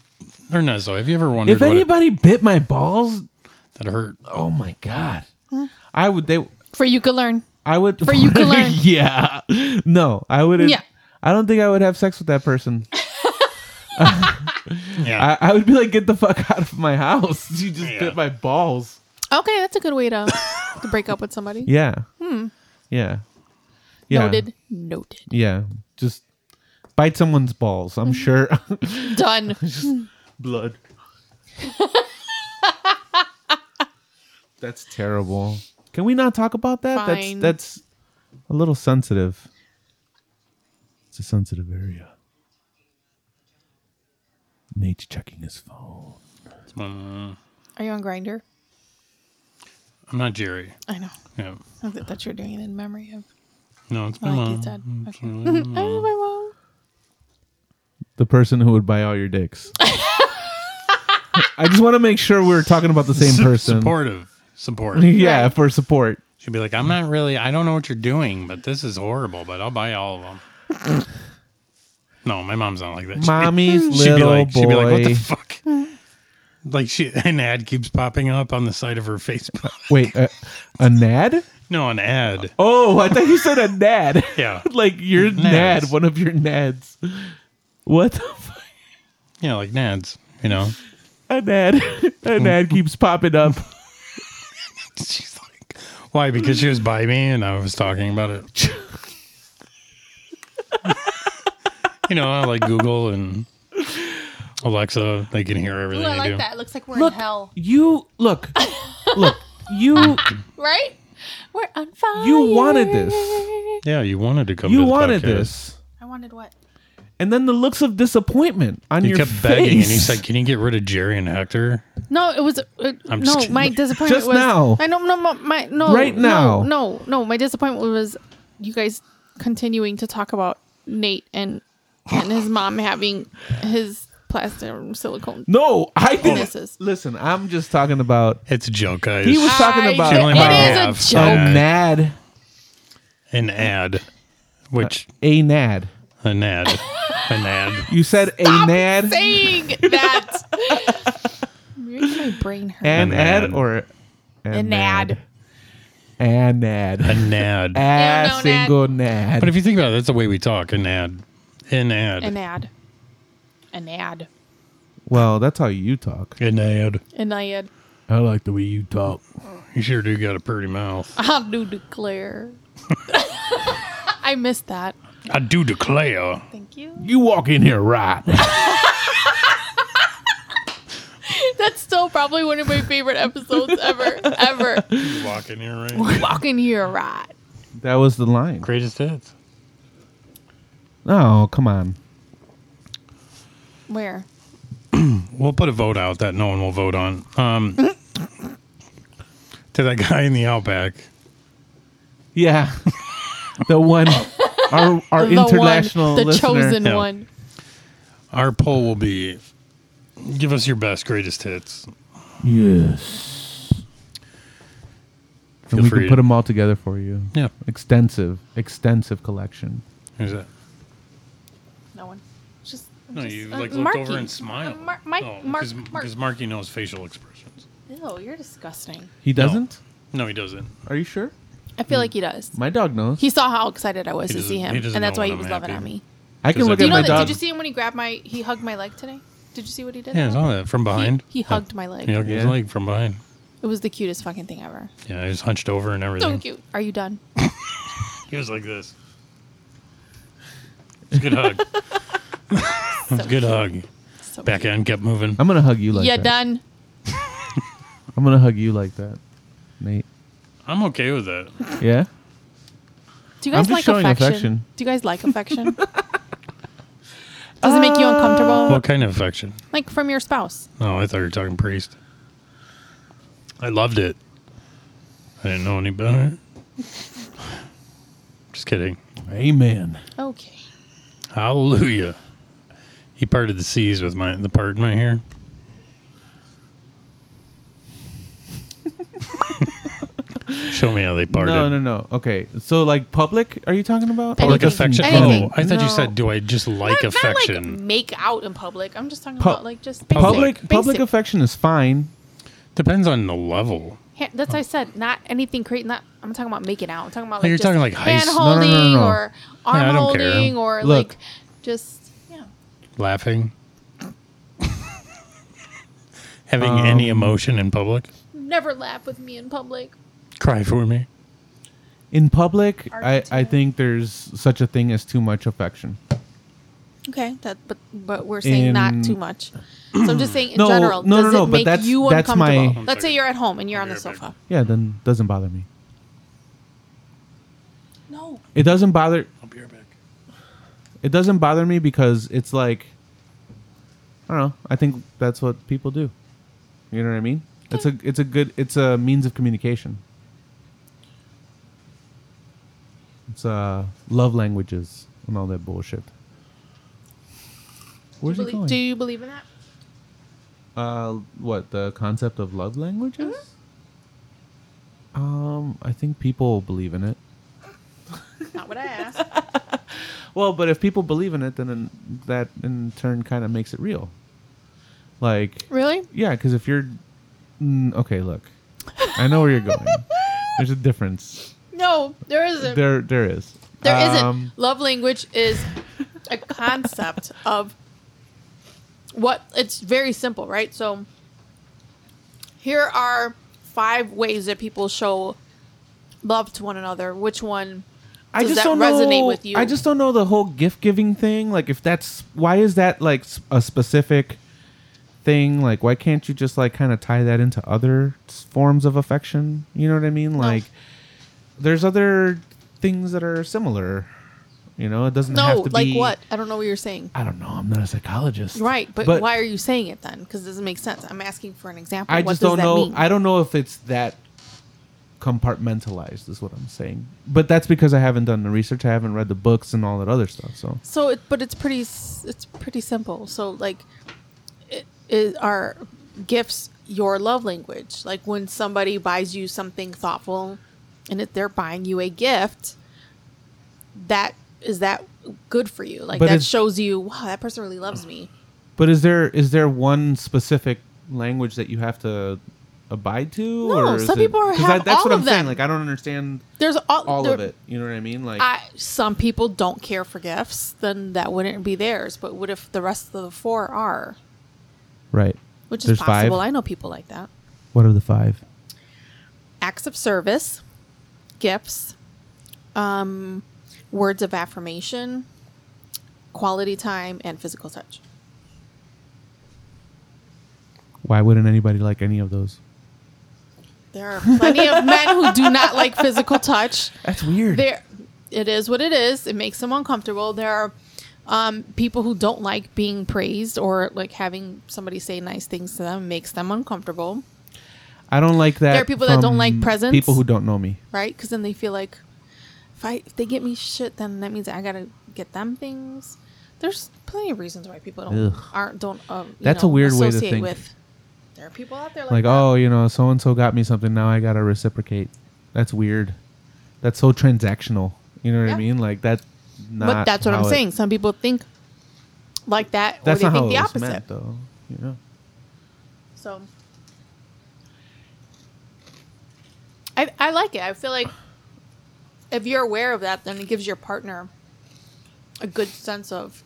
Or not so. Have you ever wondered
if
what it-
anybody bit my balls,
that hurt?
oh my god, I would. They.
For you could learn.
I would.
For you to learn.
yeah. No, I wouldn't.
Yeah.
I don't think I would have sex with that person.
Yeah,
I, I would be like, get the fuck out of my house. You just
Yeah.
bit my balls.
Okay, that's a good way to to break up with somebody.
Yeah. Hmm. Yeah. Yeah.
Noted. Noted.
Yeah, just bite someone's balls. I'm
Mm-hmm.
sure.
Done.
Blood. that's terrible. Can we not talk about that?
Fine.
That's that's a little sensitive. It's a sensitive area. Nate's checking his phone.
Uh,
Are you on Grinder?
I'm not Jerry.
I know.
Yeah.
I think that you're doing it in memory of.
No, it's my
Oh, I like
mom.
you, Dad.
Mm-hmm.
Okay.
really
I know my mom.
The person who would buy all your dicks. I just want to make sure we're talking about the same person.
Supportive. Support.
yeah, for support.
She'd be like, I'm not really, I don't know what you're doing, but this is horrible, but I'll buy all of them. no, my mom's not like that.
Mommy's
she'd, be
little
like,
boy.
she'd be like, what the fuck? like, she, an ad keeps popping up on the side of her Facebook.
Wait, a, a nad?
no, an ad.
Oh, I thought you said a nad.
Yeah.
like your nad,
Nads.
one of your nads. What the fuck?
Yeah, like Nads, you know?
A nad. A nad keeps popping up.
She's like, why? Because she was by me and I was talking about it. you know, I like Google and Alexa. They can hear everything I, do.
It looks like we're in hell.
You look. Look. You
Right? We're on fire.
you wanted this.
Yeah, you wanted to come.
You
to the
wanted
podcast.
this.
I wanted what?
And then the looks of disappointment on
You
your
kept
face.
begging, and he said, "Can you get rid of Jerry and Hector?"
No, it was. Uh,
I'm
no,
just kidding.
my disappointment
Just
was.
now.
I don't know. My, my- no.
Right now.
No, no, no. My disappointment was you guys continuing to talk about Nate and and his mom having his plastic silicone.
No,
Oh.
I didn't.
Penises.
Listen, I'm just talking about.
It's a joke, guys.
He was talking
I-
about
She
only bought
it
half.
is a
a
joke.
nad,
an ad, which
a nad.
an ad, an ad.
You said a nad,
Saying that. Makes my brain hurt.
an
An
ad,
ad.
or
A nad.
a nad,
An ad.
don't
a
know,
single nad.
But if you think about it, that's the way we talk. An ad. An ad.
An ad. An ad.
Well, that's how you talk.
An ad.
An ad.
I like the way you talk.
You sure do got a pretty mouth.
I do declare. I missed that.
I do declare.
Thank you.
You walk in here right.
That's still probably one of my favorite episodes ever, ever.
You walk in here, right?
Walking here, right?
that was the line.
Greatest hits.
Oh, come on.
Where?
We'll put a vote out that no one will vote on. Um, to that guy in the outback.
Yeah, the one, our our international
one, the
listener.
chosen
Yeah.
one.
Our poll will be: give us your best, greatest hits.
Yes.
Feel
and we
free
can
to-
put them all together for you.
Yeah.
Extensive, extensive collection.
Who's that?
No one. Just
No,
just-
you
uh,
like looked
Marky.
over and smiled.
Uh, Mar- Mike,
No,
Mark,
because
Mark.
because Marky knows facial expressions.
Ew, you're disgusting.
He doesn't?
No, he doesn't.
Are you sure?
I
Hmm.
feel like he does.
My dog knows.
He saw how excited I was
He
to see
doesn't-
him,
he doesn't
and that's
know
why
when
he
I'm
was loving
happy.
at me.
I can
Does
look at
that
Do you know
my
that?
dog.
Did you see him when he grabbed my? He hugged my leg today. Did you see what he did?
Yeah, I saw that from behind.
He hugged my leg.
He hugged his
Yeah.
leg from behind.
It was the cutest fucking thing ever.
Yeah, he was hunched over and
So
everything.
cute. Are you done?
He was like this. It's a good hug. It's a good hug.
So
Back
cute.
end kept moving.
I'm gonna hug you like
yeah,
that.
done.
I'm gonna hug you like that, Nate.
I'm okay with that.
Yeah.
Do you
I'm
guys
just
like
showing
affection?
affection.
Do you guys like affection? Does it make you uncomfortable?
Uh,
What kind of affection?
Like from your spouse?
Oh, I thought you were talking priest. I loved it. I didn't know any better. Just kidding.
Amen.
Okay.
Hallelujah. He parted the seas with my the part in my hair. Show me how they parted.
No, no, no. Okay. So like public? Are you talking about? Or
Like
Anything.
just in
affection.
Anything.
Oh, I thought
No.
you said, "Do I just like
not, not like
affection?"
make out in public. I'm just talking
Pub-
about like just basic,
public?
basic.
Public affection is fine.
Depends on the level.
Ha- that's what I said. Not anything crazy. Not. I'm talking about making out. I'm talking about
Oh,
like
you're
just
talking like
hand
heist.
No, no, no,
holding
no, no.
or arm
Yeah, I don't care.
holding or
Look.
like just yeah.
Laughing. Having any
Um,
emotion in public.
Never laugh with me in public.
Cry for me.
in public, I, I
Argentina.
think there's such a thing as too much affection.
Okay, that but but we're saying not
In-
too much. So I'm just saying in
No,
general,
no, no,
does
no,
it
but
make
that's-
you
that's my-
uncomfortable?
One
Let's say
second.
you're at home and you're on
I'll
the
be right
sofa.
back.
Yeah, then doesn't bother me.
No.
It doesn't bother
I'll be right back.
it doesn't bother me because it's like I don't know. I think that's what people do. You know what I mean? It's a it's a good it's a means of communication. It's uh love languages and all that bullshit. Where's
Do
it
you
going?
belie- Do you believe in that?
Uh, what the concept of love languages?
Mm-hmm.
Um, I think people believe in it.
Not what I asked.
Well, but if people believe in it, then in, that in turn kind of makes it real. Like,
really?
yeah, because if you're mm, okay, look, I know where you're going. There's a difference.
No, there isn't. There,
There, there is. Um,
not Love language is a concept of what it's very simple, right? So here are five ways that people show love to one another. Which one?
I
Does
just
that
don't
resonate
know,
with you?
I just don't know the whole gift giving thing. Like, if that's why is that like s- a specific thing? Like, why can't you just like kind of tie that into other s- forms of affection? You know what I mean? Like, there's other things that are similar. You know, it doesn't have
No,
to
like
be
what? I don't know what you're saying.
I don't know. I'm not a psychologist.
Right, but, why are you saying it then? Because it doesn't make sense. I'm asking for an example.
I
what
just
does
don't
that
know.
mean?
I don't know if it's that compartmentalized is what I'm saying. But that's because I haven't done the research. I haven't read the books and all that other stuff. So
So, it, but it's pretty. s- It's pretty simple. So, like, it, it, are gifts your love language? Like when somebody buys you something thoughtful, and if they're buying you a gift, that is that good for you? Like
But
that
it's-
shows you, wow, that person really loves me.
But is there is there one specific language that you have to abide to?
No,
or is
some
it-
people are-
'cause
have
that's
all
what I'm
of
saying.
them.
Like I don't understand
There's all,
all of
there-
it. You know what I mean? Like
I, some people don't care for gifts, then that wouldn't be theirs. But what if the rest of the four are?
right.
Which is
There's
possible.
Five.
I know people like that.
What are the five?
acts of service, gifts, um, words of affirmation, quality time, and physical touch.
Why wouldn't anybody like any of those?
There are plenty of men who do not like physical touch.
That's weird.
There, it is what it is. It makes them uncomfortable. There are um, people who don't like being praised or like having somebody say nice things to them makes them uncomfortable,
I don't like that.
There are people that don't like
from
presents.
People who don't know me.
right? Because then they feel like if I if they get me shit, then that means I gotta get them things. There's plenty of reasons why people don't
Ugh.
aren't don't. Um, you
That's
know,
a weird way to
associate
think.
With. There are people out there like,
Like
that.
oh you know so and so got me something now I gotta reciprocate. That's weird. That's so transactional. You know what
Yeah.
I mean? Like that's not.
but that's what I'm
how it-
saying. Some people think like that, or
That's
they
not
think
how
the
it was
opposite.
meant though. You know.
So I I like it. I feel like if you're aware of that, then it gives your partner a good sense of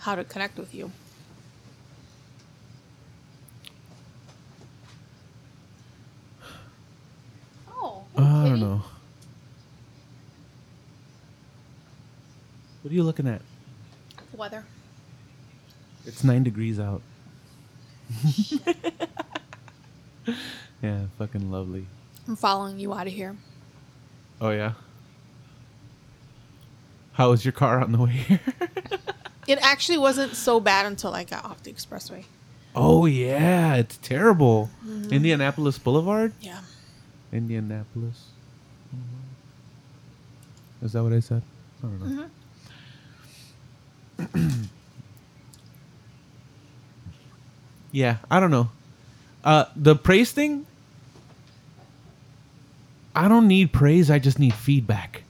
how to connect with you. Oh, hey,
I don't
kitty.
know. What are you looking at?
Weather.
It's nine degrees out. yeah, fucking lovely.
I'm following you out of here.
Oh yeah. How was your car on the way here?
It actually wasn't so bad until I got off the expressway.
oh yeah, it's terrible. Indianapolis Boulevard.
Yeah.
Indianapolis. Is that what I said? Mm-hmm. I don't know. yeah, I don't know. Uh, the praise thing. I don't need praise. I just need feedback.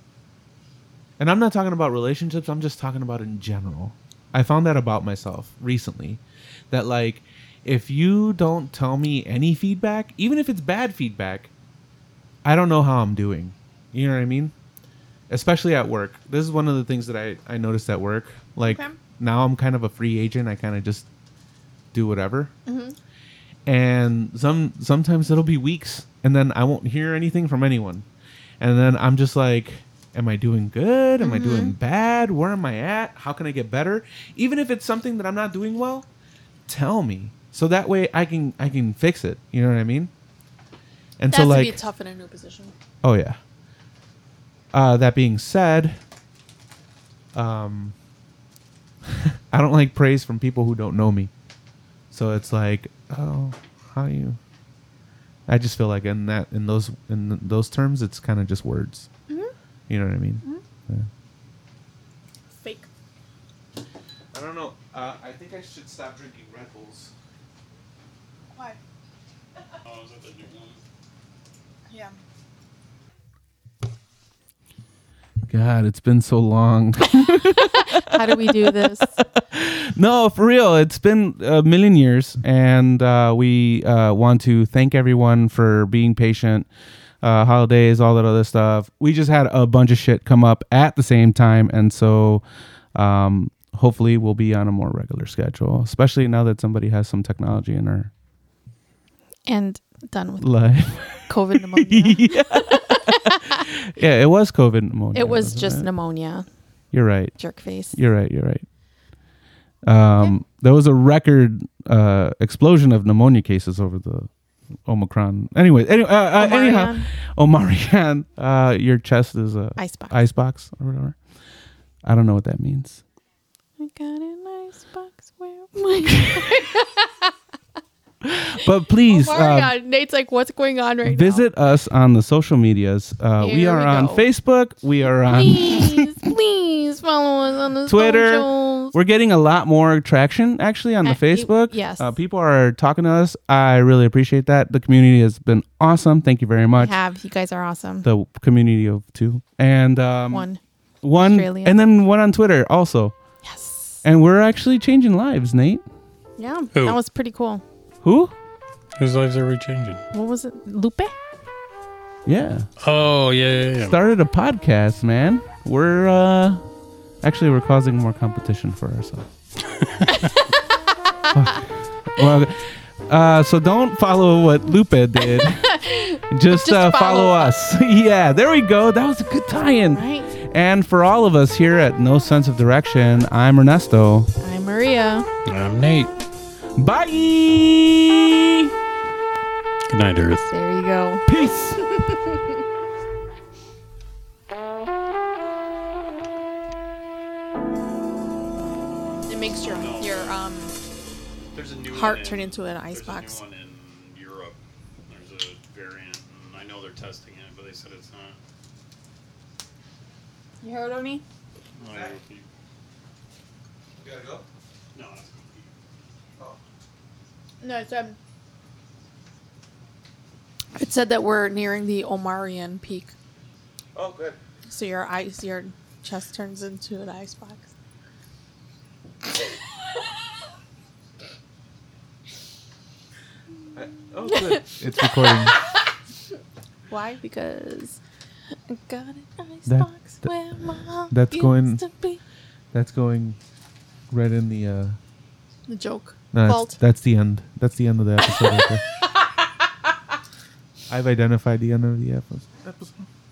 And I'm not talking about relationships. I'm just talking about in general. I found that about myself recently, that like, if you don't tell me any feedback, even if it's bad feedback, I don't know how I'm doing. You know what I mean? Especially at work. This is one of the things that I, I noticed at work. Like
Okay.
now I'm kind of a free agent. I kind of just do whatever.
Mm-hmm.
And some sometimes it'll be weeks and then I won't hear anything from anyone. And then I'm just like, am I doing good? Am I
Mm-hmm.
doing bad? Where am I at? How can I get better? Even if it's something that I'm not doing well, tell me. So that way I can I can fix it. You know what I mean? And
That's
so
would
like
be tough in a new position.
Oh yeah. Uh, that being said, um, I don't like praise from people who don't know me. So it's like, oh, how you? I just feel like in that in those in th- those terms, it's kind of just words. You know what I mean?
Fake.
I don't know. Uh, I think I should stop drinking Red Bulls.
Why? Yeah.
God, it's been so long.
How do we do this?
No, for real. It's been a million years, and uh, we uh, want to thank everyone for being patient. Uh, holidays, all that other stuff. We just had a bunch of shit come up at the same time, and so um, hopefully we'll be on a more regular schedule. Especially now that somebody has some technology in our
and done with
life.
COVID pneumonia.
yeah, it was COVID pneumonia.
it was
wasn't
just
it?
pneumonia.
You're right.
Jerk face.
You're right. You're right. Um, There was a record uh, explosion of pneumonia cases over the Omicron. Anyway, any, uh, uh, anyhow,
Omarion.
Omarion, uh, your chest is a
Icebox.
icebox or whatever. I don't know what that means.
I got an icebox. Where my
But please,
Oh
uh,
my God. Nate's like, what's going on right
visit us on the social medias. Uh, we
Here
are
we
on
go.
Facebook. We are
now?
on.
Please, please follow us on the
Twitter.
socials.
We're getting a lot more traction actually on the
Uh, you-
Facebook.
yes.
Uh, people are talking to us. I really appreciate that. The community has been awesome. Thank you very
We
much.
have. You guys are awesome.
the community of two and um,
One.
one
Australia.
and then one on Twitter also.
Yes.
And we're actually changing lives, Nate.
Yeah.
Who?
That was pretty cool.
Who?
Whose lives are we changing?
What was it? Lupe?
Yeah,
Oh yeah, yeah, yeah.
started a podcast, man. We're uh, actually we're causing more competition for ourselves. Fuck. well, uh, so don't follow what Lupe did. Just,
Just
uh, follow,
follow
us. yeah, there we go. That was a good tie-in.
Right.
And for all of us here at No Sense of Direction, I'm Ernesto.
I'm Maria.
I'm Nate.
Bye.
Good night, Earth.
There you go.
Peace.
It makes your your um
There's a new
Heart turned into an icebox.
There's a new one in Europe. There's a variant. and I know they're testing it, but they said it's not.
You heard Oni?
not
Okay.
Europe.
Gotta go.
No, that's-
No, um, it said It said that we're nearing the Omarian peak.
Oh, good.
So your ice your chest turns into an icebox.
oh, good. it's recording.
Why? Because I got an
That-
icebox where my heart
that's
used
going-
to be.
That's going right in the. Uh,
the joke.
no, that's,
Fault.
that's the end. That's the end of the episode. right there. I've identified the end of the episode. episode.